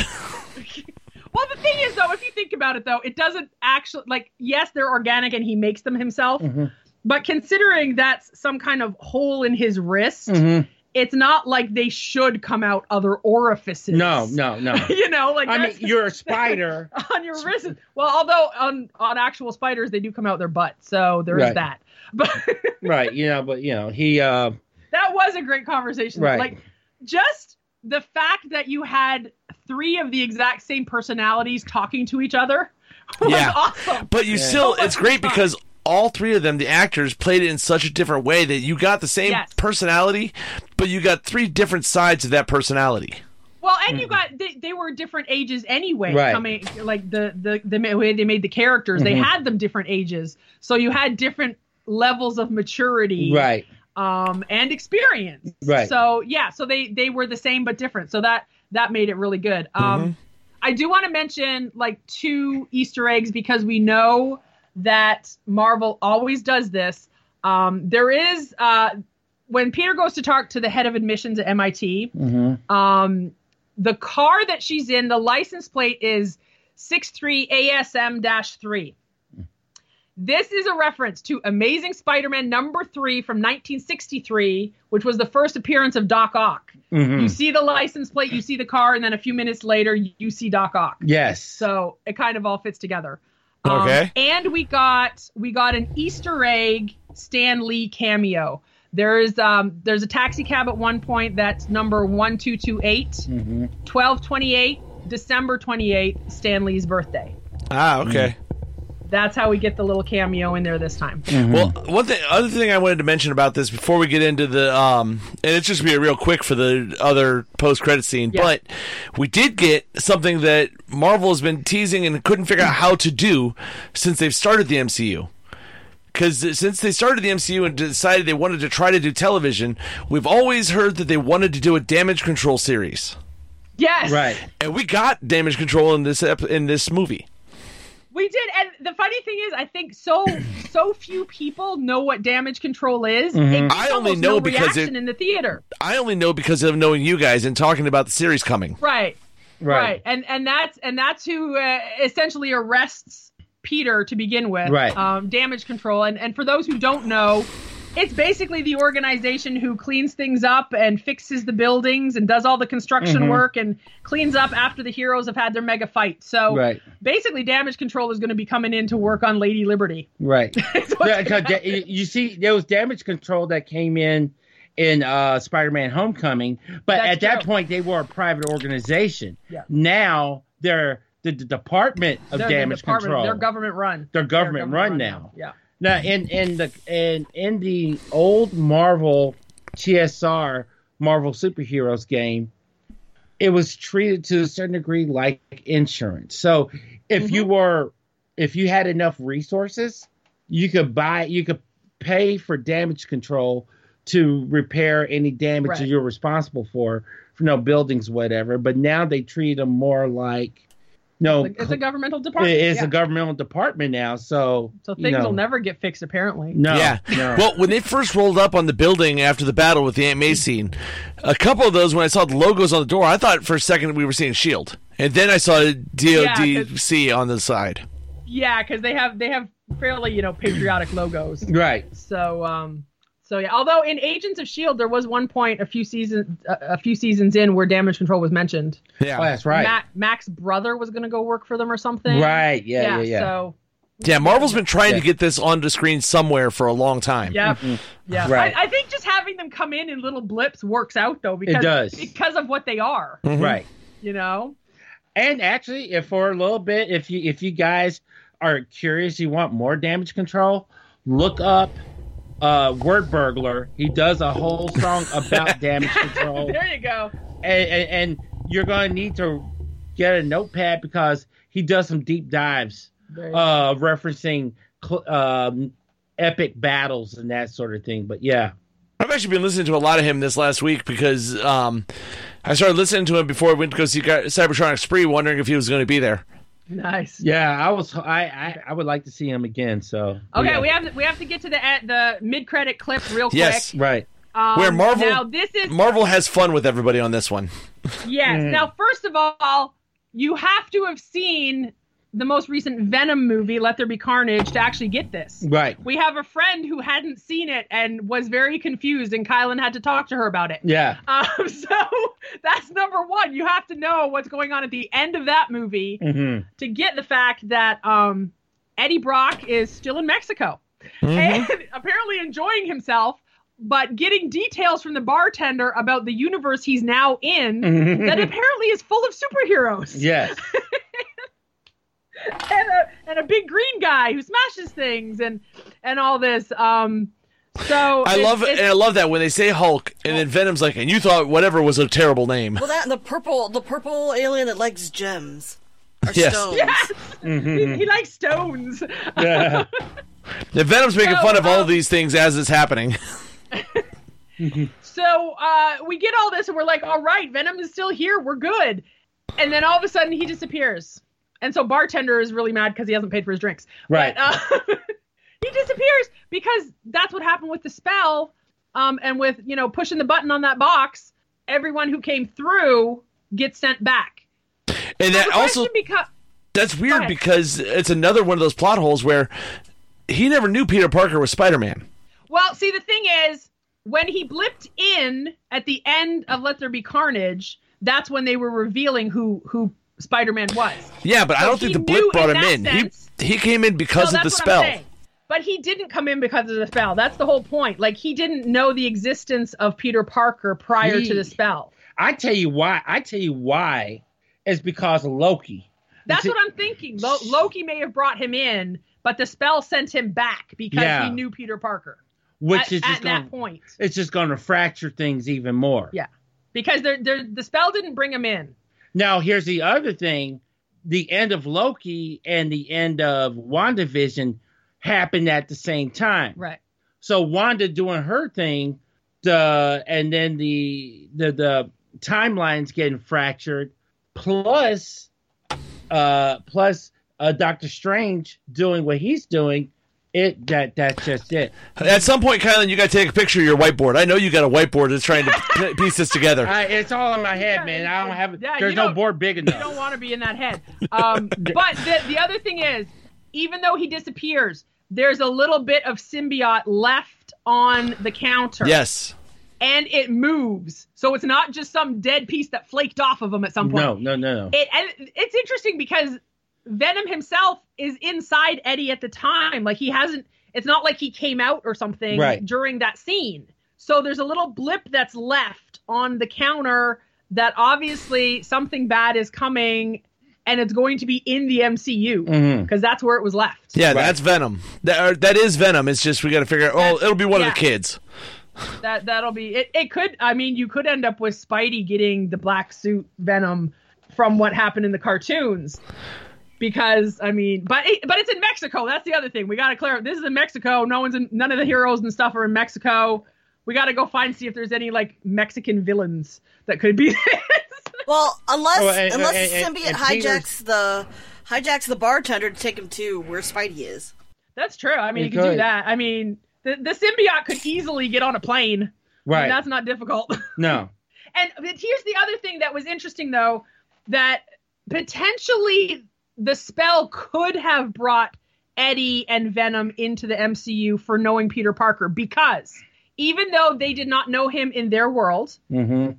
Speaker 4: Well, the thing is, though, if you think about it, though, it doesn't actually like. Yes, they're organic, and he makes them himself.
Speaker 2: Mm. Mm-hmm,
Speaker 4: But considering that's some kind of hole in his wrist,
Speaker 2: Mhm.
Speaker 4: it's not like they should come out other orifices.
Speaker 2: No, no, no.
Speaker 4: you know, like
Speaker 2: I mean,
Speaker 4: that's-
Speaker 2: you're a spider.
Speaker 4: on your wrist. Well, although on on actual spiders, they do come out their butt, so there
Speaker 2: Right.
Speaker 4: is that. But
Speaker 2: right you know but you know he uh
Speaker 4: that was a great conversation.
Speaker 2: Right.
Speaker 4: Like just the fact that you had three of the exact same personalities talking to each other was
Speaker 3: Yeah.
Speaker 4: awesome.
Speaker 3: But you still, it's great because all three of them, the actors, played it in such a different way that you got the same
Speaker 4: Yes.
Speaker 3: personality, but you got three different sides of that personality.
Speaker 4: Well, and you got they, they were different ages anyway.
Speaker 2: Mm. Right. Mm-hmm.
Speaker 4: Coming like the the the ma- way they made the characters, they had them different ages, so you had different levels of maturity,
Speaker 2: right
Speaker 4: Um, and experience,
Speaker 2: Right.
Speaker 4: So yeah, so they they were the same but different. So that that made it really good. Um, I do want to mention like two Easter eggs because we know that Marvel always does this. Um, there is uh, when Peter goes to talk to the head of admissions at MIT. Um, the car that she's in, the license plate is 63ASM-3. This is a reference to Amazing Spider-Man number 3 from 1963, which was the first appearance of Doc Ock. You see the license plate, you see the car, and then a few minutes later you see Doc Ock.
Speaker 2: Yes.
Speaker 4: So it kind of all fits together. Um,
Speaker 3: Okay.
Speaker 4: And we got we got an Easter egg Stan Lee cameo. There is um there's a taxi cab at one point that's number 1228,
Speaker 3: Mm-hmm.
Speaker 4: 1228, December 28th, Stan Lee's birthday.
Speaker 3: Ah, okay.
Speaker 4: That's how we get the little cameo in there this time.
Speaker 3: Well, one thing, other thing I wanted to mention about this before we get into the, um, and it's just gonna be real quick for the other post credit scene,
Speaker 4: Yeah.
Speaker 3: but we did get something that Marvel has been teasing and couldn't figure out how to do since they've started the MCU. Because since they started the MCU and decided they wanted to try to do television, we've always heard that they wanted to do a damage control series,
Speaker 4: Yes.
Speaker 2: Right.
Speaker 3: and we got damage control in this ep- in this movie.
Speaker 4: We did, and the funny thing is, I think so so few people know what damage control is. It gets
Speaker 3: Mm-hmm. I only
Speaker 4: almost
Speaker 3: know
Speaker 4: no
Speaker 3: because it-
Speaker 4: reaction in the theater,
Speaker 3: I only know because of knowing you guys and talking about the series coming.
Speaker 4: right?
Speaker 2: Right.
Speaker 4: and and that's and that's who uh, essentially arrests Peter to begin with,
Speaker 2: Right.
Speaker 4: Um, damage control, and and for those who don't know, it's basically the organization who cleans things up and fixes the buildings and does all the construction
Speaker 2: Mm-hmm.
Speaker 4: work and cleans up after the heroes have had their mega fight. So
Speaker 2: Right.
Speaker 4: basically, damage control is going to be coming in to work on Lady Liberty.
Speaker 2: Right.
Speaker 4: what
Speaker 2: Yeah, 'cause da- you you see, there was damage control that came in in uh, Spider-Man: Homecoming, but
Speaker 4: That's
Speaker 2: at that
Speaker 4: true.
Speaker 2: point they were a private organization.
Speaker 4: Yeah.
Speaker 2: Now they're the, the Department of
Speaker 4: They're the
Speaker 2: Damage
Speaker 4: department-
Speaker 2: Control.
Speaker 4: They're government run.
Speaker 2: They're government run now. Now, in in the in in the old Marvel TSR Marvel superheroes game, it was treated to a certain degree like insurance. So, if
Speaker 4: Mm-hmm.
Speaker 2: you were if you had enough resources, you could buy you could pay for damage control to repair any damage
Speaker 4: Right.
Speaker 2: that you're responsible for, for no buildings, whatever. But now they treat them more like no.
Speaker 4: Yeah. It's a governmental department.
Speaker 2: it's
Speaker 4: yeah.
Speaker 2: a governmental department now, so
Speaker 4: so
Speaker 2: you
Speaker 4: things
Speaker 2: know.
Speaker 4: will never get fixed, apparently.
Speaker 2: No.
Speaker 3: yeah.
Speaker 2: No.
Speaker 3: Well, when they first rolled up on the building after the battle with the Aunt May scene, a couple of those when I saw the logos on the door, I thought for a second we were seeing Shield, and then I saw DODC on the side.
Speaker 4: Yeah, because they have they have fairly you know patriotic logos.
Speaker 2: right.
Speaker 4: So um, so yeah. Although in Agents of Shield, E there was one point a few seasons a, a few seasons in where damage control was mentioned.
Speaker 3: Yeah,
Speaker 2: Oh, that's right.
Speaker 4: Mac, Mac's brother was going to go work for them or something.
Speaker 2: Right. Yeah. Yeah. Yeah.
Speaker 4: So
Speaker 3: yeah. Marvel's been trying
Speaker 2: Yeah.
Speaker 3: to get this onto screen somewhere for a long time.
Speaker 4: yeah, yeah.
Speaker 2: Mm-hmm. Right.
Speaker 4: I, I think just having them come in in little blips works out though because
Speaker 2: does.
Speaker 4: because of what they are.
Speaker 3: Mm-hmm.
Speaker 2: Right.
Speaker 4: You know.
Speaker 2: And actually, if for a little bit, if you if you guys are curious, you want more damage control, look up uh word burglar. He does a whole song about damage control, and,
Speaker 4: There you go.
Speaker 2: and, and you're going to need to get a notepad because he does some deep dives
Speaker 4: There you
Speaker 2: uh referencing cl- um epic battles and that sort of thing. But yeah.
Speaker 3: I've actually been listening to a lot of him this last week because um, I started listening to him before I went to go see Cy- Cybertronic Spree, wondering if he was going to be there.
Speaker 4: Nice.
Speaker 2: Yeah, I was I I, I would like to see him again, so
Speaker 4: Okay,
Speaker 2: yeah.
Speaker 4: we have to, we have to get to the at the mid credit clip real quick.
Speaker 3: Yes.
Speaker 2: right.
Speaker 4: Um,
Speaker 3: Where Marvel-
Speaker 4: Now this is
Speaker 3: Marvel has fun with everybody on this one.
Speaker 4: yes. Now first of all, you have to have seen the most recent Venom movie, Let There Be Carnage, to actually get this.
Speaker 2: Right.
Speaker 4: We have a friend who hadn't seen it and was very confused, and Kylan had to talk to her about it.
Speaker 2: Yeah.
Speaker 4: Um, so that's number one. You have to know what's going on at the end of that movie
Speaker 2: hmm
Speaker 4: to get the fact that um, Eddie Brock is still in Mexico and apparently enjoying himself, but getting details from the bartender about the universe he's now
Speaker 2: Mm.
Speaker 4: in that apparently is full of superheroes
Speaker 2: Mm-hmm. Yes.
Speaker 4: and, a, and a big green guy who smashes things and and all this. Um, so
Speaker 3: I
Speaker 4: it-
Speaker 3: love
Speaker 4: it's-
Speaker 3: and I love that when they say Hulk and then Venom's like, and you thought whatever was a terrible name.
Speaker 5: Well, that and the purple, the purple alien that likes gems or
Speaker 3: Yes.
Speaker 5: stones.
Speaker 4: Yes. he,
Speaker 3: Mm-hmm.
Speaker 4: he likes stones.
Speaker 2: Yeah.
Speaker 3: The Venom's making
Speaker 4: So,
Speaker 3: fun of all
Speaker 4: um,
Speaker 3: these things as it's happening.
Speaker 4: So uh, we get all this, and we're like, all right, Venom is still here. We're good. And then all of a sudden, he disappears. And so bartender is really mad because he hasn't paid for his drinks.
Speaker 2: Right.
Speaker 4: But, uh, he disappears because that's what happened with the spell. Um, and with you know pushing the button on that box, everyone who came through gets sent back.
Speaker 3: And that
Speaker 4: The
Speaker 3: also
Speaker 4: question beco-
Speaker 3: that's weird
Speaker 4: ahead.
Speaker 3: because it's another one of those plot holes where he never knew Peter Parker was Spider Man.
Speaker 4: Well, see, the thing is, when he blipped in at the end of Let There Be Carnage, that's when they were revealing who who Spider Man was.
Speaker 3: Yeah, but I
Speaker 4: So
Speaker 3: don't think
Speaker 4: he
Speaker 3: the blip
Speaker 4: knew
Speaker 3: brought
Speaker 4: in
Speaker 3: him
Speaker 4: that
Speaker 3: in.
Speaker 4: sense.
Speaker 3: He he came in
Speaker 4: No,
Speaker 3: because of the
Speaker 4: that's what
Speaker 3: spell.
Speaker 4: I'm saying. But he didn't come in because of the spell. That's the whole point. Like he didn't know the existence of Peter Parker prior
Speaker 2: He-
Speaker 4: to the spell.
Speaker 2: I tell you why. I tell you why. It's because of Loki.
Speaker 4: That's
Speaker 2: See-
Speaker 4: what I'm thinking. Lo- Loki may have brought him in, but the spell sent him back because
Speaker 2: Yeah.
Speaker 4: he knew Peter Parker.
Speaker 2: Which
Speaker 4: at,
Speaker 2: is
Speaker 4: at
Speaker 2: just
Speaker 4: that
Speaker 2: gonna,
Speaker 4: point,
Speaker 2: it's just going to fracture things even more.
Speaker 4: Yeah. because they're, they're, the spell didn't bring him in.
Speaker 2: Now, here's the other thing the end of Loki and the end of WandaVision happened at the same time.
Speaker 4: Right.
Speaker 2: So Wanda doing her thing, the and then the the the timelines getting fractured, plus uh plus uh Doctor Strange doing what he's doing, it that that's just it.
Speaker 3: At some point, Kylan, you got to take a picture of your whiteboard. I know you got a whiteboard that's trying to p- piece this together.
Speaker 2: I, it's all in my head, man. I don't have
Speaker 4: Yeah,
Speaker 2: there's
Speaker 4: you
Speaker 2: no
Speaker 4: don't-
Speaker 2: board big
Speaker 4: You don't
Speaker 2: enough.
Speaker 4: want to be in that head. Um, but the, the other thing is, even though he disappears, there's a little bit of symbiote left on the counter.
Speaker 3: Yes.
Speaker 4: And it moves. So it's not just some dead piece that flaked off of him at some point.
Speaker 2: No, no, no, no.
Speaker 4: It, and it's interesting because Venom himself is inside Eddie at the time. Like he hasn't, it's not like he came out or something
Speaker 2: Right.
Speaker 4: during that scene. So there's a little blip that's left on the counter that obviously something bad is coming and it's going to be in the MCU because
Speaker 2: Mhm.
Speaker 4: that's where it was left.
Speaker 3: Yeah, that's Venom. That, or, that is Venom. It's just we got to figure out. Oh,
Speaker 4: That's-
Speaker 3: it'll be one of the
Speaker 4: yeah.
Speaker 3: kids.
Speaker 4: That that'll be it. It could, I mean, you could end up with Spidey getting the black suit Venom from what happened in the cartoons, because I mean, but it, but it's in Mexico. That's the other thing we got to clear. This is in Mexico. No one's in. None of the heroes and stuff are in Mexico. We got to go find see if there's any like Mexican villains that could be.
Speaker 5: Well, unless
Speaker 2: Oh, and-
Speaker 5: unless
Speaker 2: and-
Speaker 5: the
Speaker 2: and-
Speaker 5: symbiote
Speaker 2: and Peter's-
Speaker 5: hijacks the hijacks the bartender to take him to where Spidey is.
Speaker 4: That's true. I mean,
Speaker 2: It
Speaker 4: you could do
Speaker 2: could.
Speaker 4: that. I mean, the the symbiote could easily get on a plane. I mean,
Speaker 2: Right.
Speaker 4: that's not difficult.
Speaker 2: no.
Speaker 4: And but here's the other thing that was interesting, though, that potentially the spell could have brought Eddie and Venom into the MCU for knowing Peter Parker because even though they did not know him in their world,
Speaker 2: hmm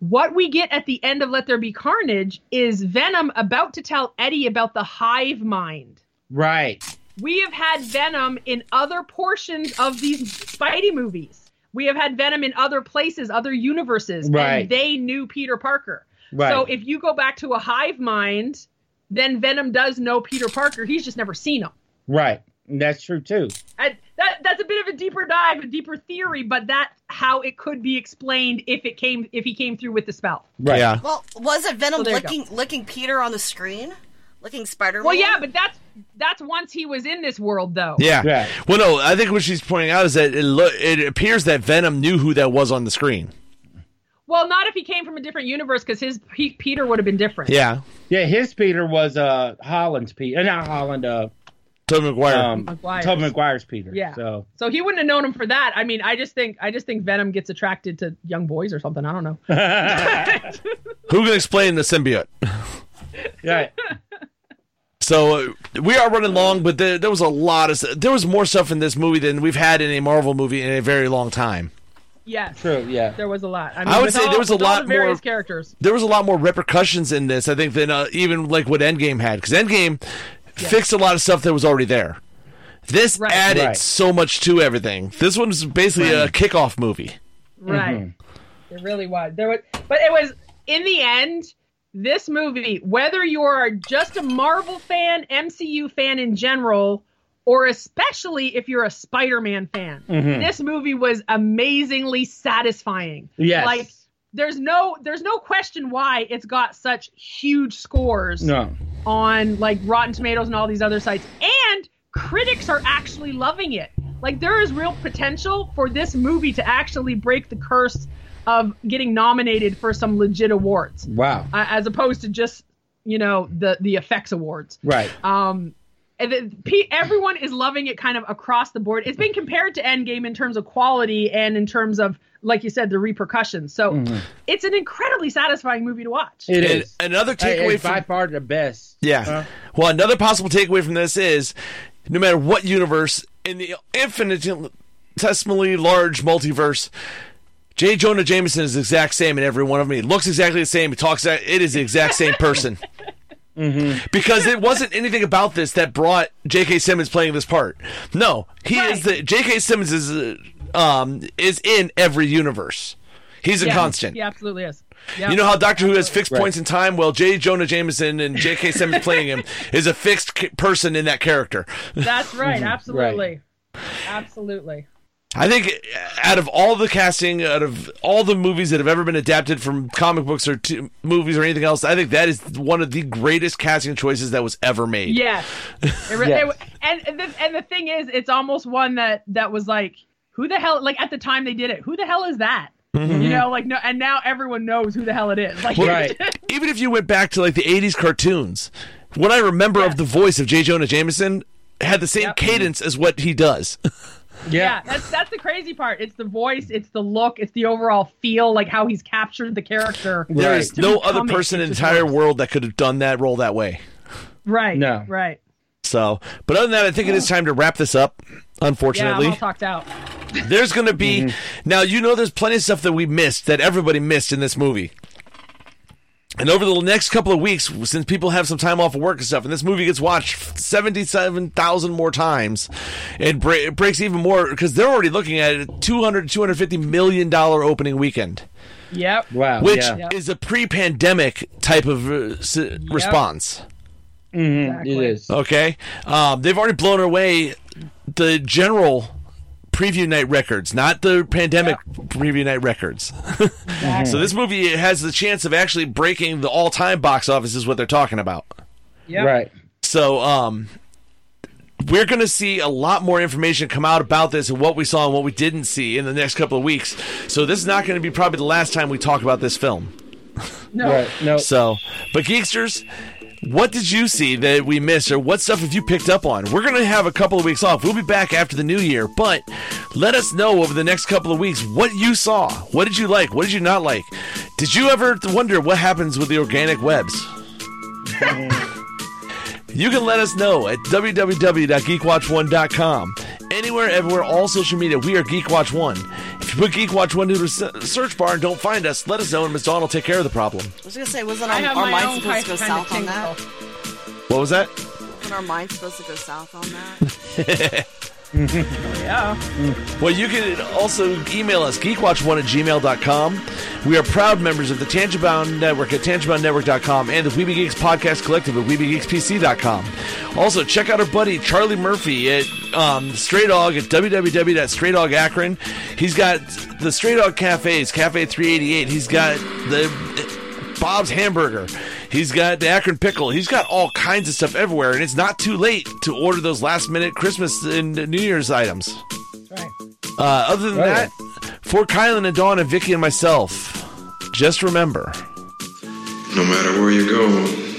Speaker 4: what we get at the end of Let There Be Carnage is Venom about to tell Eddie about the hive mind.
Speaker 2: Right.
Speaker 4: We have had Venom in other portions of these Spidey movies. We have had Venom in other places, other universes,
Speaker 2: Right.
Speaker 4: and they knew Peter Parker.
Speaker 2: Right.
Speaker 4: So if you go back to a hive mind, then Venom does know Peter Parker. He's just never seen him.
Speaker 2: Right. And that's true too.
Speaker 4: I, that that's a bit of a deeper dive, a deeper theory, but that how it could be explained if it came if he came through with the spell.
Speaker 2: Right.
Speaker 3: Yeah.
Speaker 5: Well, was it Venom
Speaker 4: Well, there you go.
Speaker 5: licking licking Peter on the screen, licking Spider Man?
Speaker 4: Well, yeah, but that's that's once he was in this world, though.
Speaker 3: Yeah.
Speaker 2: Yeah.
Speaker 3: Well, no, I think what she's pointing out is that it, lo- it appears that Venom knew who that was on the screen.
Speaker 4: Well, not if he came from a different universe, because his he, Peter would have been different.
Speaker 3: Yeah.
Speaker 2: Yeah, his Peter was uh Holland's Peter, uh, not Holland. Uh,
Speaker 3: Tobey Maguire.
Speaker 2: um,
Speaker 4: Maguire's.
Speaker 2: Tobey Maguire's Peter.
Speaker 4: Yeah.
Speaker 2: So
Speaker 4: So he wouldn't have known him for that. I mean, I just think I just think Venom gets attracted to young boys or something. I don't know.
Speaker 3: who can explain the symbiote?
Speaker 2: yeah,
Speaker 3: So uh, we are running long, but there, there was a lot of s- there was more stuff in this movie than we've had in a Marvel movie in a very long time.
Speaker 4: yes.
Speaker 2: true. Yeah.
Speaker 4: There was a lot. I, mean,
Speaker 3: I would
Speaker 4: with
Speaker 3: say
Speaker 4: all-
Speaker 3: there was a
Speaker 4: with all
Speaker 3: lot
Speaker 4: the various
Speaker 3: more-
Speaker 4: characters.
Speaker 3: There was a lot more repercussions in this, I think, than uh, even like what Endgame had because Endgame fixed a lot of stuff that was already there. This
Speaker 4: Right.
Speaker 3: added
Speaker 2: Right.
Speaker 3: so much to everything. This one's basically a kickoff movie.
Speaker 4: Right. It really was. There was, but it was in the end. This movie, whether you are just a Marvel fan, MCU fan in general, or especially if you're a Spider-Man fan,
Speaker 3: Mm-hmm.
Speaker 4: this movie was amazingly satisfying.
Speaker 2: Yes.
Speaker 4: Like there's no there's no question why it's got such huge scores
Speaker 2: No.
Speaker 4: on like Rotten Tomatoes and all these other sites, and critics are actually loving it. Like there is real potential for this movie to actually break the curse of getting nominated for some legit awards,
Speaker 2: Wow.
Speaker 4: uh, as opposed to just you know the the effects awards.
Speaker 2: Right.
Speaker 4: Um, and the, P, everyone is loving it kind of across the board. It's been compared to Endgame in terms of quality and in terms of, like you said, the repercussions. So it's an incredibly satisfying movie to watch.
Speaker 2: It
Speaker 3: And
Speaker 2: is.
Speaker 3: another
Speaker 2: Hey,
Speaker 3: takeaway
Speaker 2: it's by
Speaker 3: from
Speaker 2: far the best.
Speaker 3: yeah.
Speaker 4: Uh-huh.
Speaker 2: Huh?
Speaker 3: Well, another possible takeaway from this is, no matter what universe in the infinitesimally large multiverse. J. Jonah Jameson is the exact same in every one of them. He looks exactly the same. He talks. That, it is the exact same person.
Speaker 4: Mm-hmm.
Speaker 3: Because it wasn't anything about this that brought J.K. Simmons playing this part. No, he is the J.K. Simmons is uh, um is in every universe. He's a
Speaker 4: Yeah.
Speaker 3: constant.
Speaker 4: He absolutely is. Yeah.
Speaker 3: You know how Doctor Who has fixed points in time? Well, J. Jonah Jameson and J.K. Simmons playing him is a fixed c- person in that character.
Speaker 4: That's
Speaker 3: Mm-hmm.
Speaker 4: right. Absolutely. Absolutely.
Speaker 3: I think uh, out of all the casting, out of all the movies that have ever been adapted from comic books or t- movies or anything else, I think that is one of the greatest casting choices that was ever made.
Speaker 4: Yes. It re-
Speaker 2: Yes.
Speaker 4: it- and and the, and the thing is, it's almost one that that was like, who the hell? Like at the time they did it, who the hell is that?
Speaker 3: Mm-hmm.
Speaker 4: You know, like no, and now everyone knows who the hell it is. Like,
Speaker 2: Right.
Speaker 3: Even if you went back to like the 80s cartoons, what I remember of the voice of J. Jonah Jameson had the same
Speaker 4: Yep.
Speaker 3: cadence as what he does.
Speaker 4: yeah,
Speaker 2: Yeah.
Speaker 4: that's that's the crazy part. It's the voice, it's the look, it's the overall feel, like how he's captured the character.
Speaker 3: There
Speaker 2: Right.
Speaker 3: is
Speaker 4: To
Speaker 3: no
Speaker 4: become
Speaker 3: other
Speaker 4: it,
Speaker 3: person in
Speaker 4: it
Speaker 3: the
Speaker 4: just
Speaker 3: entire
Speaker 4: works.
Speaker 3: world that could have done that role that way.
Speaker 4: Right.
Speaker 2: No.
Speaker 4: Right.
Speaker 3: So, but other than that, I think it is time to wrap this up.
Speaker 4: Yeah, I'm
Speaker 3: Unfortunately,
Speaker 4: all talked out.
Speaker 3: there's going to be now. You know, there's plenty of stuff that we missed that everybody missed in this movie. And over the next couple of weeks, since people have some time off of work and stuff, and this movie gets watched seventy-seven thousand more times, it, bre- it breaks even more because they're already looking at a 200 250 million dollar opening weekend,
Speaker 4: Yep.
Speaker 2: Wow.
Speaker 3: which
Speaker 2: yeah.
Speaker 3: is a pre-pandemic type of uh, s- response.
Speaker 2: It is.
Speaker 3: Okay. Um, they've already blown away the general preview night records, not the pandemic preview night records. so this movie has the chance of actually breaking the all time box office, is what they're talking about.
Speaker 4: Yep.
Speaker 2: Right.
Speaker 3: So, um, we're going to see a lot more information come out about this and what we saw and what we didn't see in the next couple of weeks. So, this is not going to be probably the last time we talk about this film.
Speaker 4: No.
Speaker 2: Right. No.
Speaker 3: So, but Geeksters, what did you see that we missed, or what stuff have you picked up on? We're going to have a couple of weeks off. We'll be back after the new year, but let us know over the next couple of weeks what you saw. What did you like? What did you not like? Did you ever wonder what happens with the organic webs? You can let us know at www.geekwatch1.com. Anywhere, everywhere, all social media, we are GeekWatch1. If you put GeekWatch1 into the se- search bar and don't find us, let us know and Ms. Dawn will take care of the problem.
Speaker 5: I was gonna say, wasn't
Speaker 4: I
Speaker 5: our,
Speaker 4: have
Speaker 5: our
Speaker 4: my
Speaker 5: mind
Speaker 4: own
Speaker 5: supposed to go
Speaker 4: kind of
Speaker 5: south on that?
Speaker 4: tingle.
Speaker 3: What was that?
Speaker 5: Wasn't our mind supposed to go south on that?
Speaker 4: Yeah.
Speaker 3: Well, you can also email us, geekwatch1 at gmail.com. We are proud members of the Tangibound Network at tangiboundnetwork.com and the Weeby Geeks Podcast Collective at WeebyGeeksPC.com. Also, check out our buddy Charlie Murphy at um, Stray Dog at www.straydogakron. He's got the Stray Dog Cafes, Cafe 388. He's got the Bob's Hamburger. He's got the Akron Pickle. He's got all kinds of stuff everywhere, and it's not too late to order those last minute Christmas and New Year's items.
Speaker 4: Right.
Speaker 3: Uh, other than
Speaker 2: Oh,
Speaker 3: that, for Kylan and Dawn and Vicky and myself, just remember.
Speaker 6: No matter where you go,